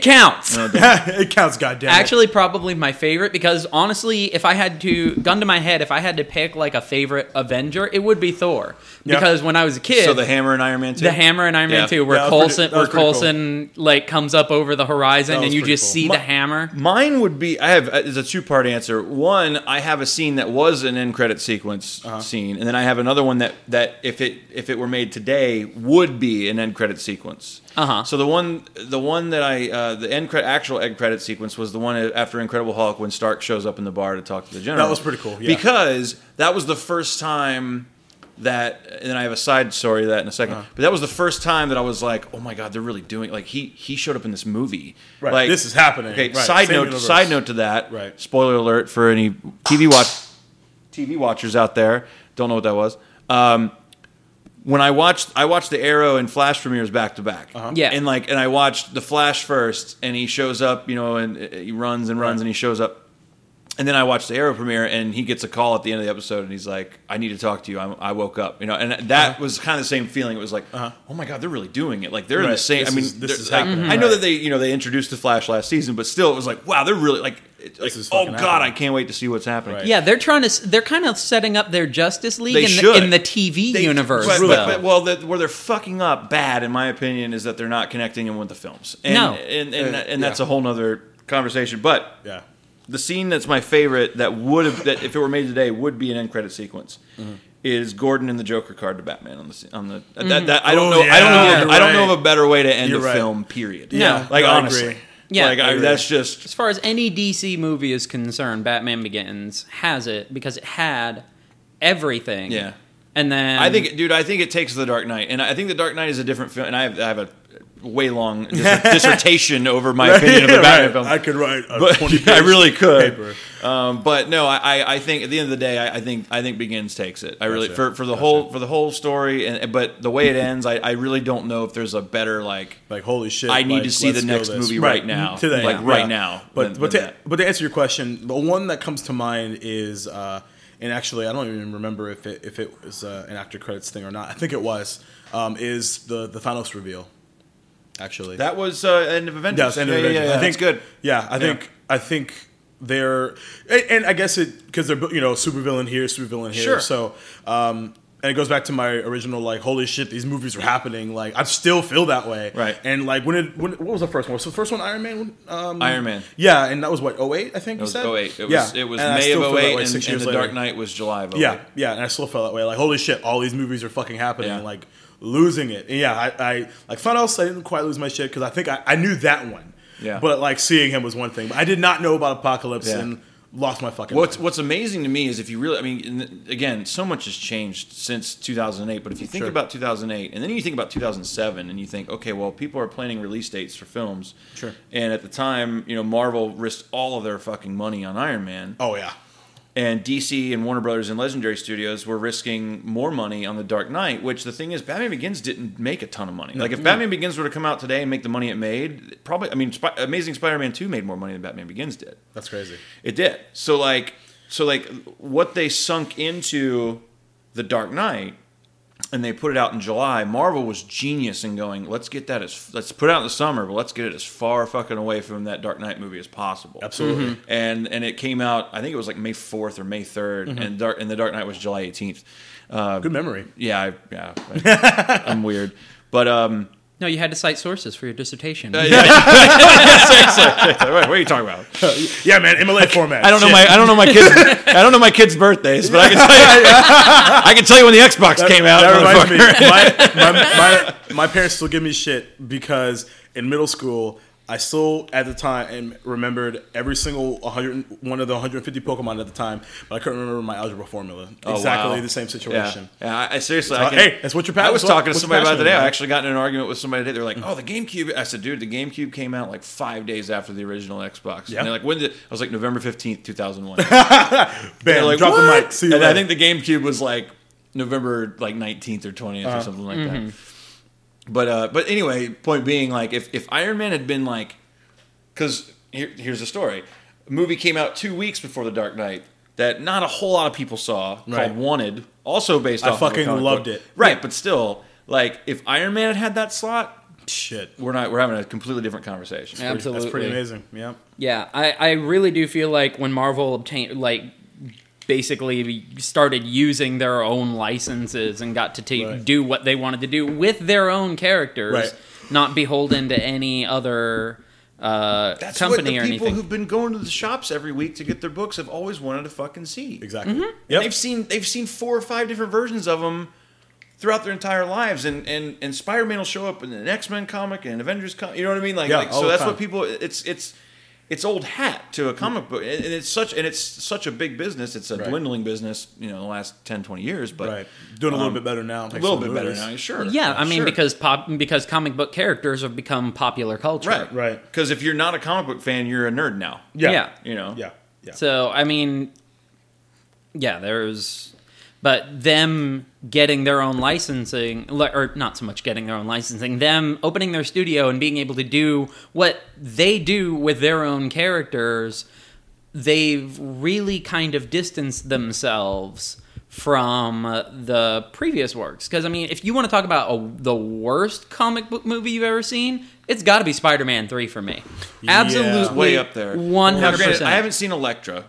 Speaker 2: counts.
Speaker 1: it counts. Goddamn. it.
Speaker 2: Actually, probably my favorite because honestly, if I had to gun to my head, if I had to pick like a favorite Avenger, it would be Thor.
Speaker 1: Yeah.
Speaker 2: Because when I was a kid,
Speaker 3: So the hammer and Iron Man too.
Speaker 2: The Hammer and Iron
Speaker 3: Yeah.
Speaker 2: Man 2, where
Speaker 1: Yeah, that was pretty-
Speaker 2: Colson,
Speaker 1: that was
Speaker 2: where
Speaker 1: pretty cool.
Speaker 2: Colson like comes up over the horizon,
Speaker 1: That
Speaker 2: and
Speaker 1: was
Speaker 2: you
Speaker 1: pretty
Speaker 2: just
Speaker 1: cool.
Speaker 2: see
Speaker 3: My-
Speaker 2: the hammer.
Speaker 3: Mine would be I have uh, it's a two part answer. One, I have a scene that was an end credit sequence
Speaker 1: Uh-huh.
Speaker 3: scene, and then I have another one that that if it if it were made today would be an end credit sequence.
Speaker 2: Uh-huh.
Speaker 3: So the one the one that I uh, the end credit actual end credit sequence was the one after Incredible Hulk when Stark shows up in the bar to talk to the general.
Speaker 1: That was pretty cool, yeah.
Speaker 3: Because that was the first time that and then I have a side story to that in a 2nd
Speaker 1: Uh-huh.
Speaker 3: But that was the first time that I was like, "Oh my god, they're really doing like he he showed up in this movie."
Speaker 1: Right,
Speaker 3: Like
Speaker 1: this is happening.
Speaker 3: Okay,
Speaker 1: Right,
Speaker 3: side
Speaker 1: same
Speaker 3: note.
Speaker 1: universe.
Speaker 3: Side note to that.
Speaker 1: Right.
Speaker 3: Spoiler alert for any TV watch TV watchers out there. Don't know what that was. Um, when I watched, I watched the Arrow and Flash premieres back to back.
Speaker 1: Uh-huh.
Speaker 2: Yeah.
Speaker 3: and like, and I watched the Flash first, and he shows up, you know, and uh, he runs and runs,
Speaker 1: Right.
Speaker 3: and he shows up. And then I watched the Arrow premiere, and he gets a call at the end of the episode, and he's like, "I need to talk to you. I'm, I woke up, you know." And that
Speaker 1: Uh-huh.
Speaker 3: was kind of the same feeling. It was like, "Oh my god, they're really doing it! Like they're in the
Speaker 1: Right.
Speaker 3: same."
Speaker 1: This
Speaker 3: I mean,
Speaker 1: is- this
Speaker 3: they're-
Speaker 1: is
Speaker 3: like,
Speaker 1: happening.
Speaker 3: I know
Speaker 1: Right.
Speaker 3: that they, you know, they introduced the Flash last season, but still, it was like, "Wow, they're really like, it, like
Speaker 1: is
Speaker 3: oh
Speaker 1: fucking
Speaker 3: god, I
Speaker 1: happening.
Speaker 3: can't wait to see what's happening."
Speaker 1: Right.
Speaker 2: Yeah, they're trying to. s- They're kind of setting up their Justice League
Speaker 3: They
Speaker 2: in, the,
Speaker 3: should.
Speaker 2: in the TV
Speaker 3: They-
Speaker 2: universe.
Speaker 3: But,
Speaker 2: though.
Speaker 3: but, but, well, the, where they're fucking up bad, in my opinion, is that they're not connecting them with the films. And,
Speaker 2: No.
Speaker 3: and and, and,
Speaker 1: Uh,
Speaker 3: that's
Speaker 1: yeah.
Speaker 3: a whole nother conversation. But
Speaker 1: yeah.
Speaker 3: the scene that's my favorite that would have that if it were made today would be an end credit sequence. Is Gordon and the Joker card to Batman on the scene- on the
Speaker 2: Mm-hmm.
Speaker 3: that, that, I don't
Speaker 1: Oh,
Speaker 3: know I don't
Speaker 1: yeah,
Speaker 3: know
Speaker 1: you're
Speaker 3: I don't know
Speaker 1: right.
Speaker 3: of a better way to end
Speaker 1: You're
Speaker 3: a
Speaker 1: right.
Speaker 3: film period
Speaker 1: Yeah,
Speaker 3: like
Speaker 1: no, I
Speaker 3: honestly
Speaker 1: agree.
Speaker 2: Yeah.
Speaker 3: like
Speaker 2: I
Speaker 3: I,
Speaker 1: agree.
Speaker 3: that's just
Speaker 2: as far as any DC movie is concerned, Batman Begins has it because it had everything.
Speaker 3: Yeah.
Speaker 2: and then
Speaker 3: I think, dude, I think it takes the Dark Knight, and I think the Dark Knight is a different film. And I have, I have a way long dis- dissertation over my opinion of the
Speaker 1: Yeah,
Speaker 3: Batman
Speaker 1: right.
Speaker 3: film.
Speaker 1: I could write a
Speaker 3: but
Speaker 1: 20
Speaker 3: I really
Speaker 1: page
Speaker 3: could.
Speaker 1: paper.
Speaker 3: Um, but no, I, I- I think at the end of the day, I, I think I think Begins takes it. I really
Speaker 1: Gotcha.
Speaker 3: for, for the whole for the whole story, and but the way it ends, I, I really don't know if there's a better like.
Speaker 1: Like holy shit!
Speaker 3: I need
Speaker 1: like,
Speaker 3: to see
Speaker 1: let's
Speaker 3: the
Speaker 1: go
Speaker 3: next
Speaker 1: this.
Speaker 3: movie right now.
Speaker 1: today,
Speaker 3: Like,
Speaker 1: yeah.
Speaker 3: right now,
Speaker 1: But
Speaker 3: than-
Speaker 1: but
Speaker 3: than
Speaker 1: to,
Speaker 3: that.
Speaker 1: but to answer your question, the one that comes to mind is, uh, and actually I don't even remember if it if it was uh, an actor credits thing or not. I think it was. Um, is the the Thanos reveal? Actually,
Speaker 3: That was uh, end of Avengers.
Speaker 1: Yeah, it's end of
Speaker 3: yeah,
Speaker 1: Avengers.
Speaker 3: Yeah, yeah,
Speaker 1: I think
Speaker 3: That's good.
Speaker 1: Yeah, I think I think they're and, and I guess it because they're you know supervillain here, supervillain here.
Speaker 3: Sure.
Speaker 1: So um, and it goes back to my original like holy shit, these movies are happening. Like I still feel that way.
Speaker 3: Right.
Speaker 1: And like when it when what was the first one? So the first one Iron Man. Um,
Speaker 3: Iron Man.
Speaker 1: Yeah, and that was what 08, I think
Speaker 3: It
Speaker 1: you
Speaker 3: was
Speaker 1: said.
Speaker 3: 08. It was
Speaker 1: yeah.
Speaker 3: it was
Speaker 1: And I
Speaker 3: May
Speaker 1: still
Speaker 3: of
Speaker 1: feel that
Speaker 3: 08,
Speaker 1: way
Speaker 3: and,
Speaker 1: six
Speaker 3: and
Speaker 1: years
Speaker 3: the
Speaker 1: later.
Speaker 3: Dark Knight was July of 08.
Speaker 1: Yeah, yeah, and I still felt that way. Like, holy shit, all these movies are fucking happening.
Speaker 3: Yeah.
Speaker 1: Like, losing it. And yeah, I, I like Thanos. I didn't quite lose my shit because I think I, I knew that one.
Speaker 3: Yeah.
Speaker 1: But like seeing him was one thing. But I did not know about Apocalypse
Speaker 3: Yeah.
Speaker 1: and lost my fucking.
Speaker 3: What's
Speaker 1: mind.
Speaker 3: What's amazing to me is if you really, I mean, and again, so much has changed since 2008. But if you think
Speaker 1: Sure.
Speaker 3: about 2008, and then you think about 2007, and you think, okay, well, people are planning release dates for films.
Speaker 1: Sure.
Speaker 3: And at the time, you know, Marvel risked all of their fucking money on Iron Man,
Speaker 1: Oh yeah.
Speaker 3: and DC and Warner Brothers and Legendary Studios were risking more money on The Dark Knight. Which the thing is, Batman Begins didn't make a ton of money. Like if Batman Begins were to come out today and make the money it made, probably, I mean, Sp- Amazing Spider-Man 2 made more money than Batman Begins did.
Speaker 1: That's crazy.
Speaker 3: It did. So like so like what they sunk into the Dark Knight and they put it out in July. Marvel was genius in going, let's get that as let's put it out in the summer, but let's get it as far fucking away from that Dark Knight movie as possible.
Speaker 1: Absolutely.
Speaker 3: And and it came out, I think it was like May fourth or May 3rd and Dark and the Dark Knight was July eighteenth. Uh,
Speaker 1: Good memory.
Speaker 3: yeah, I, yeah, I, I'm weird, but um,
Speaker 2: no, you had to cite sources for your dissertation.
Speaker 1: Uh,
Speaker 3: what are you talking about?
Speaker 1: Yeah, man. MLA format.
Speaker 3: I don't know my I don't know my kids I don't know my kids' birthdays, but I can tell you I can tell you when the Xbox came out.
Speaker 1: That reminds me.
Speaker 3: motherfucker.
Speaker 1: My, my, my, my parents still give me shit because in middle school, I still at the time and remembered every single 100, one of the 150 Pokemon at the time, but I couldn't remember my algebra formula.
Speaker 3: Oh,
Speaker 1: exactly
Speaker 3: wow.
Speaker 1: the same
Speaker 3: Yeah.
Speaker 1: situation.
Speaker 3: Yeah, I, I seriously.
Speaker 1: Uh,
Speaker 3: I can,
Speaker 1: hey, that's what your pa-
Speaker 3: I was
Speaker 1: that's what-
Speaker 3: talking to
Speaker 1: what's
Speaker 3: somebody about it
Speaker 1: passionate
Speaker 3: today. I
Speaker 1: about.
Speaker 3: actually got in an argument with somebody today. They're like, "Oh, the GameCube." I said, "Dude, the GameCube came out like five days after the original Xbox."
Speaker 1: Yeah.
Speaker 3: And they're like, "When did?" I was like, "November fifteenth, two thousand one."
Speaker 1: Bam,
Speaker 3: They're like,
Speaker 1: drop
Speaker 3: "What?"
Speaker 1: the mic. See you
Speaker 3: and I
Speaker 1: later.
Speaker 3: think the GameCube was like November like nineteenth or 20th or mm-hmm. uh, something like that. But uh, but anyway, point being, like if if Iron Man had been like Because here, here's the story: a movie came out two weeks before The Dark Knight that not a whole lot of people saw
Speaker 1: Right.
Speaker 3: called Wanted, also based.
Speaker 1: I
Speaker 3: off of a
Speaker 1: fucking
Speaker 3: comic
Speaker 1: loved
Speaker 3: book.
Speaker 1: it.
Speaker 3: Right, but still, like if Iron Man had had that slot,
Speaker 1: Shit.
Speaker 3: we're not we're having a completely different conversation.
Speaker 2: Yeah. Absolutely.
Speaker 1: That's pretty amazing. Yeah.
Speaker 2: Yeah, I, I really do feel like when Marvel obtained, like, basically started using their own licenses and got to ta-
Speaker 1: Right.
Speaker 2: do what they wanted to do with their own characters,
Speaker 1: Right.
Speaker 2: not beholden to any other uh,
Speaker 3: That's what the
Speaker 2: company
Speaker 3: people
Speaker 2: or anything.
Speaker 3: who've been going to the shops every week to get their books have always wanted to fucking see.
Speaker 1: Exactly.
Speaker 2: Mm-hmm.
Speaker 3: And
Speaker 1: Yep.
Speaker 3: They've seen they've seen four or five different versions of them throughout their entire lives, and and and Spider Man will show up in an X Men comic and Avengers comic. You know what I mean? Like,
Speaker 1: Yeah,
Speaker 3: like,
Speaker 1: all
Speaker 3: so
Speaker 1: the
Speaker 3: that's
Speaker 1: time.
Speaker 3: what people. It's it's it's old hat to a comic book, and and it's such and it's such a big business. It's a
Speaker 1: Right.
Speaker 3: dwindling business, you know, in the last 10, 20 years, but
Speaker 1: Right. Doing a little
Speaker 3: um,
Speaker 1: bit better now.
Speaker 3: a little bit better now. Sure.
Speaker 2: yeah, I mean
Speaker 3: Sure.
Speaker 2: because pop because comic book characters have become popular culture.
Speaker 3: right,
Speaker 1: Right.
Speaker 3: Because if you're not a comic book fan, you're a nerd now.
Speaker 1: Yeah.
Speaker 2: Yeah.
Speaker 3: You know.
Speaker 1: Yeah. Yeah.
Speaker 2: So I mean, yeah, there's, but them getting their own licensing, li- or not so much getting their own licensing, them opening their studio and being able to do what they do with their own characters, they've really kind of distanced themselves from uh, the previous works. Because I mean, if you want to talk about a, the worst comic book movie you've ever seen. It's got to be Spider-Man three for me.
Speaker 1: Yeah.
Speaker 2: Absolutely,
Speaker 1: It's
Speaker 3: Way up there.
Speaker 2: One
Speaker 3: Now,
Speaker 2: hundred
Speaker 3: granted,
Speaker 2: percent.
Speaker 3: I haven't seen Elektra.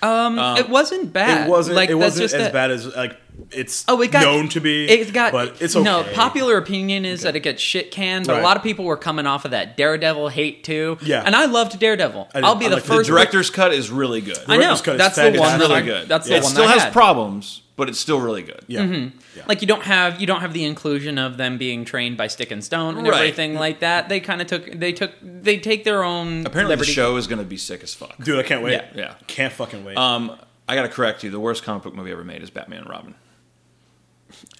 Speaker 2: Um, it wasn't bad.
Speaker 1: It wasn't.
Speaker 2: Like
Speaker 1: it
Speaker 2: that's
Speaker 1: wasn't
Speaker 2: just
Speaker 1: as
Speaker 2: a-
Speaker 1: bad as like it's
Speaker 2: Oh, it got
Speaker 1: known to be.
Speaker 2: It got.
Speaker 1: but it's okay.
Speaker 2: No, popular opinion is that it gets shit canned. But
Speaker 1: Right.
Speaker 2: a lot of people were coming off of that Daredevil hate too.
Speaker 1: Yeah.
Speaker 2: and I loved Daredevil.
Speaker 1: I did.
Speaker 2: I'll be
Speaker 1: I
Speaker 2: the
Speaker 1: liked it.
Speaker 2: first.
Speaker 1: The
Speaker 3: Director's cut is really good.
Speaker 2: I know
Speaker 1: Director's cut is
Speaker 2: that's the
Speaker 1: fantastic.
Speaker 2: one. That
Speaker 3: It's
Speaker 2: I,
Speaker 3: really good.
Speaker 2: That's
Speaker 1: Yeah.
Speaker 2: the
Speaker 3: it
Speaker 2: one.
Speaker 3: still
Speaker 2: that I
Speaker 3: has
Speaker 2: had.
Speaker 3: problems, but it's still really good.
Speaker 1: Yeah.
Speaker 2: Mm-hmm.
Speaker 1: yeah.
Speaker 2: Like you don't have you don't have the inclusion of them being trained by stick and stone and
Speaker 3: Right.
Speaker 2: everything like that. They kind of took they took they take their own
Speaker 3: Apparently,
Speaker 2: liberty.
Speaker 3: the show is going to be sick as fuck.
Speaker 1: Dude, I can't wait.
Speaker 2: Yeah.
Speaker 3: Yeah.
Speaker 1: Can't fucking wait.
Speaker 3: Um, I got to correct you. The worst comic book movie ever made is Batman and Robin.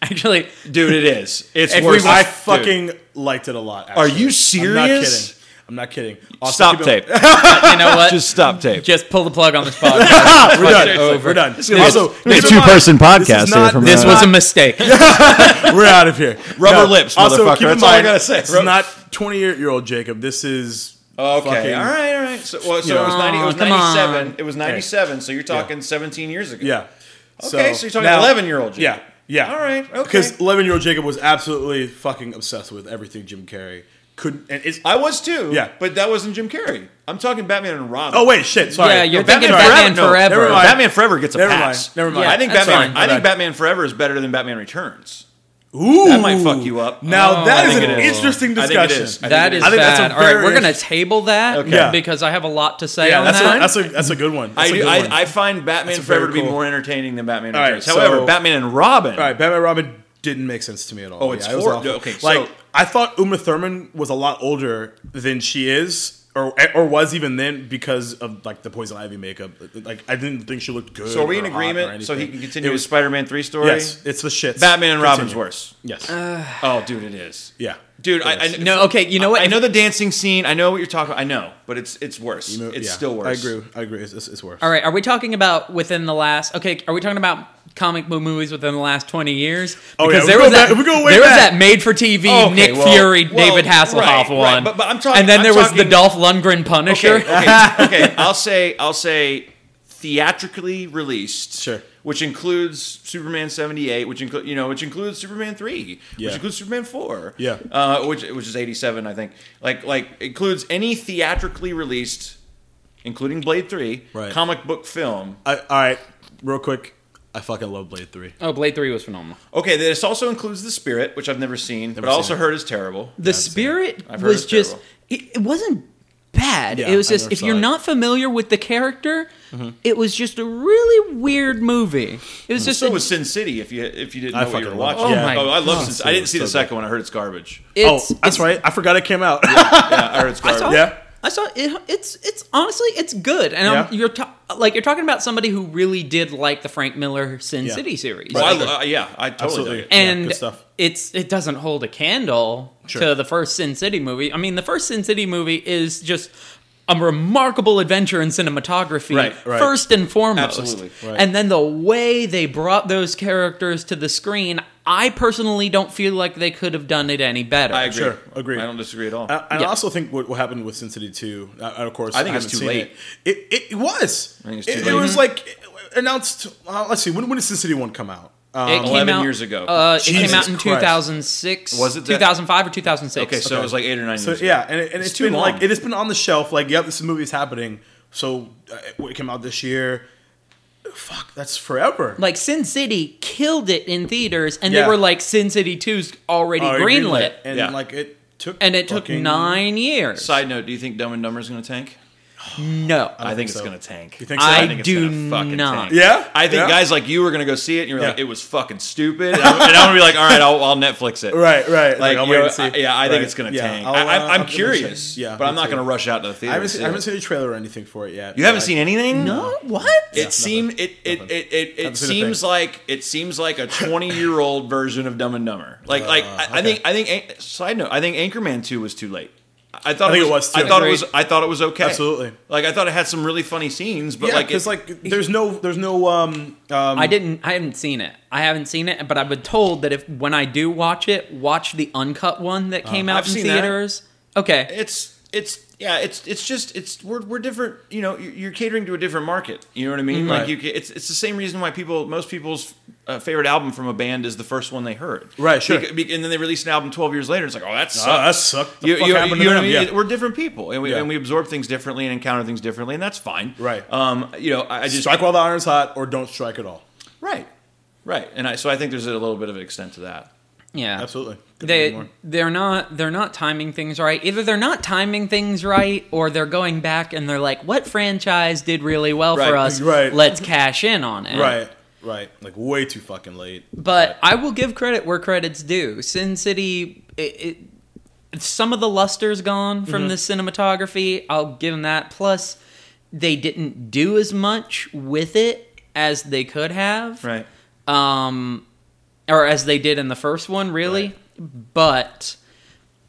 Speaker 2: Actually,
Speaker 3: Dude, it is. It's
Speaker 1: If we-
Speaker 3: worse.
Speaker 1: I
Speaker 3: Dude.
Speaker 1: fucking liked it a lot.
Speaker 3: Are you
Speaker 1: actually.
Speaker 3: serious?
Speaker 1: I'm not kidding. I'm not kidding. Also,
Speaker 3: stop
Speaker 1: keep it-
Speaker 3: tape.
Speaker 2: you know what?
Speaker 3: Just stop tape.
Speaker 2: Just pull the plug on this podcast.
Speaker 1: We're done.
Speaker 3: Seriously.
Speaker 1: We're done.
Speaker 3: gonna be
Speaker 1: Also,
Speaker 3: a-
Speaker 1: keep in
Speaker 5: two person
Speaker 1: mind, this is
Speaker 5: podcast here
Speaker 1: not-
Speaker 5: from
Speaker 1: this
Speaker 2: this
Speaker 5: Uh,
Speaker 2: was a mistake.
Speaker 1: We're out of here.
Speaker 3: Rubber lips,
Speaker 1: Also,
Speaker 3: motherfucker.
Speaker 1: keep in
Speaker 3: That's all I
Speaker 1: mind,
Speaker 3: gotta say.
Speaker 1: It's not 28 year old Jacob. This is
Speaker 3: okay.
Speaker 1: fucking-
Speaker 3: all right. All right. So, well, so it was
Speaker 2: Yeah.
Speaker 3: ninety. It was
Speaker 2: Come
Speaker 3: ninety-seven.
Speaker 2: on.
Speaker 3: It was ninety-seven. So you're talking seventeen years ago.
Speaker 1: Yeah.
Speaker 3: Okay, so you're talking 11-year-old Jacob.
Speaker 1: Yeah. Yeah.
Speaker 3: All right, okay.
Speaker 1: Because 11 year old Jacob was absolutely fucking obsessed with everything Jim Carrey. Couldn't. And it's.
Speaker 3: I was too.
Speaker 1: Yeah.
Speaker 3: But that wasn't Jim Carrey. I'm talking Batman and Robin.
Speaker 1: oh, wait, shit. Sorry.
Speaker 2: Yeah, you're
Speaker 1: No,
Speaker 2: thinking
Speaker 1: Batman
Speaker 2: Batman
Speaker 1: Forever.
Speaker 2: Forever.
Speaker 1: Never mind.
Speaker 3: Batman Forever gets a
Speaker 1: Never
Speaker 3: pass.
Speaker 1: mind. Never mind.
Speaker 2: Yeah,
Speaker 3: I think
Speaker 2: that's
Speaker 3: Batman.
Speaker 2: fine.
Speaker 3: I think
Speaker 1: Bad.
Speaker 3: Batman Forever is better than Batman Returns.
Speaker 1: Ooh.
Speaker 3: That might fuck you up.
Speaker 1: Now,
Speaker 2: Oh.
Speaker 1: that
Speaker 2: I
Speaker 1: is
Speaker 2: think
Speaker 1: an
Speaker 2: it is.
Speaker 1: interesting
Speaker 3: I think it
Speaker 1: discussion.
Speaker 3: is. I
Speaker 2: That
Speaker 3: think it
Speaker 2: is
Speaker 3: is. I
Speaker 1: think that's a
Speaker 2: bad. All right,
Speaker 1: very
Speaker 2: we're gonna
Speaker 1: interest-
Speaker 2: table that
Speaker 3: Okay.
Speaker 1: Yeah.
Speaker 2: because I have a lot to say
Speaker 1: Yeah,
Speaker 2: on
Speaker 1: that's a,
Speaker 2: that.
Speaker 1: that's, a, that's a good one. That's
Speaker 3: I,
Speaker 1: a
Speaker 3: do,
Speaker 1: good
Speaker 3: I,
Speaker 1: one.
Speaker 3: I find Batman
Speaker 1: That's a very
Speaker 3: Forever to be
Speaker 1: cool-
Speaker 3: more entertaining than Batman
Speaker 1: All right,
Speaker 3: Returns. However,
Speaker 1: so-
Speaker 3: Batman and Robin.
Speaker 1: All right, Batman Robin didn't make sense to me at all.
Speaker 3: Oh, it's
Speaker 1: it was
Speaker 3: hor-
Speaker 1: awful.
Speaker 3: okay, so-
Speaker 1: Like I thought Uma Thurman was a lot older than she is, or or was even then because of like the Poison Ivy makeup. Like I didn't think she looked good.
Speaker 3: So are we in
Speaker 1: or hot or
Speaker 3: agreement? So he
Speaker 1: anything.
Speaker 3: can continue
Speaker 1: It
Speaker 3: his
Speaker 1: was
Speaker 3: Spider-Man three story.
Speaker 1: yes, it's the shit.
Speaker 3: Batman and Robin's worse.
Speaker 1: Yes,
Speaker 2: Uh,
Speaker 3: Oh, dude, it is.
Speaker 1: yeah,
Speaker 3: Dude, I, I
Speaker 1: Yes.
Speaker 2: No, okay, you know what?
Speaker 3: I know the dancing scene. I know what you're talking. about. I know, but it's it's worse.
Speaker 1: You know,
Speaker 3: it's
Speaker 1: yeah,
Speaker 3: still worse.
Speaker 1: I agree. I agree. It's, it's, it's worse.
Speaker 2: All right, are we talking about within the last? Okay, are we talking about comic book movies within the last twenty years? Because
Speaker 1: Oh, yeah, we
Speaker 2: there
Speaker 1: go
Speaker 2: was
Speaker 1: back-
Speaker 2: that
Speaker 1: we go way
Speaker 2: there was
Speaker 1: back.
Speaker 2: that made for TV
Speaker 3: Oh, Okay,
Speaker 2: Nick
Speaker 3: well-
Speaker 2: Fury
Speaker 3: well,
Speaker 2: David Hasselhoff
Speaker 3: right, right,
Speaker 2: one.
Speaker 3: but- but I'm talking-
Speaker 2: and then
Speaker 3: I'm
Speaker 2: there was the
Speaker 3: talking-
Speaker 2: Dolph Lundgren Punisher.
Speaker 3: Okay, okay, okay. I'll say I'll say theatrically released.
Speaker 1: Sure.
Speaker 3: Which includes Superman seventy eight, which include you know, which includes Superman three,
Speaker 1: Yeah.
Speaker 3: which includes Superman four,
Speaker 1: Yeah.
Speaker 3: uh, which which is eighty seven, I think. Like like includes any theatrically released, including Blade three,
Speaker 1: Right.
Speaker 3: comic book film.
Speaker 1: I, all right, real quick. I fucking love Blade Three.
Speaker 2: Oh, Blade Three was phenomenal.
Speaker 3: Okay, this also includes The Spirit, which I've never seen, but
Speaker 1: seen
Speaker 3: also
Speaker 1: it.
Speaker 3: heard is terrible.
Speaker 2: The Spirit
Speaker 3: I've heard
Speaker 2: was
Speaker 3: it's
Speaker 2: just
Speaker 3: terrible.
Speaker 2: it, it wasn't bad.
Speaker 1: Yeah,
Speaker 2: it was
Speaker 1: I
Speaker 2: just
Speaker 1: never
Speaker 2: if
Speaker 1: saw
Speaker 2: you're
Speaker 1: it.
Speaker 2: not familiar with the character,
Speaker 3: Mm-hmm.
Speaker 2: it was just a really weird movie. It was just
Speaker 3: So
Speaker 2: a-
Speaker 3: was Sin City if you if you didn't
Speaker 1: I
Speaker 3: know what you were
Speaker 1: fucking love it.
Speaker 3: watching.
Speaker 1: Oh
Speaker 2: my
Speaker 3: oh, I love
Speaker 1: God.
Speaker 3: Sin City. I didn't see the
Speaker 1: So good.
Speaker 3: second one. I heard it's garbage.
Speaker 1: Oh,
Speaker 2: it's,
Speaker 1: that's
Speaker 2: it's-
Speaker 1: right. I forgot it came out.
Speaker 3: Yeah, I heard it's
Speaker 2: I
Speaker 3: garbage.
Speaker 2: saw,
Speaker 1: Yeah.
Speaker 2: I saw it, it's it's honestly it's good, and I'm-
Speaker 1: Yeah.
Speaker 2: you're ta- like you're talking about somebody who really did like the Frank Miller Sin
Speaker 1: Yeah.
Speaker 2: City series,
Speaker 3: Well, I,
Speaker 1: Right.
Speaker 3: uh, yeah, I totally
Speaker 1: Absolutely.
Speaker 3: dig it.
Speaker 2: and
Speaker 1: Yeah, good stuff.
Speaker 2: it's it doesn't hold a candle
Speaker 1: Sure.
Speaker 2: to the first Sin City movie. I mean, the first Sin City movie is just a remarkable adventure in cinematography,
Speaker 3: Right,
Speaker 1: right.
Speaker 2: first and foremost.
Speaker 3: Absolutely,
Speaker 1: right.
Speaker 2: And then the way they brought those characters to the screen, I personally don't feel like they could have done it any better.
Speaker 3: I agree.
Speaker 1: Sure, Uh, agreed.
Speaker 3: I don't disagree at all.
Speaker 1: I, I
Speaker 2: Yeah.
Speaker 1: also think what, what happened with Sin City 2, uh, and of course,
Speaker 3: I think it's
Speaker 1: haven't
Speaker 3: too
Speaker 1: seen
Speaker 3: late.
Speaker 1: It. It, it, it was.
Speaker 3: I think it's too
Speaker 1: it,
Speaker 3: late. Mm-hmm.
Speaker 1: it was like announced. Uh, let's see, when, when did Sin City 1 come out? Um,
Speaker 2: It came
Speaker 3: 11
Speaker 2: out-
Speaker 3: years ago.
Speaker 2: Uh, it
Speaker 1: Jesus
Speaker 2: came out in
Speaker 1: Christ.
Speaker 2: 2006.
Speaker 3: Was it that-
Speaker 2: 2005 or 2006?
Speaker 3: okay, so it was like eight or nine
Speaker 1: so,
Speaker 3: years.
Speaker 1: yeah, and, it, and
Speaker 3: It's
Speaker 1: it's
Speaker 3: too
Speaker 1: been
Speaker 3: long.
Speaker 1: like, it has been on the shelf, like, yep, this movie's happening. So uh, it came out this year. Fuck, that's forever.
Speaker 2: like Sin City killed it in theaters, and
Speaker 1: Yeah.
Speaker 2: they were like Sin City 2's already
Speaker 1: Already
Speaker 2: greenlit,
Speaker 1: And
Speaker 3: Yeah.
Speaker 1: like, it took.
Speaker 2: and it took
Speaker 1: fucking-
Speaker 2: nine years.
Speaker 3: Side note: Do you think Dumb and Dumber is going to tank?
Speaker 2: no,
Speaker 3: I, think,
Speaker 1: think
Speaker 3: it's
Speaker 1: so.
Speaker 3: going to tank.
Speaker 1: You think so? I
Speaker 3: think it's
Speaker 2: do
Speaker 3: gonna fucking
Speaker 2: not.
Speaker 3: Tank.
Speaker 1: Yeah?
Speaker 3: I think
Speaker 1: Yeah.
Speaker 3: guys like you were going to go see it, and you're like,
Speaker 1: Yeah.
Speaker 3: "It was fucking stupid," and I'm, and I'm gonna be like, "All right, I'll, I'll Netflix it."
Speaker 1: Right, right.
Speaker 3: Like,
Speaker 1: I'll
Speaker 3: you
Speaker 1: wait
Speaker 3: know,
Speaker 1: and see.
Speaker 3: I- yeah, I think
Speaker 1: Right.
Speaker 3: it's going to
Speaker 1: Yeah,
Speaker 3: tank.
Speaker 1: I'll,
Speaker 3: I,
Speaker 1: uh,
Speaker 3: I,
Speaker 1: I'll
Speaker 3: I'm
Speaker 1: give it a
Speaker 3: curious,
Speaker 1: shot. Yeah,
Speaker 3: but I'm
Speaker 1: me
Speaker 3: not
Speaker 1: too.
Speaker 3: going to rush out to the theater.
Speaker 1: I haven't, seen,
Speaker 3: see
Speaker 1: I haven't
Speaker 3: it.
Speaker 1: seen any trailer or anything for it yet.
Speaker 3: You haven't
Speaker 1: but I-
Speaker 3: seen anything?
Speaker 2: no, what?
Speaker 3: It seemed it it,
Speaker 1: nothing.
Speaker 3: it, it, it
Speaker 1: Haven't seen a
Speaker 3: seems
Speaker 1: thing.
Speaker 3: like it seems like a twenty year old version of Dumb and Dumber. Like like I, I
Speaker 1: Uh, okay.
Speaker 3: think I think An- side note I think Anchorman two was too late. I thought
Speaker 1: I think
Speaker 3: it
Speaker 1: it
Speaker 3: was,
Speaker 1: was, too.
Speaker 3: I thought it was
Speaker 2: Agreed.
Speaker 3: I thought it was okay.
Speaker 1: Absolutely.
Speaker 3: Like I thought it had some really funny scenes, but
Speaker 1: Yeah,
Speaker 3: like
Speaker 1: because
Speaker 3: it,
Speaker 1: like, there's no, there's no, um, um,
Speaker 2: I didn't. I haven't seen it. I haven't seen it, but I've been told that if when I do watch it, watch the uncut one that came out
Speaker 3: Uh, I've
Speaker 2: in
Speaker 3: seen that.
Speaker 2: theaters. Okay,
Speaker 3: it's it's yeah it's it's just it's we're we're different. You know you're you're catering to a different market. You know what I mean?
Speaker 1: Mm-hmm.
Speaker 3: Like
Speaker 1: Right.
Speaker 3: you ca- it's it's the same reason why people most people's uh, favorite album from a band is the first one they heard.
Speaker 1: Right, sure.
Speaker 3: Beca- be- and then they release an album twelve years later. It's like oh that sucks.
Speaker 1: Ah, that sucked. The
Speaker 3: you,
Speaker 1: fuck
Speaker 3: you,
Speaker 1: happened to
Speaker 3: you know what I
Speaker 1: them?
Speaker 3: mean?
Speaker 1: Yeah.
Speaker 3: We're different people, and we,
Speaker 1: Yeah.
Speaker 3: and we absorb things differently and encounter things differently, and that's fine.
Speaker 1: Right.
Speaker 3: Um. You know, I, I just
Speaker 1: strike while the iron's hot, or don't strike at all.
Speaker 3: right, right, and I so I think there's a little bit of an extent to that.
Speaker 2: yeah,
Speaker 1: Absolutely. Couldn't agree
Speaker 2: They
Speaker 1: more.
Speaker 2: they're not they're not timing things right. Either they're not timing things right, or they're going back and they're like, "What franchise did really well
Speaker 3: Right,
Speaker 2: for us?
Speaker 1: right.
Speaker 2: Let's cash in on it."
Speaker 1: right, right, like way too fucking late.
Speaker 2: But I will give credit where credit's due. Sin City, it, it, some of the luster's gone from
Speaker 1: Mm-hmm.
Speaker 2: the cinematography. I'll give them that. Plus, they didn't do as much with it as they could have,
Speaker 3: Right.
Speaker 2: um, or as they did in the first one, really. But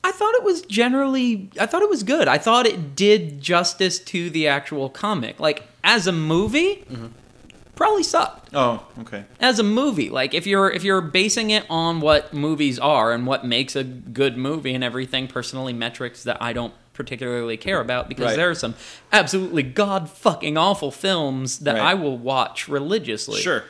Speaker 2: I thought it was generally, I thought it was good. I thought it did justice to the actual comic. Like as a movie,
Speaker 3: Mm-hmm.
Speaker 2: probably sucked
Speaker 3: Oh. Okay.
Speaker 2: as a movie like if you're if you're basing it on what movies are and what makes a good movie and everything personally metrics that i don't particularly care about because
Speaker 3: Right.
Speaker 2: there are some absolutely god fucking awful films that
Speaker 3: Right.
Speaker 2: i will watch religiously
Speaker 3: Sure.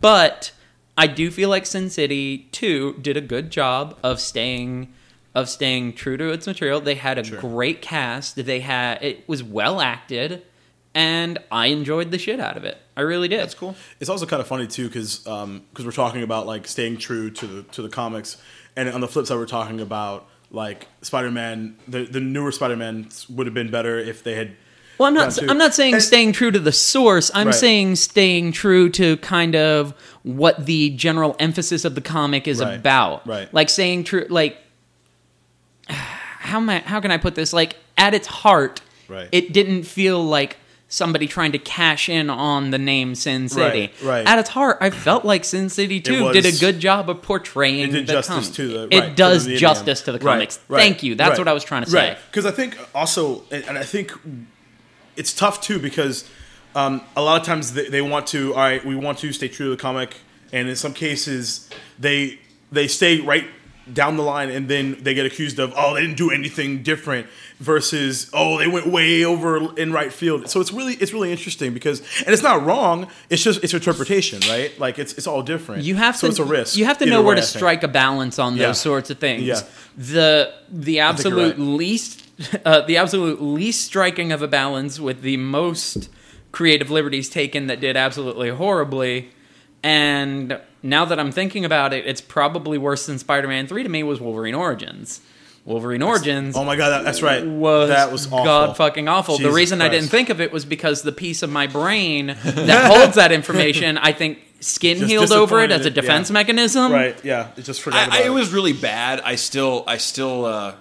Speaker 2: but i do feel like sin city 2 did a good job of staying of staying true to its material they had a great cast they had it was well acted and i enjoyed the shit out of it i really did
Speaker 3: That's cool.
Speaker 1: It's also kind of funny too, because we're talking about like staying true to the to the comics, and on the flip side, we're talking about like Spider Man. The the newer Spider Man would have been better if they had.
Speaker 2: Well, I'm
Speaker 1: Round
Speaker 2: not.
Speaker 1: two.
Speaker 2: I'm not saying
Speaker 1: And-
Speaker 2: staying true to the source. I'm
Speaker 1: Right.
Speaker 2: saying staying true to kind of what the general emphasis of the comic is
Speaker 1: Right.
Speaker 2: about.
Speaker 1: Right.
Speaker 2: Like saying true. Like how am I, How can I put this? Like at its heart,
Speaker 1: Right.
Speaker 2: it didn't feel like somebody trying to cash in on the name Sin City.
Speaker 1: right.
Speaker 2: At its heart, I felt like Sin City Two did a
Speaker 1: was-
Speaker 2: good job of portraying.
Speaker 1: It did
Speaker 2: the
Speaker 1: justice
Speaker 2: comic.
Speaker 1: to the. Right,
Speaker 2: It
Speaker 1: to
Speaker 2: does
Speaker 1: the medium.
Speaker 2: justice to the
Speaker 1: Right,
Speaker 2: comics.
Speaker 1: right,
Speaker 2: Thank you. That's
Speaker 1: right,
Speaker 2: what I was trying to say.
Speaker 1: Because I think also, and and I think it's tough too because um, a lot of times they, they want to. All right, we want to stay true to the comic, and in some cases they they stay right down the line, and then they get accused of oh they didn't do anything different versus oh they went way over in right field. So it's really it's really interesting because and it's not wrong. It's just it's interpretation, right? Like it's it's all different.
Speaker 2: You have
Speaker 1: so
Speaker 2: to.
Speaker 1: it's a risk.
Speaker 2: You have to
Speaker 1: either
Speaker 2: know where
Speaker 1: way,
Speaker 2: to
Speaker 1: I think.
Speaker 2: strike a balance on
Speaker 1: Yeah.
Speaker 2: those sorts of things.
Speaker 1: Yeah.
Speaker 2: The the
Speaker 1: you're
Speaker 2: absolute
Speaker 1: right.
Speaker 2: least uh, the absolute least striking of a balance with the most creative liberties taken that did absolutely horribly. And now that I'm thinking about it, it's probably worse than Spider-Man 3 to me was Wolverine Origins. Wolverine Origins
Speaker 1: Oh my god, that, that's right.
Speaker 2: was,
Speaker 1: that was awful.
Speaker 2: god fucking awful.
Speaker 1: Jesus
Speaker 2: the reason I
Speaker 1: Christ.
Speaker 2: didn't think of it was because the piece of my brain that holds that information, I think, skin
Speaker 1: Just
Speaker 2: healed over it
Speaker 1: disappointed
Speaker 2: as a
Speaker 1: it, yeah.
Speaker 2: defense mechanism.
Speaker 1: Right. Yeah. It just forgot. about
Speaker 3: I, I, it was really bad. I still, I still, uh,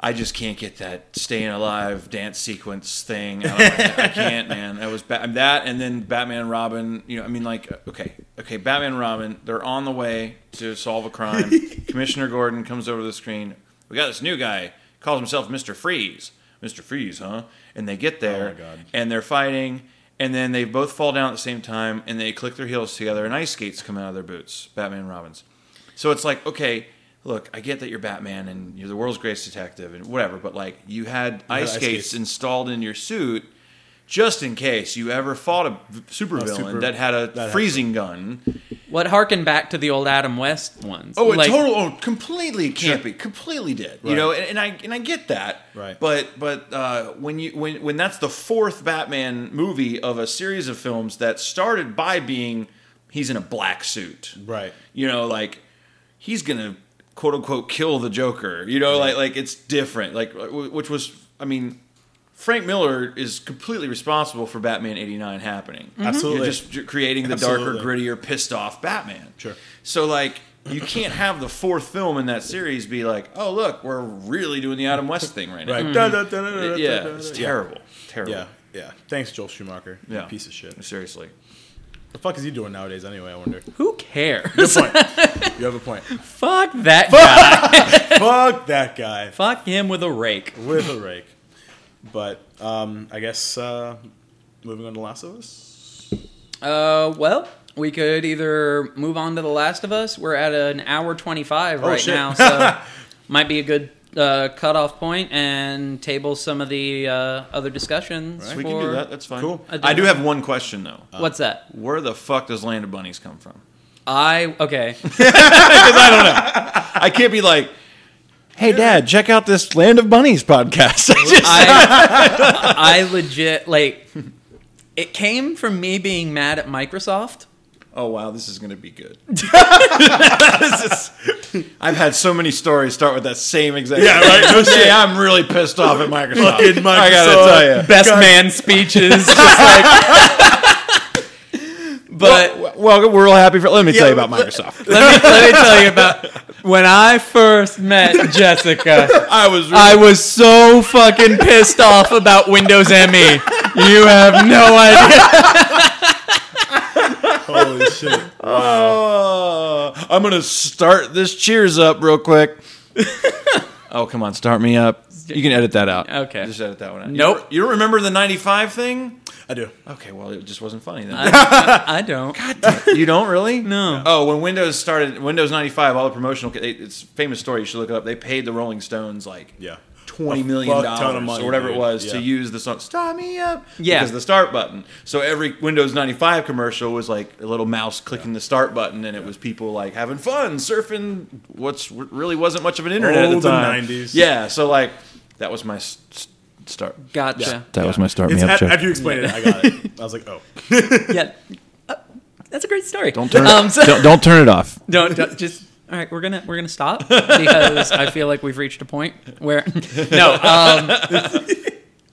Speaker 3: I just can't get that staying alive dance sequence thing. out of my head. I can't, man. That was ba- that, and then Batman and Robin. You know, I mean, like, uh, okay, okay, Batman and Robin. They're on the way to solve a crime. Commissioner Gordon comes over to the screen. We got this new guy. Calls himself Mister Freeze. Mr. Freeze, huh? And they get there,
Speaker 1: Oh, God.
Speaker 3: and they're fighting, and then they both fall down at the same time, and they click their heels together, and ice skates come out of their boots, Batman and Robin's. So it's like, okay, look, I get that you're Batman and you're the world's greatest detective and whatever, but like you had ice
Speaker 1: ice
Speaker 3: skates
Speaker 1: skates.
Speaker 3: installed in your suit just in case you ever fought a v- supervillain
Speaker 1: super-
Speaker 3: that had a
Speaker 1: that
Speaker 3: freezing gun.
Speaker 2: What harkened back to the old Adam West ones?
Speaker 3: Oh, it
Speaker 2: Like,
Speaker 3: total, oh, completely can't be, completely did. You
Speaker 1: Right.
Speaker 3: know, and, and I and I get that.
Speaker 1: Right.
Speaker 3: But but uh, when you when when that's the fourth Batman movie of a series of films that started by being he's in a black suit.
Speaker 1: Right.
Speaker 3: You know, like he's gonna quote unquote kill the Joker. You know, like like it's different. Like w- which was, I mean. Frank Miller is completely responsible for Batman '89 happening.
Speaker 1: Mm-hmm. Absolutely.
Speaker 3: You're just j- creating the darker,
Speaker 1: Absolutely.
Speaker 3: grittier, pissed off Batman.
Speaker 1: Sure.
Speaker 3: So like you can't have the fourth film in that series be like, oh look, we're really doing the Adam West thing right now. Mm.
Speaker 1: Right. Da- da- da- da- da- da-
Speaker 3: Mm-hmm. Yeah,
Speaker 1: da-
Speaker 3: it's
Speaker 1: da-
Speaker 3: terrible. Terrible.
Speaker 1: Yeah, yeah. Thanks, Joel Schumacher. you
Speaker 3: Yeah.
Speaker 1: Piece of shit.
Speaker 3: Seriously.
Speaker 1: The fuck is he doing nowadays anyway, I wonder.
Speaker 2: Who cares?
Speaker 1: Good point. you have a point.
Speaker 2: Fuck that guy.
Speaker 1: fuck that guy.
Speaker 2: Fuck him with a rake.
Speaker 1: With a rake. But um, I guess uh, moving on to Last of Us.
Speaker 2: Uh, well, we could either move on to The Last of Us. We're at an hour 25
Speaker 1: Oh,
Speaker 2: right
Speaker 1: shit.
Speaker 2: now, so might be a good uh, cutoff point and table some of the uh, other discussions.
Speaker 3: We
Speaker 2: for-
Speaker 3: can do that. That's fine.
Speaker 1: Cool.
Speaker 2: I do
Speaker 3: I do
Speaker 2: that.
Speaker 3: have one question though.
Speaker 2: What's that?
Speaker 3: Where the fuck does Land of Bunnies come from?
Speaker 2: I, okay.
Speaker 3: I can't be like, hey dad, check out this Land of Bunnies podcast. I just-
Speaker 2: I, I legit, like, it came from me being mad at Microsoft.
Speaker 3: oh wow, this is gonna be good. This is- I've had so many stories start with that same exact.
Speaker 1: Yeah, right? No shit.
Speaker 3: Hey, I'm really pissed off at Microsoft.
Speaker 1: Fucking
Speaker 3: I
Speaker 1: Microsoft.
Speaker 3: gotta tell you.
Speaker 2: Best man speeches. just like, but.
Speaker 3: But well, we're all happy for. Let me tell you about
Speaker 1: but-
Speaker 3: Microsoft.
Speaker 2: let me let me tell you about when I first met Jessica.
Speaker 3: I was. Really,
Speaker 2: I was so fucking pissed off about Windows ME. You have no idea.
Speaker 1: Holy shit.
Speaker 3: Oh, I'm gonna start this cheers up real quick. oh come on, start me up. You can edit that out.
Speaker 2: Okay.
Speaker 3: just edit that one out. You
Speaker 2: Nope.
Speaker 3: don't, you don't remember the '95 thing?
Speaker 1: I do.
Speaker 3: Okay, well it just wasn't funny then.
Speaker 2: I don't.
Speaker 3: you don't really?
Speaker 2: No.
Speaker 3: Oh, when Windows started, Windows '95, all the promotional. They, it's a famous story. You should look it up. They paid the Rolling Stones like
Speaker 1: Yeah.
Speaker 3: twenty
Speaker 1: A
Speaker 3: million
Speaker 1: fuck ton of
Speaker 3: dollars
Speaker 1: money,
Speaker 3: or whatever
Speaker 1: dude.
Speaker 3: it was to
Speaker 1: Yeah.
Speaker 3: use the song "Start Me Up"
Speaker 2: Yeah.
Speaker 3: because of the start button. So every Windows ninety five commercial was like a little mouse clicking the start button, and it was people like having fun surfing. What's really wasn't much of an
Speaker 1: Oh,
Speaker 3: internet at
Speaker 1: the
Speaker 3: the time.
Speaker 1: 90s.
Speaker 3: Yeah, so like that was my s- s- start.
Speaker 2: Gotcha.
Speaker 3: That was my start
Speaker 1: It's
Speaker 3: me up
Speaker 1: at-
Speaker 3: joke.
Speaker 1: after you explained it, I got it. I was like, oh.
Speaker 2: Yeah. Uh, That's a great story.
Speaker 3: Don't turn.
Speaker 2: Um, so-
Speaker 3: don't, don't turn it off.
Speaker 2: don't, don't just all right we're gonna we're gonna stop because i feel like we've reached a point where no um,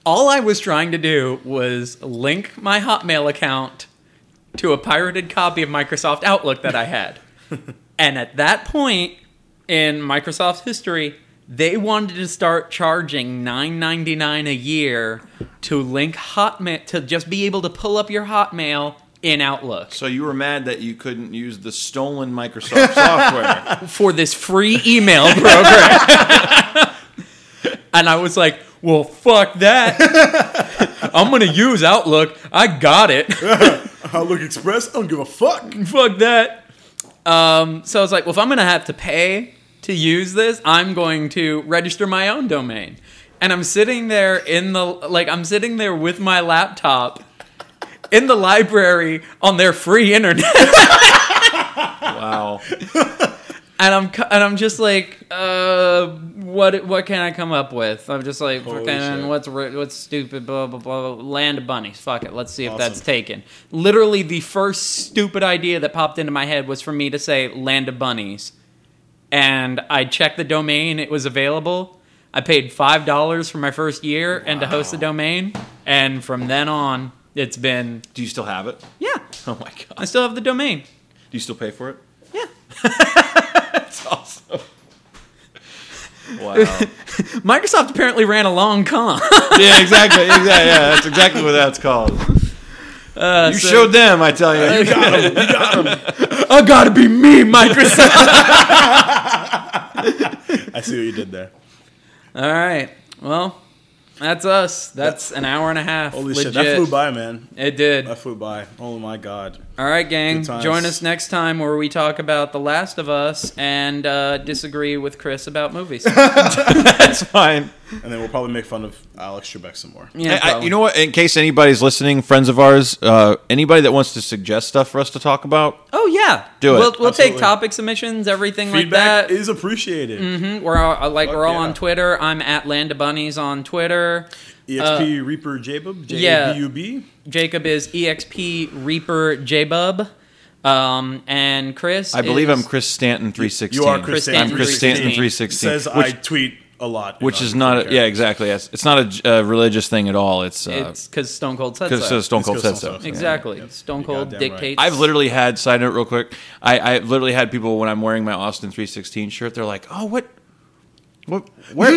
Speaker 2: all i was trying to do was link my hotmail account to a pirated copy of microsoft outlook that i had and at that point in microsoft's history they wanted to start charging 9.99 a year to link hotmail to just be able to pull up your hotmail in outlook
Speaker 3: So you were mad that you couldn't use the stolen Microsoft software.
Speaker 2: for this free email program. and I was like, well, fuck that. I'm going to use Outlook. I got it.
Speaker 1: Outlook Express? I don't give a fuck.
Speaker 2: fuck that. Um, so I was like, well, if I'm going to have to pay to use this, I'm going to register my own domain. And I'm sitting there in the, like, I'm sitting there with my laptop in the library on their free internet.
Speaker 3: Wow.
Speaker 2: and I'm cu- and I'm just like, uh, what what can I come up with? I'm just like,
Speaker 1: Holy
Speaker 2: fucking,
Speaker 1: shit.
Speaker 2: what's ri- what's stupid? Blah blah blah. blah. Land of bunnies. Fuck it. Let's see if that's
Speaker 1: Awesome.
Speaker 2: taken. Literally, the first stupid idea that popped into my head was for me to say land of bunnies, and I checked the domain. It was available. I paid five dollars for my first year and to host the domain, and from then on, it's been
Speaker 3: Do you still have it?
Speaker 2: yeah.
Speaker 3: Oh my
Speaker 2: I
Speaker 3: god.
Speaker 2: still have the domain.
Speaker 3: Do you still pay for it?
Speaker 2: Yeah.
Speaker 3: That's awesome. Wow. yeah,
Speaker 2: Microsoft apparently ran a long con.
Speaker 3: exactly. Exactly. Yeah, that's exactly what that's called. Uh, you
Speaker 2: so-
Speaker 3: showed them, I tell you. You got 'em.
Speaker 2: I gotta be me, Microsoft.
Speaker 1: I see what you did there.
Speaker 2: All right. Well, That's us. That's an hour and a half.
Speaker 1: Holy
Speaker 2: Legit.
Speaker 1: shit, that flew by, man.
Speaker 2: It did.
Speaker 1: That flew by. Oh my god.
Speaker 2: All right, gang.
Speaker 1: Good times.
Speaker 2: Join us next time where we talk about The Last of Us and uh, disagree with Chris about movies. yeah,
Speaker 3: That's fine.
Speaker 1: And then we'll probably make fun of Alex Trebek some more.
Speaker 3: I, I-
Speaker 2: probably.
Speaker 3: you know what? In case anybody's listening, friends of ours, uh, anybody that wants to suggest stuff for us to talk about,
Speaker 2: oh yeah,
Speaker 3: Do it.
Speaker 2: We'll, we'll take
Speaker 1: Absolutely.
Speaker 2: topic submissions, everything
Speaker 1: Feedback
Speaker 2: like that.
Speaker 1: is appreciated.
Speaker 2: Mhm. We're all, like
Speaker 1: Fuck
Speaker 2: we're all
Speaker 1: yeah.
Speaker 2: on Twitter. I'm at Land of Bunnies on Twitter.
Speaker 1: EXP E Reaper Jacob, J
Speaker 2: Uh, yeah.
Speaker 1: A B U B.
Speaker 2: Jacob is exp Reaper Jbub, um, and Chris.
Speaker 3: I believe
Speaker 2: is-
Speaker 3: I'm Chris Stanton three sixteen.
Speaker 1: You are Chris
Speaker 2: Stanton
Speaker 1: Stanton.
Speaker 3: I'm Chris Stanton three sixteen.
Speaker 1: Says
Speaker 3: Which,
Speaker 1: I tweet a lot. and
Speaker 3: which
Speaker 1: I
Speaker 3: is
Speaker 1: don't
Speaker 3: not. A,
Speaker 1: care.
Speaker 3: yeah, exactly. It's, it's not a j- uh, religious thing at all. It's because
Speaker 2: It's because Stone Cold said
Speaker 3: uh,
Speaker 2: so.
Speaker 3: 'cause, uh, Stone
Speaker 1: It's
Speaker 3: Cold
Speaker 1: 'cause
Speaker 3: said
Speaker 1: Stone
Speaker 3: so.
Speaker 1: Cold
Speaker 3: Yeah.
Speaker 1: said so.
Speaker 2: Exactly.
Speaker 1: Yep.
Speaker 2: Stone
Speaker 1: You're
Speaker 2: Cold
Speaker 1: goddamn right.
Speaker 2: dictates.
Speaker 3: I've literally had side note real quick. I, I literally had people when I'm wearing my Austin 316 shirt, they're like, "Oh, what, what, where?"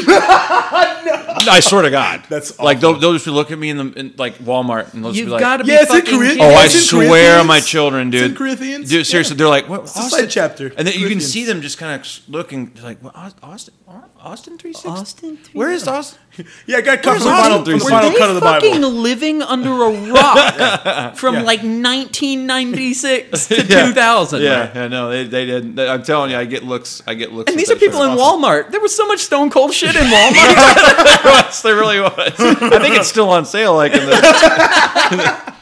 Speaker 3: I swear to God,
Speaker 1: That's
Speaker 3: like
Speaker 1: awful.
Speaker 3: they'll, they'll just look at me in the in, like Walmart and they'll just
Speaker 2: You've
Speaker 3: be like,
Speaker 2: got to be
Speaker 1: Yeah, it's in
Speaker 2: fucking
Speaker 1: Korean.
Speaker 2: kidding
Speaker 3: "Oh,
Speaker 2: me.
Speaker 3: I
Speaker 1: It's in
Speaker 3: swear on my
Speaker 1: Corinthians.
Speaker 3: children, dude."
Speaker 1: It's in Corinthians.
Speaker 3: dude. Seriously,
Speaker 1: Yeah.
Speaker 3: they're like, "What?"
Speaker 1: a
Speaker 3: Austin?"
Speaker 1: side chapter.
Speaker 3: and then you can
Speaker 1: Corinthians.
Speaker 3: see them just kind of looking like, "What, Aus- "Austin, Austin 316,
Speaker 2: Austin
Speaker 3: where is Austin?"
Speaker 1: Yeah, I got cut
Speaker 3: Where's
Speaker 1: from the
Speaker 3: Austin
Speaker 1: final, from the
Speaker 3: Three
Speaker 1: final
Speaker 2: They
Speaker 1: cut of the
Speaker 2: fucking
Speaker 1: Bible.
Speaker 2: living under a rock from
Speaker 1: Yeah.
Speaker 2: like 1996 to
Speaker 3: Yeah.
Speaker 2: 2000.
Speaker 3: Yeah, yeah, no, they, they didn't. I'm telling you, I get looks. I get looks.
Speaker 2: And these are
Speaker 3: with that
Speaker 2: people
Speaker 3: shirt.
Speaker 2: in Walmart. There was so much Stone Cold shit in Walmart.
Speaker 3: was. There really was. I think it's still on sale. Like in the.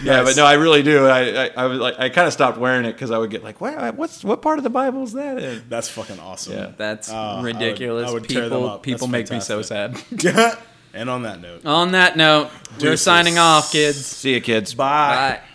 Speaker 3: Yeah, but no, I really do. I I, I was like, I kind of stopped wearing it because I would get like, what, what's what part of the Bible is that in?
Speaker 1: That's fucking awesome.
Speaker 3: Yeah.
Speaker 2: That's
Speaker 1: Oh, I would-
Speaker 2: ridiculous.
Speaker 1: I would tear them
Speaker 2: Ah, people
Speaker 1: up.
Speaker 2: people make
Speaker 1: That's
Speaker 2: me so sad.
Speaker 1: Yeah. and on that note,
Speaker 2: On that note, we're
Speaker 1: Deuces.
Speaker 2: signing off, kids.
Speaker 3: See you, kids.
Speaker 1: bye.
Speaker 2: Bye.